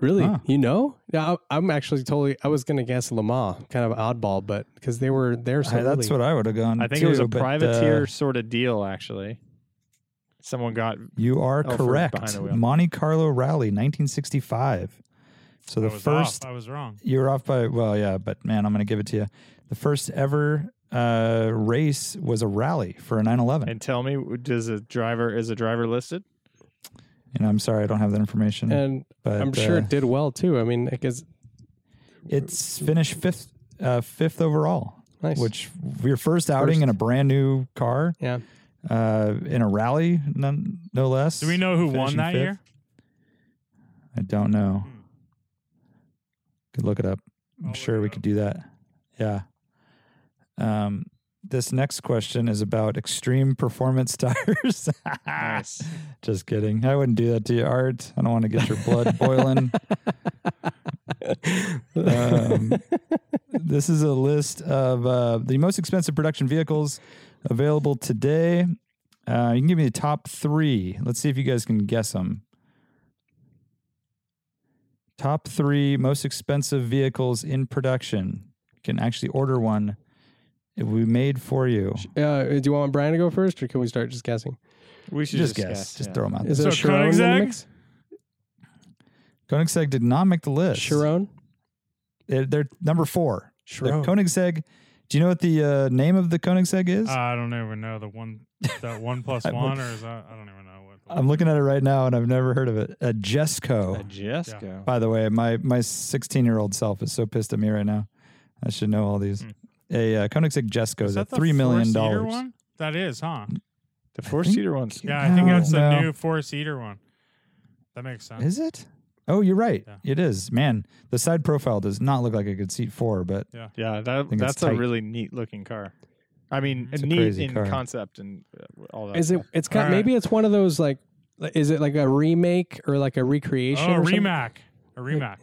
Speaker 7: Really?
Speaker 3: Huh.
Speaker 7: You know? Yeah, I, I'm actually totally. I was gonna guess Lamar, kind of oddball, but because they were there so
Speaker 3: Hey, that's
Speaker 7: early.
Speaker 3: what I would have gone.
Speaker 6: I think it was
Speaker 3: too,
Speaker 6: a
Speaker 3: but, uh,
Speaker 6: privateer sort of deal, actually. Someone got
Speaker 3: you are
Speaker 6: Oh, for behind
Speaker 3: correct.
Speaker 6: the wheel.
Speaker 3: Monte Carlo Rally, 1965. So the
Speaker 4: I was
Speaker 3: first
Speaker 4: off. I was wrong.
Speaker 3: you were off by well, yeah, but man, I'm gonna give it to you. The first ever uh, race was a rally for a 911, and,
Speaker 6: and tell me, does a driver is a driver listed?
Speaker 3: I'm sorry I don't have that information.
Speaker 7: and
Speaker 3: but
Speaker 7: I'm sure
Speaker 3: uh,
Speaker 7: it did well too. I mean, I guess
Speaker 3: it's finished fifth, uh, fifth overall,
Speaker 7: nice.
Speaker 3: which your first outing in a brand new car, (laughs)
Speaker 7: yeah,
Speaker 3: uh, in a rally, none, no less.
Speaker 4: Do we know who won
Speaker 3: finishing
Speaker 4: that
Speaker 3: fifth?
Speaker 4: year?
Speaker 3: I don't know.
Speaker 4: Hmm.
Speaker 3: Could look it up.
Speaker 4: I'll
Speaker 3: I'm
Speaker 4: look
Speaker 3: sure
Speaker 4: it
Speaker 3: we
Speaker 4: up.
Speaker 3: could do that. Yeah. Um, this next question is about extreme performance (laughs) tires. Ah.
Speaker 6: Nice.
Speaker 3: Just kidding. I wouldn't do that to you, Art. I don't want to get your
Speaker 4: (laughs)
Speaker 3: blood boiling.
Speaker 7: (laughs)
Speaker 3: Um, this is a list of uh, the most expensive production vehicles available today. Uh, you can give me the top three. Let's see if you guys can guess them. Top three most expensive vehicles in production. You can actually order one. It will be made for you.
Speaker 7: Uh, do you want Brian to go first, or can we start just guessing?
Speaker 6: We should
Speaker 3: Just, guess. Just
Speaker 6: yeah.
Speaker 3: throw them out.
Speaker 7: Is
Speaker 4: So
Speaker 7: there a Chiron in the
Speaker 4: Koenigsegg?
Speaker 7: mix?
Speaker 3: Koenigsegg did not make the list.
Speaker 7: Chiron.
Speaker 3: They're, they're number four. The
Speaker 7: Chiron.
Speaker 3: Koenigsegg. Do you know what the uh, name of the Koenigsegg is?
Speaker 4: Uh, I don't even know the one that one
Speaker 3: (laughs)
Speaker 4: plus
Speaker 3: I would-
Speaker 4: one or is that I don't even know what.
Speaker 3: I'm looking at it right now, and I've never heard of it. A Jesco.
Speaker 6: A Jesco.
Speaker 3: By the way, my my 16 year old self is so pissed at me right now. I should know all these.
Speaker 4: Hmm.
Speaker 3: A uh, Koenigsegg Jesco is a
Speaker 4: that the
Speaker 3: three million
Speaker 4: four-seater
Speaker 3: dollars.
Speaker 4: one? That is, huh?
Speaker 6: The four seater one's
Speaker 4: Yeah, I think that's the
Speaker 3: No.
Speaker 4: new four seater one. That makes sense.
Speaker 3: Is it? Oh, you're right.
Speaker 4: Yeah.
Speaker 3: It is. Man, the side profile does not look like it could seat four, but
Speaker 6: Yeah, that
Speaker 3: think it's
Speaker 6: that's a
Speaker 3: tight.
Speaker 6: really neat looking car. I mean,
Speaker 3: It's a
Speaker 6: neat
Speaker 3: crazy
Speaker 6: in
Speaker 3: car.
Speaker 6: concept and uh, all that.
Speaker 7: Is it? It's got
Speaker 4: All right.
Speaker 7: maybe it's one of those like. Is it like a remake or like a
Speaker 4: Oh,
Speaker 7: recreation?
Speaker 4: a
Speaker 7: or something?
Speaker 4: remac. A remac.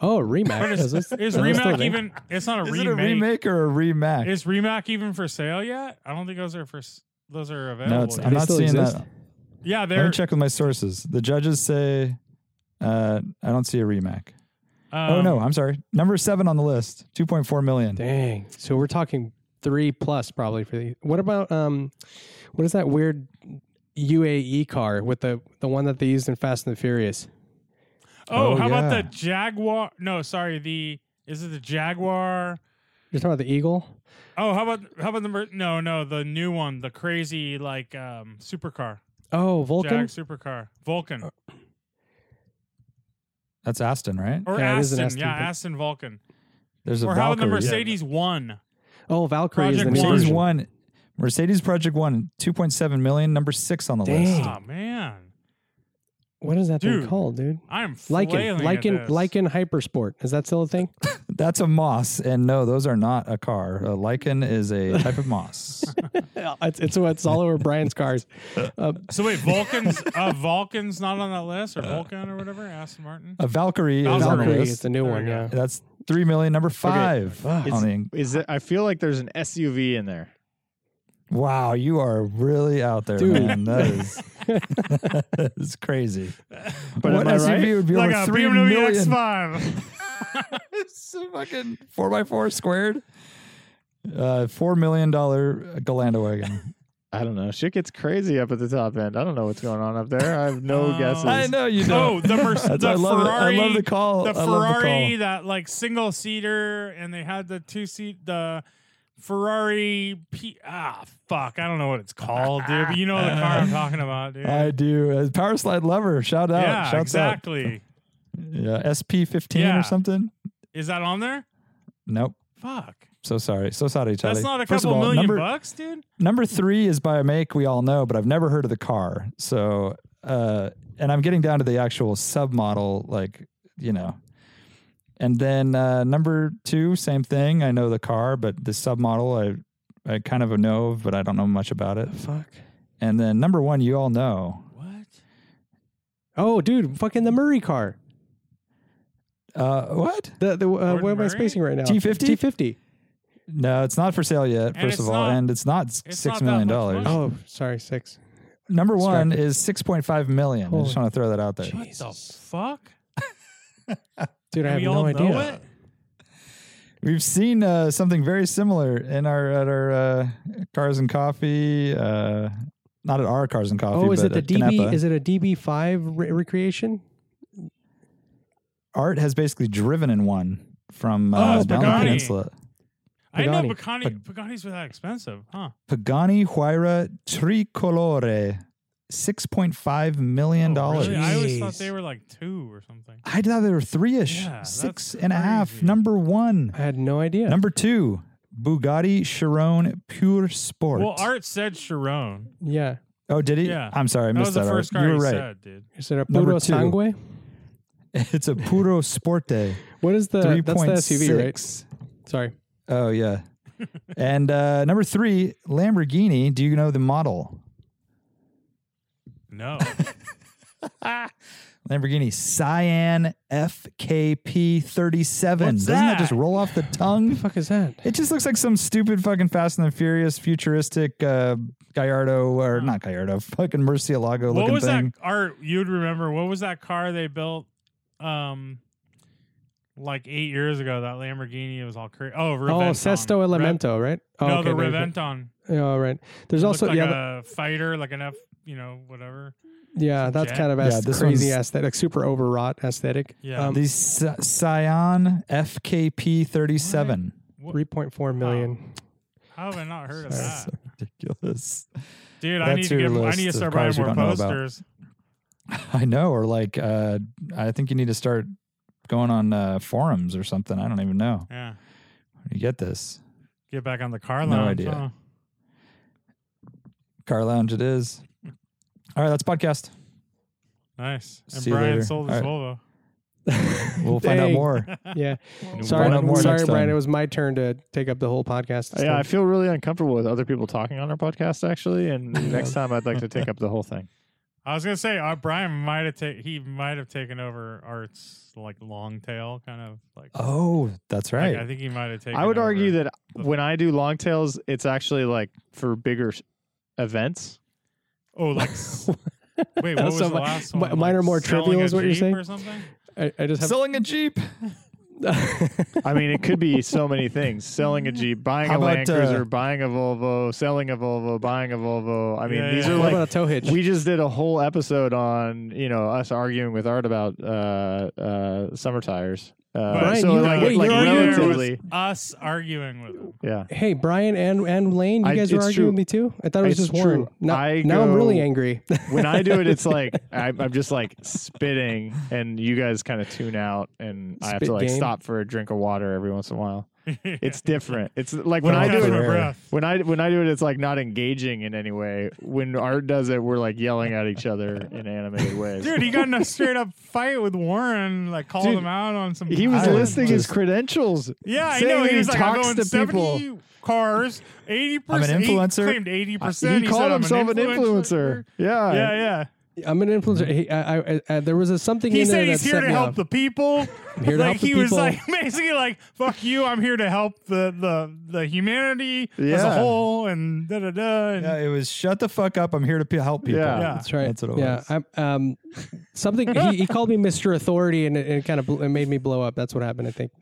Speaker 7: Oh, a remake.
Speaker 4: But is, is
Speaker 3: (laughs)
Speaker 4: remac even? It's not a
Speaker 3: is
Speaker 4: remake.
Speaker 3: it a remake or a remac?
Speaker 4: Is remac even for sale yet? I don't think those are for. s- Those are available.
Speaker 3: no, it's,
Speaker 4: yet.
Speaker 3: I'm
Speaker 7: they
Speaker 3: not
Speaker 7: still
Speaker 3: seeing
Speaker 7: exist?
Speaker 3: that.
Speaker 4: yeah,
Speaker 3: Let
Speaker 4: they're.
Speaker 3: me check with my sources. The judges say uh, I don't see a remac.
Speaker 4: um,
Speaker 3: oh no, I'm sorry. Number seven on the list, 2.4 million.
Speaker 7: Dang. So we're talking three plus probably for the. What about um, what is that weird UAE car with the the one that they used in Fast and the Furious?
Speaker 4: Oh,
Speaker 3: Oh,
Speaker 4: how about the
Speaker 3: yeah.
Speaker 4: Jaguar? No, sorry. The is it the Jaguar?
Speaker 7: You're talking about the Eagle.
Speaker 4: Oh, how about how about the mer- no no the new one the crazy like um supercar
Speaker 7: Oh, Vulcan.
Speaker 4: Jag supercar Vulcan
Speaker 3: Uh, That's Aston, right?
Speaker 4: or
Speaker 7: Yeah, it is
Speaker 4: Aston,
Speaker 7: an Aston,
Speaker 4: yeah
Speaker 7: but-
Speaker 4: Aston Vulcan
Speaker 3: There's a
Speaker 4: or how about the
Speaker 3: Valkyrie.
Speaker 4: Mercedes one
Speaker 7: Oh, Valkyrie is the
Speaker 4: Project
Speaker 7: new
Speaker 3: Mercedes
Speaker 4: One.
Speaker 7: version.
Speaker 3: One, Mercedes Project One, two point seven million, number six on the
Speaker 7: Dang.
Speaker 3: list.
Speaker 4: oh man
Speaker 7: What is that
Speaker 4: Dude.
Speaker 7: thing called, dude?
Speaker 4: I'm
Speaker 7: Lycan,
Speaker 4: flailing at
Speaker 7: Lycan,
Speaker 4: this.
Speaker 7: Lycan Hypersport. Is that still a
Speaker 4: (laughs)
Speaker 7: thing?
Speaker 3: That's a moss, and no, those are not a car. A lichen is a type of moss.
Speaker 5: (laughs)
Speaker 7: it's, it's it's all over Brian's cars.
Speaker 4: (laughs)
Speaker 7: Uh,
Speaker 4: so
Speaker 3: (laughs)
Speaker 4: wait Vulcan's uh Vulcan's not on that list or Vulcan or whatever Aston Martin
Speaker 3: A Valkyrie, is on the
Speaker 4: Valkyrie.
Speaker 3: list.
Speaker 7: Valkyrie, it's a new
Speaker 4: There we
Speaker 7: one.
Speaker 4: go.
Speaker 7: Yeah.
Speaker 3: That's three million, number five.
Speaker 6: It's-
Speaker 3: on the-
Speaker 6: Is it? I feel like there's an SUV in there.
Speaker 3: wow, you are really out there,
Speaker 7: Dude.
Speaker 3: man. That is, (laughs) that is crazy.
Speaker 6: But
Speaker 3: what
Speaker 6: am I
Speaker 3: SUV
Speaker 6: right?
Speaker 3: would be
Speaker 4: like
Speaker 3: over
Speaker 4: a
Speaker 3: three
Speaker 4: BMW
Speaker 3: million?
Speaker 4: X5
Speaker 3: It's a fucking four by four squared. Uh, four million dollar Galanda wagon.
Speaker 6: I don't know. Shit gets crazy up at the top end. I don't know what's going on up there. I have no
Speaker 4: Oh.
Speaker 6: guesses.
Speaker 3: (laughs) I know
Speaker 4: (laughs)
Speaker 3: you
Speaker 4: oh
Speaker 3: don't.
Speaker 4: the, Merce-
Speaker 3: That's-
Speaker 4: the
Speaker 3: I love
Speaker 4: Ferrari
Speaker 3: It. I love the call.
Speaker 4: the
Speaker 3: Oh, I love the
Speaker 4: Ferrari,
Speaker 3: call.
Speaker 4: that like single seater, and they had the two seat, the Ferrari P. Ah, fuck, I don't know what it's called, dude. But you know the car
Speaker 3: (laughs)
Speaker 4: I'm talking about, dude.
Speaker 3: I do. Uh, Power slide lover. Shout out.
Speaker 4: yeah,
Speaker 3: Shouts out.
Speaker 4: exactly.
Speaker 3: Yeah. SP fifteen
Speaker 4: Yeah.
Speaker 3: or something.
Speaker 4: Is that on there?
Speaker 3: Nope.
Speaker 4: Fuck,
Speaker 3: So sorry. So sorry, Charlie.
Speaker 4: that's not a
Speaker 3: First
Speaker 4: couple
Speaker 3: of all,
Speaker 4: million
Speaker 3: number,
Speaker 4: bucks, dude.
Speaker 3: Number three is by a make we all know, but I've never heard of the car. So, uh, and I'm getting down to the actual submodel, like, you know. And then uh, number two, same thing. I know the car, but the submodel, I, I kind of know of, but I don't know much about it.
Speaker 7: Fuck.
Speaker 3: And then number one, you all know.
Speaker 4: What?
Speaker 7: Oh, dude, fucking the Murray car.
Speaker 3: Uh, what?
Speaker 7: The the uh, what am I
Speaker 4: Murray?
Speaker 7: spacing right now?
Speaker 3: T50?
Speaker 7: T fifty.
Speaker 3: No, it's not for sale yet.
Speaker 4: And
Speaker 3: first
Speaker 4: it's
Speaker 3: of all,
Speaker 4: not-
Speaker 3: and it's not
Speaker 4: it's
Speaker 3: six
Speaker 4: not that
Speaker 3: million
Speaker 4: much
Speaker 3: dollars.
Speaker 4: money.
Speaker 7: Oh, sorry, six.
Speaker 3: Number one is six point five million. I just
Speaker 7: Holy
Speaker 3: want to throw that out there.
Speaker 4: What the fuck?
Speaker 5: Dude, I have
Speaker 4: we
Speaker 5: no
Speaker 4: all
Speaker 5: idea.
Speaker 4: know it.
Speaker 3: We've seen uh, something very similar in our at our uh, cars and coffee. Uh, not at our cars and coffee.
Speaker 5: Oh, is it
Speaker 3: but
Speaker 5: the
Speaker 3: at
Speaker 5: DB?
Speaker 3: Canepa.
Speaker 5: Is it a DB five re- recreation?
Speaker 3: Art has basically driven in one from uh,
Speaker 4: it's
Speaker 3: down
Speaker 4: Oh, Pagani.
Speaker 3: the peninsula.
Speaker 4: I know
Speaker 5: Pagani.
Speaker 4: Pagani, Pagani's were that expensive, huh?
Speaker 3: Pagani Huayra Tricolore, six point five million
Speaker 4: Oh,
Speaker 3: dollars.
Speaker 4: really? I always thought
Speaker 5: Jeez.
Speaker 4: they were like two or something.
Speaker 3: I thought they were three ish,
Speaker 4: Yeah,
Speaker 3: six
Speaker 4: that's
Speaker 3: and a half.
Speaker 4: crazy.
Speaker 3: Number one,
Speaker 5: I had no idea.
Speaker 3: number two, Bugatti Chiron Pure Sport.
Speaker 4: Well, Art said Sharon.
Speaker 5: yeah,
Speaker 3: oh, did he?
Speaker 4: Yeah.
Speaker 3: I'm sorry, I
Speaker 4: That was
Speaker 3: missed
Speaker 4: the
Speaker 3: that. Art.
Speaker 4: first car
Speaker 3: you
Speaker 4: he
Speaker 3: were right.
Speaker 4: said, dude.
Speaker 5: is it a
Speaker 3: Number
Speaker 5: Puro
Speaker 3: two.
Speaker 5: Sangue?
Speaker 3: (laughs) It's a Puro Sporte,
Speaker 5: What is the
Speaker 3: three
Speaker 5: that's the
Speaker 3: point
Speaker 5: SUV, right?
Speaker 3: six.
Speaker 5: Sorry,
Speaker 4: (laughs)
Speaker 3: Oh yeah. and uh, number three, Lamborghini. Do you know the model? (laughs)
Speaker 4: No.
Speaker 3: Lamborghini Cyan FKP 37.
Speaker 4: What's
Speaker 3: Doesn't that? just
Speaker 4: that?
Speaker 3: roll off the tongue?
Speaker 5: fuck is that?
Speaker 3: It just looks like some stupid fucking Fast and the Furious futuristic uh, Gallardo or not Gallardo, fucking Murcielago
Speaker 4: what
Speaker 3: looking
Speaker 4: was
Speaker 3: thing.
Speaker 4: that Art? You'd remember what was that car they built? Um, like eight years ago, that Lamborghini was all crazy. Oh,
Speaker 5: Oh,
Speaker 4: Reventon.
Speaker 5: Sesto
Speaker 4: Re-
Speaker 5: Elemento, right? Oh,
Speaker 4: no,
Speaker 5: okay,
Speaker 4: the
Speaker 5: there you go.
Speaker 4: Reventon.
Speaker 5: Yeah, all right. There's
Speaker 4: It
Speaker 5: also
Speaker 4: looked like
Speaker 5: yeah,
Speaker 4: a fighter, like an F, you know, whatever.
Speaker 5: th- yeah, that's
Speaker 4: jet.
Speaker 5: kind of
Speaker 3: Yeah,
Speaker 5: as
Speaker 3: this
Speaker 5: crazy
Speaker 3: one's-
Speaker 5: aesthetic, super overwrought aesthetic.
Speaker 4: Yeah.
Speaker 5: um,
Speaker 3: The Cy- Scion FKP 37.
Speaker 4: What-
Speaker 5: three point four million.
Speaker 4: How have I not heard of
Speaker 3: (laughs) That's
Speaker 4: that,
Speaker 3: so ridiculous.
Speaker 4: dude? I
Speaker 3: That's
Speaker 4: need to
Speaker 3: your
Speaker 4: get. I
Speaker 3: list
Speaker 4: need to
Speaker 3: of
Speaker 4: start buying
Speaker 3: cars
Speaker 4: more
Speaker 3: you don't know about.
Speaker 4: posters.
Speaker 3: (laughs) I know. Or like, uh, I think you need to start going on uh, forums or something. I don't even know.
Speaker 4: Yeah,
Speaker 3: You get this.
Speaker 4: get back on the car Oh,
Speaker 3: No
Speaker 4: lounge.
Speaker 3: idea.
Speaker 4: huh?
Speaker 3: Car Lounge it is. All right, that's podcast.
Speaker 4: Nice. And
Speaker 3: See you
Speaker 4: Brian
Speaker 3: later.
Speaker 4: sold his
Speaker 3: All
Speaker 4: Volvo.
Speaker 5: (laughs)
Speaker 3: We'll find out
Speaker 5: Dang.
Speaker 3: more.
Speaker 5: (laughs) Yeah,
Speaker 4: We'll
Speaker 5: sorry,
Speaker 3: find out more
Speaker 5: sorry,
Speaker 3: next
Speaker 5: Brian.
Speaker 3: time.
Speaker 5: It was my turn to take up the whole podcast. It's
Speaker 6: Yeah, I
Speaker 5: like-
Speaker 6: feel really uncomfortable with other people talking on our podcast actually, and
Speaker 3: (laughs)
Speaker 6: next time I'd like to take up the whole thing.
Speaker 4: I was gonna say uh, Brian might have taken he might have taken over Art's like long tail kind of like.
Speaker 3: Oh, that's
Speaker 4: like,
Speaker 3: right.
Speaker 4: I think he might have taken.
Speaker 6: I would argue
Speaker 4: over.
Speaker 6: that when I do long tails, it's actually like for bigger s- events.
Speaker 4: Oh, like.
Speaker 6: (laughs)
Speaker 4: s- Wait, what was
Speaker 5: So
Speaker 4: the
Speaker 5: mi-
Speaker 4: last
Speaker 5: mi-
Speaker 4: one?
Speaker 5: mine
Speaker 4: Like
Speaker 5: are more
Speaker 4: selling
Speaker 5: trivial
Speaker 4: a
Speaker 5: is what you're
Speaker 4: Jeep
Speaker 5: saying?
Speaker 4: Or something?
Speaker 5: I, I just have.
Speaker 3: Selling a Jeep.
Speaker 5: (laughs)
Speaker 6: I mean, it could be so many things: selling a Jeep, buying
Speaker 3: How
Speaker 6: a Land
Speaker 3: about, uh,
Speaker 6: Cruiser, buying a Volvo, selling a Volvo, buying a Volvo. I mean,
Speaker 4: Yeah,
Speaker 6: these
Speaker 4: yeah. What
Speaker 6: are
Speaker 5: what
Speaker 6: like
Speaker 5: about a tow hitch?
Speaker 6: we just did a whole episode on you know us arguing with Art about uh, uh, summer tires. Uh,
Speaker 4: But-
Speaker 5: Brian,
Speaker 6: so
Speaker 5: you-
Speaker 6: like,
Speaker 5: wait,
Speaker 6: like
Speaker 5: you're
Speaker 4: earlier was
Speaker 6: relatively,
Speaker 4: us arguing with him.
Speaker 6: yeah.
Speaker 5: hey, Brian and and Lane, you
Speaker 6: I-
Speaker 5: guys were
Speaker 6: it's
Speaker 5: arguing
Speaker 6: true.
Speaker 5: with me too. I thought it was
Speaker 6: It's
Speaker 5: just Warren.
Speaker 6: true.
Speaker 5: Now,
Speaker 6: I
Speaker 5: now I'm
Speaker 6: go-
Speaker 5: really angry. (laughs)
Speaker 6: When I do it, it's like I'm, I'm just like spitting, and you guys kind of tune out, and I have
Speaker 5: Spit
Speaker 6: to like
Speaker 5: game.
Speaker 6: stop for a drink of water every once in a while. It's different. It's like
Speaker 4: when
Speaker 6: when I do it,
Speaker 3: Catch my
Speaker 4: breath.
Speaker 6: when I when I do it, it's like not engaging in any way. When Art does it, we're like yelling at each other in animated ways.
Speaker 4: Dude, he got in a straight up fight with Warren, like called
Speaker 6: Dude,
Speaker 4: him out on some.
Speaker 6: he was
Speaker 3: I would
Speaker 6: listing his
Speaker 3: just-
Speaker 6: credentials.
Speaker 4: Yeah, I
Speaker 6: saying
Speaker 4: know.
Speaker 6: that
Speaker 4: He was like, I'm
Speaker 6: talks
Speaker 4: going
Speaker 6: to
Speaker 4: 70
Speaker 6: people.
Speaker 4: cars, 80%.
Speaker 3: I'm an influencer.
Speaker 4: He claimed 80%.
Speaker 6: He,
Speaker 4: said,
Speaker 6: called
Speaker 4: "I'm
Speaker 6: himself an influencer. Yeah.
Speaker 4: Yeah, yeah.
Speaker 5: I'm an influencer. He, I, I, I, there was a something
Speaker 4: He
Speaker 5: in there
Speaker 4: said
Speaker 5: that
Speaker 4: he's here
Speaker 5: set
Speaker 4: to
Speaker 5: me
Speaker 4: help
Speaker 5: off.
Speaker 4: the people.
Speaker 5: here to
Speaker 4: like
Speaker 5: help the
Speaker 4: he was
Speaker 5: people.
Speaker 4: like (laughs) basically like, fuck you, I'm here to help the the the humanity as a
Speaker 6: Yeah.
Speaker 4: whole and da da da. And
Speaker 3: Yeah, it was shut the fuck up. I'm here to pe- help people.
Speaker 6: Yeah.
Speaker 4: Yeah.
Speaker 5: That's right.
Speaker 3: That's what it
Speaker 5: yeah,
Speaker 3: was.
Speaker 5: I'm, um, something he, he called me Mr. Authority, and it, it kind of bl- it made me blow up. That's what happened, I think.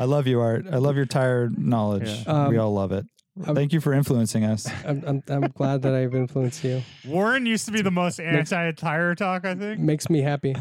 Speaker 3: I love you, Art. I love your tire knowledge. we all love it. Thank you for influencing (laughs) us.
Speaker 5: I'm, I'm, I'm glad that I've influenced you.
Speaker 4: Warren used to be the most anti tire talk, I
Speaker 5: (laughs)
Speaker 4: think.
Speaker 5: Makes me happy.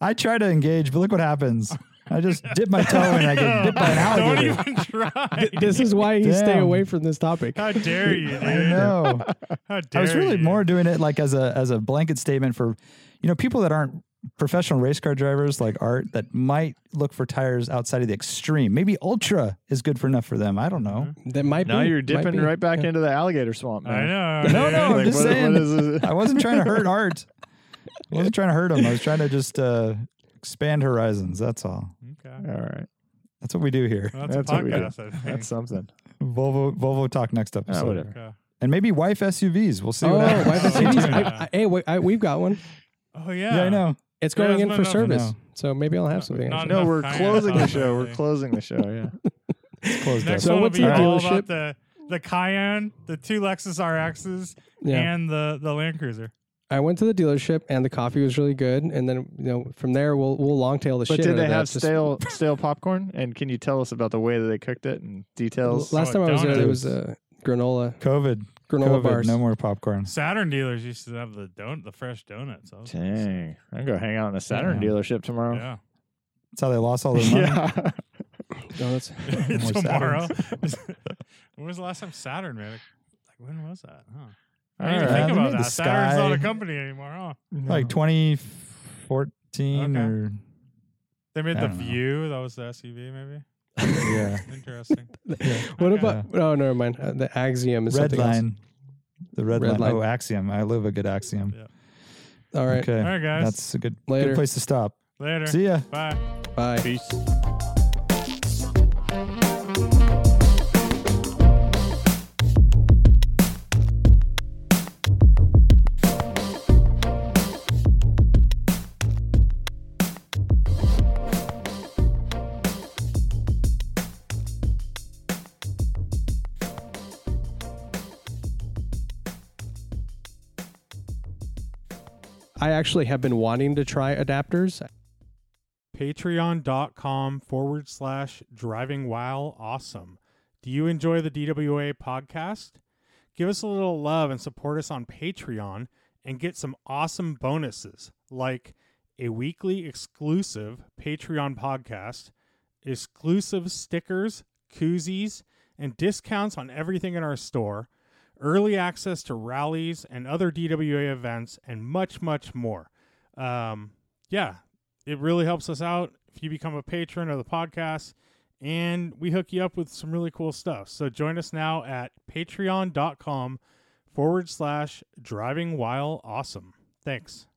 Speaker 3: I try to engage, but look what happens. I just dip my toe and
Speaker 4: (laughs)
Speaker 3: I get bit by an
Speaker 4: Oh, Don't
Speaker 3: alligator.
Speaker 4: even try.
Speaker 5: This is why you stay
Speaker 3: Damn.
Speaker 5: away from this
Speaker 4: (laughs)
Speaker 5: topic.
Speaker 4: How dare you, dude?
Speaker 3: I know.
Speaker 4: How
Speaker 3: I
Speaker 4: dare
Speaker 3: was really
Speaker 4: you?
Speaker 3: more doing it like as a as a blanket statement for, you know, people that aren't professional race car drivers like Art that might look for tires outside of the extreme. Maybe ultra is good for enough for them. I don't know.
Speaker 5: That might
Speaker 6: Now
Speaker 5: be,
Speaker 6: you're
Speaker 5: might
Speaker 6: dipping
Speaker 5: be.
Speaker 6: right back into the alligator swamp, man.
Speaker 4: I know.
Speaker 3: No,
Speaker 4: dude.
Speaker 3: no,
Speaker 6: (laughs)
Speaker 3: I'm
Speaker 6: Like,
Speaker 3: just
Speaker 6: what- what
Speaker 3: saying. (laughs)
Speaker 6: is it?
Speaker 3: I wasn't trying to hurt Art. I wasn't trying to hurt him. I was trying to just uh, expand horizons. That's all.
Speaker 4: Okay.
Speaker 6: All right.
Speaker 3: That's what we do here.
Speaker 4: Well, that's,
Speaker 6: That's
Speaker 4: a
Speaker 6: what we do.
Speaker 4: podcast, I think.
Speaker 6: That's something.
Speaker 3: Volvo Volvo talk next episode.
Speaker 6: whatever.
Speaker 4: Okay.
Speaker 3: And maybe wife SUVs. We'll see
Speaker 5: Oh,
Speaker 3: what happens. (laughs)
Speaker 5: wife
Speaker 4: Oh,
Speaker 5: SUVs.
Speaker 4: yeah.
Speaker 5: I- I- Hey, wait, I- we've got one.
Speaker 4: Oh yeah.
Speaker 3: yeah, I know.
Speaker 5: It's
Speaker 4: Yeah,
Speaker 5: going
Speaker 4: that's
Speaker 5: in
Speaker 4: not
Speaker 5: for
Speaker 4: enough.
Speaker 5: service,
Speaker 3: No.
Speaker 5: so maybe I'll have something.
Speaker 4: Not
Speaker 5: actually.
Speaker 6: No,
Speaker 4: enough
Speaker 6: we're
Speaker 4: time
Speaker 6: closing the
Speaker 4: left,
Speaker 6: show.
Speaker 4: I
Speaker 6: We're
Speaker 4: think.
Speaker 6: closing the show.
Speaker 5: (laughs)
Speaker 6: Yeah.
Speaker 3: It's closed
Speaker 4: Next
Speaker 3: up.
Speaker 5: So
Speaker 4: one will
Speaker 5: what's
Speaker 4: be
Speaker 5: your
Speaker 4: all
Speaker 5: dealership?
Speaker 4: about the the Cayenne, the two Lexus RXs,
Speaker 5: Yeah.
Speaker 4: and the the Land Cruiser.
Speaker 5: I went to the dealership and the coffee was really good, and then you know from there we'll we'll long tail the
Speaker 6: But
Speaker 5: shit.
Speaker 6: did
Speaker 5: out of
Speaker 6: they
Speaker 5: that.
Speaker 6: have
Speaker 5: Just-
Speaker 6: stale stale popcorn? And can you tell us about the way that they cooked it and details?
Speaker 5: Last
Speaker 8: Oh,
Speaker 5: time I was there, there
Speaker 8: donuts.
Speaker 5: was a granola
Speaker 3: COVID.
Speaker 5: granola
Speaker 3: COVID,
Speaker 5: bars.
Speaker 3: No more popcorn.
Speaker 8: Saturn dealers used to have the don the fresh donuts. I was-
Speaker 6: Dang, I can go hang out in a Saturn
Speaker 3: Yeah.
Speaker 6: dealership tomorrow.
Speaker 8: Yeah.
Speaker 3: That's how they
Speaker 6: (laughs)
Speaker 3: lost (laughs) all their money.
Speaker 5: Donuts.
Speaker 3: (laughs)
Speaker 8: (laughs)
Speaker 3: more (laughs)
Speaker 8: Tomorrow. when was the last time Saturn made it? Like when was that? Huh. I
Speaker 6: All
Speaker 8: didn't even
Speaker 6: right.
Speaker 3: They
Speaker 8: think about
Speaker 3: made
Speaker 8: that.
Speaker 3: the
Speaker 8: Saturn's not a
Speaker 3: Sky.
Speaker 8: company anymore, huh?
Speaker 3: Like 2014
Speaker 8: Okay.
Speaker 3: or
Speaker 8: They made
Speaker 3: I
Speaker 8: the
Speaker 3: don't know.
Speaker 8: View. That was the SUV, maybe.
Speaker 5: (laughs)
Speaker 3: yeah, (laughs)
Speaker 8: Interesting.
Speaker 5: What
Speaker 8: Okay.
Speaker 5: about? Oh, never mind. Uh, the Axiom is
Speaker 3: red
Speaker 5: something else.
Speaker 3: line. The red,
Speaker 5: Red
Speaker 3: line.
Speaker 5: line.
Speaker 3: Oh, Axiom. I love a good Axiom.
Speaker 5: All right.
Speaker 3: Okay.
Speaker 8: All right, guys.
Speaker 3: That's a good,
Speaker 5: Later.
Speaker 3: good place to stop.
Speaker 8: Later.
Speaker 3: See ya.
Speaker 8: Bye.
Speaker 5: Bye. I actually have been wanting to try adapters.
Speaker 8: patreon.com forward slash driving while awesome. Do you enjoy the DWA podcast? Give us a little love and support us on Patreon and get some awesome bonuses like a weekly exclusive Patreon podcast, exclusive stickers, koozies, and discounts on everything in our store, early access to rallies and other DWA events, and much, much more. Um, yeah, it really helps us out if you become a patron of the podcast and we hook you up with some really cool stuff so join us now at patreon.com forward slash driving while awesome thanks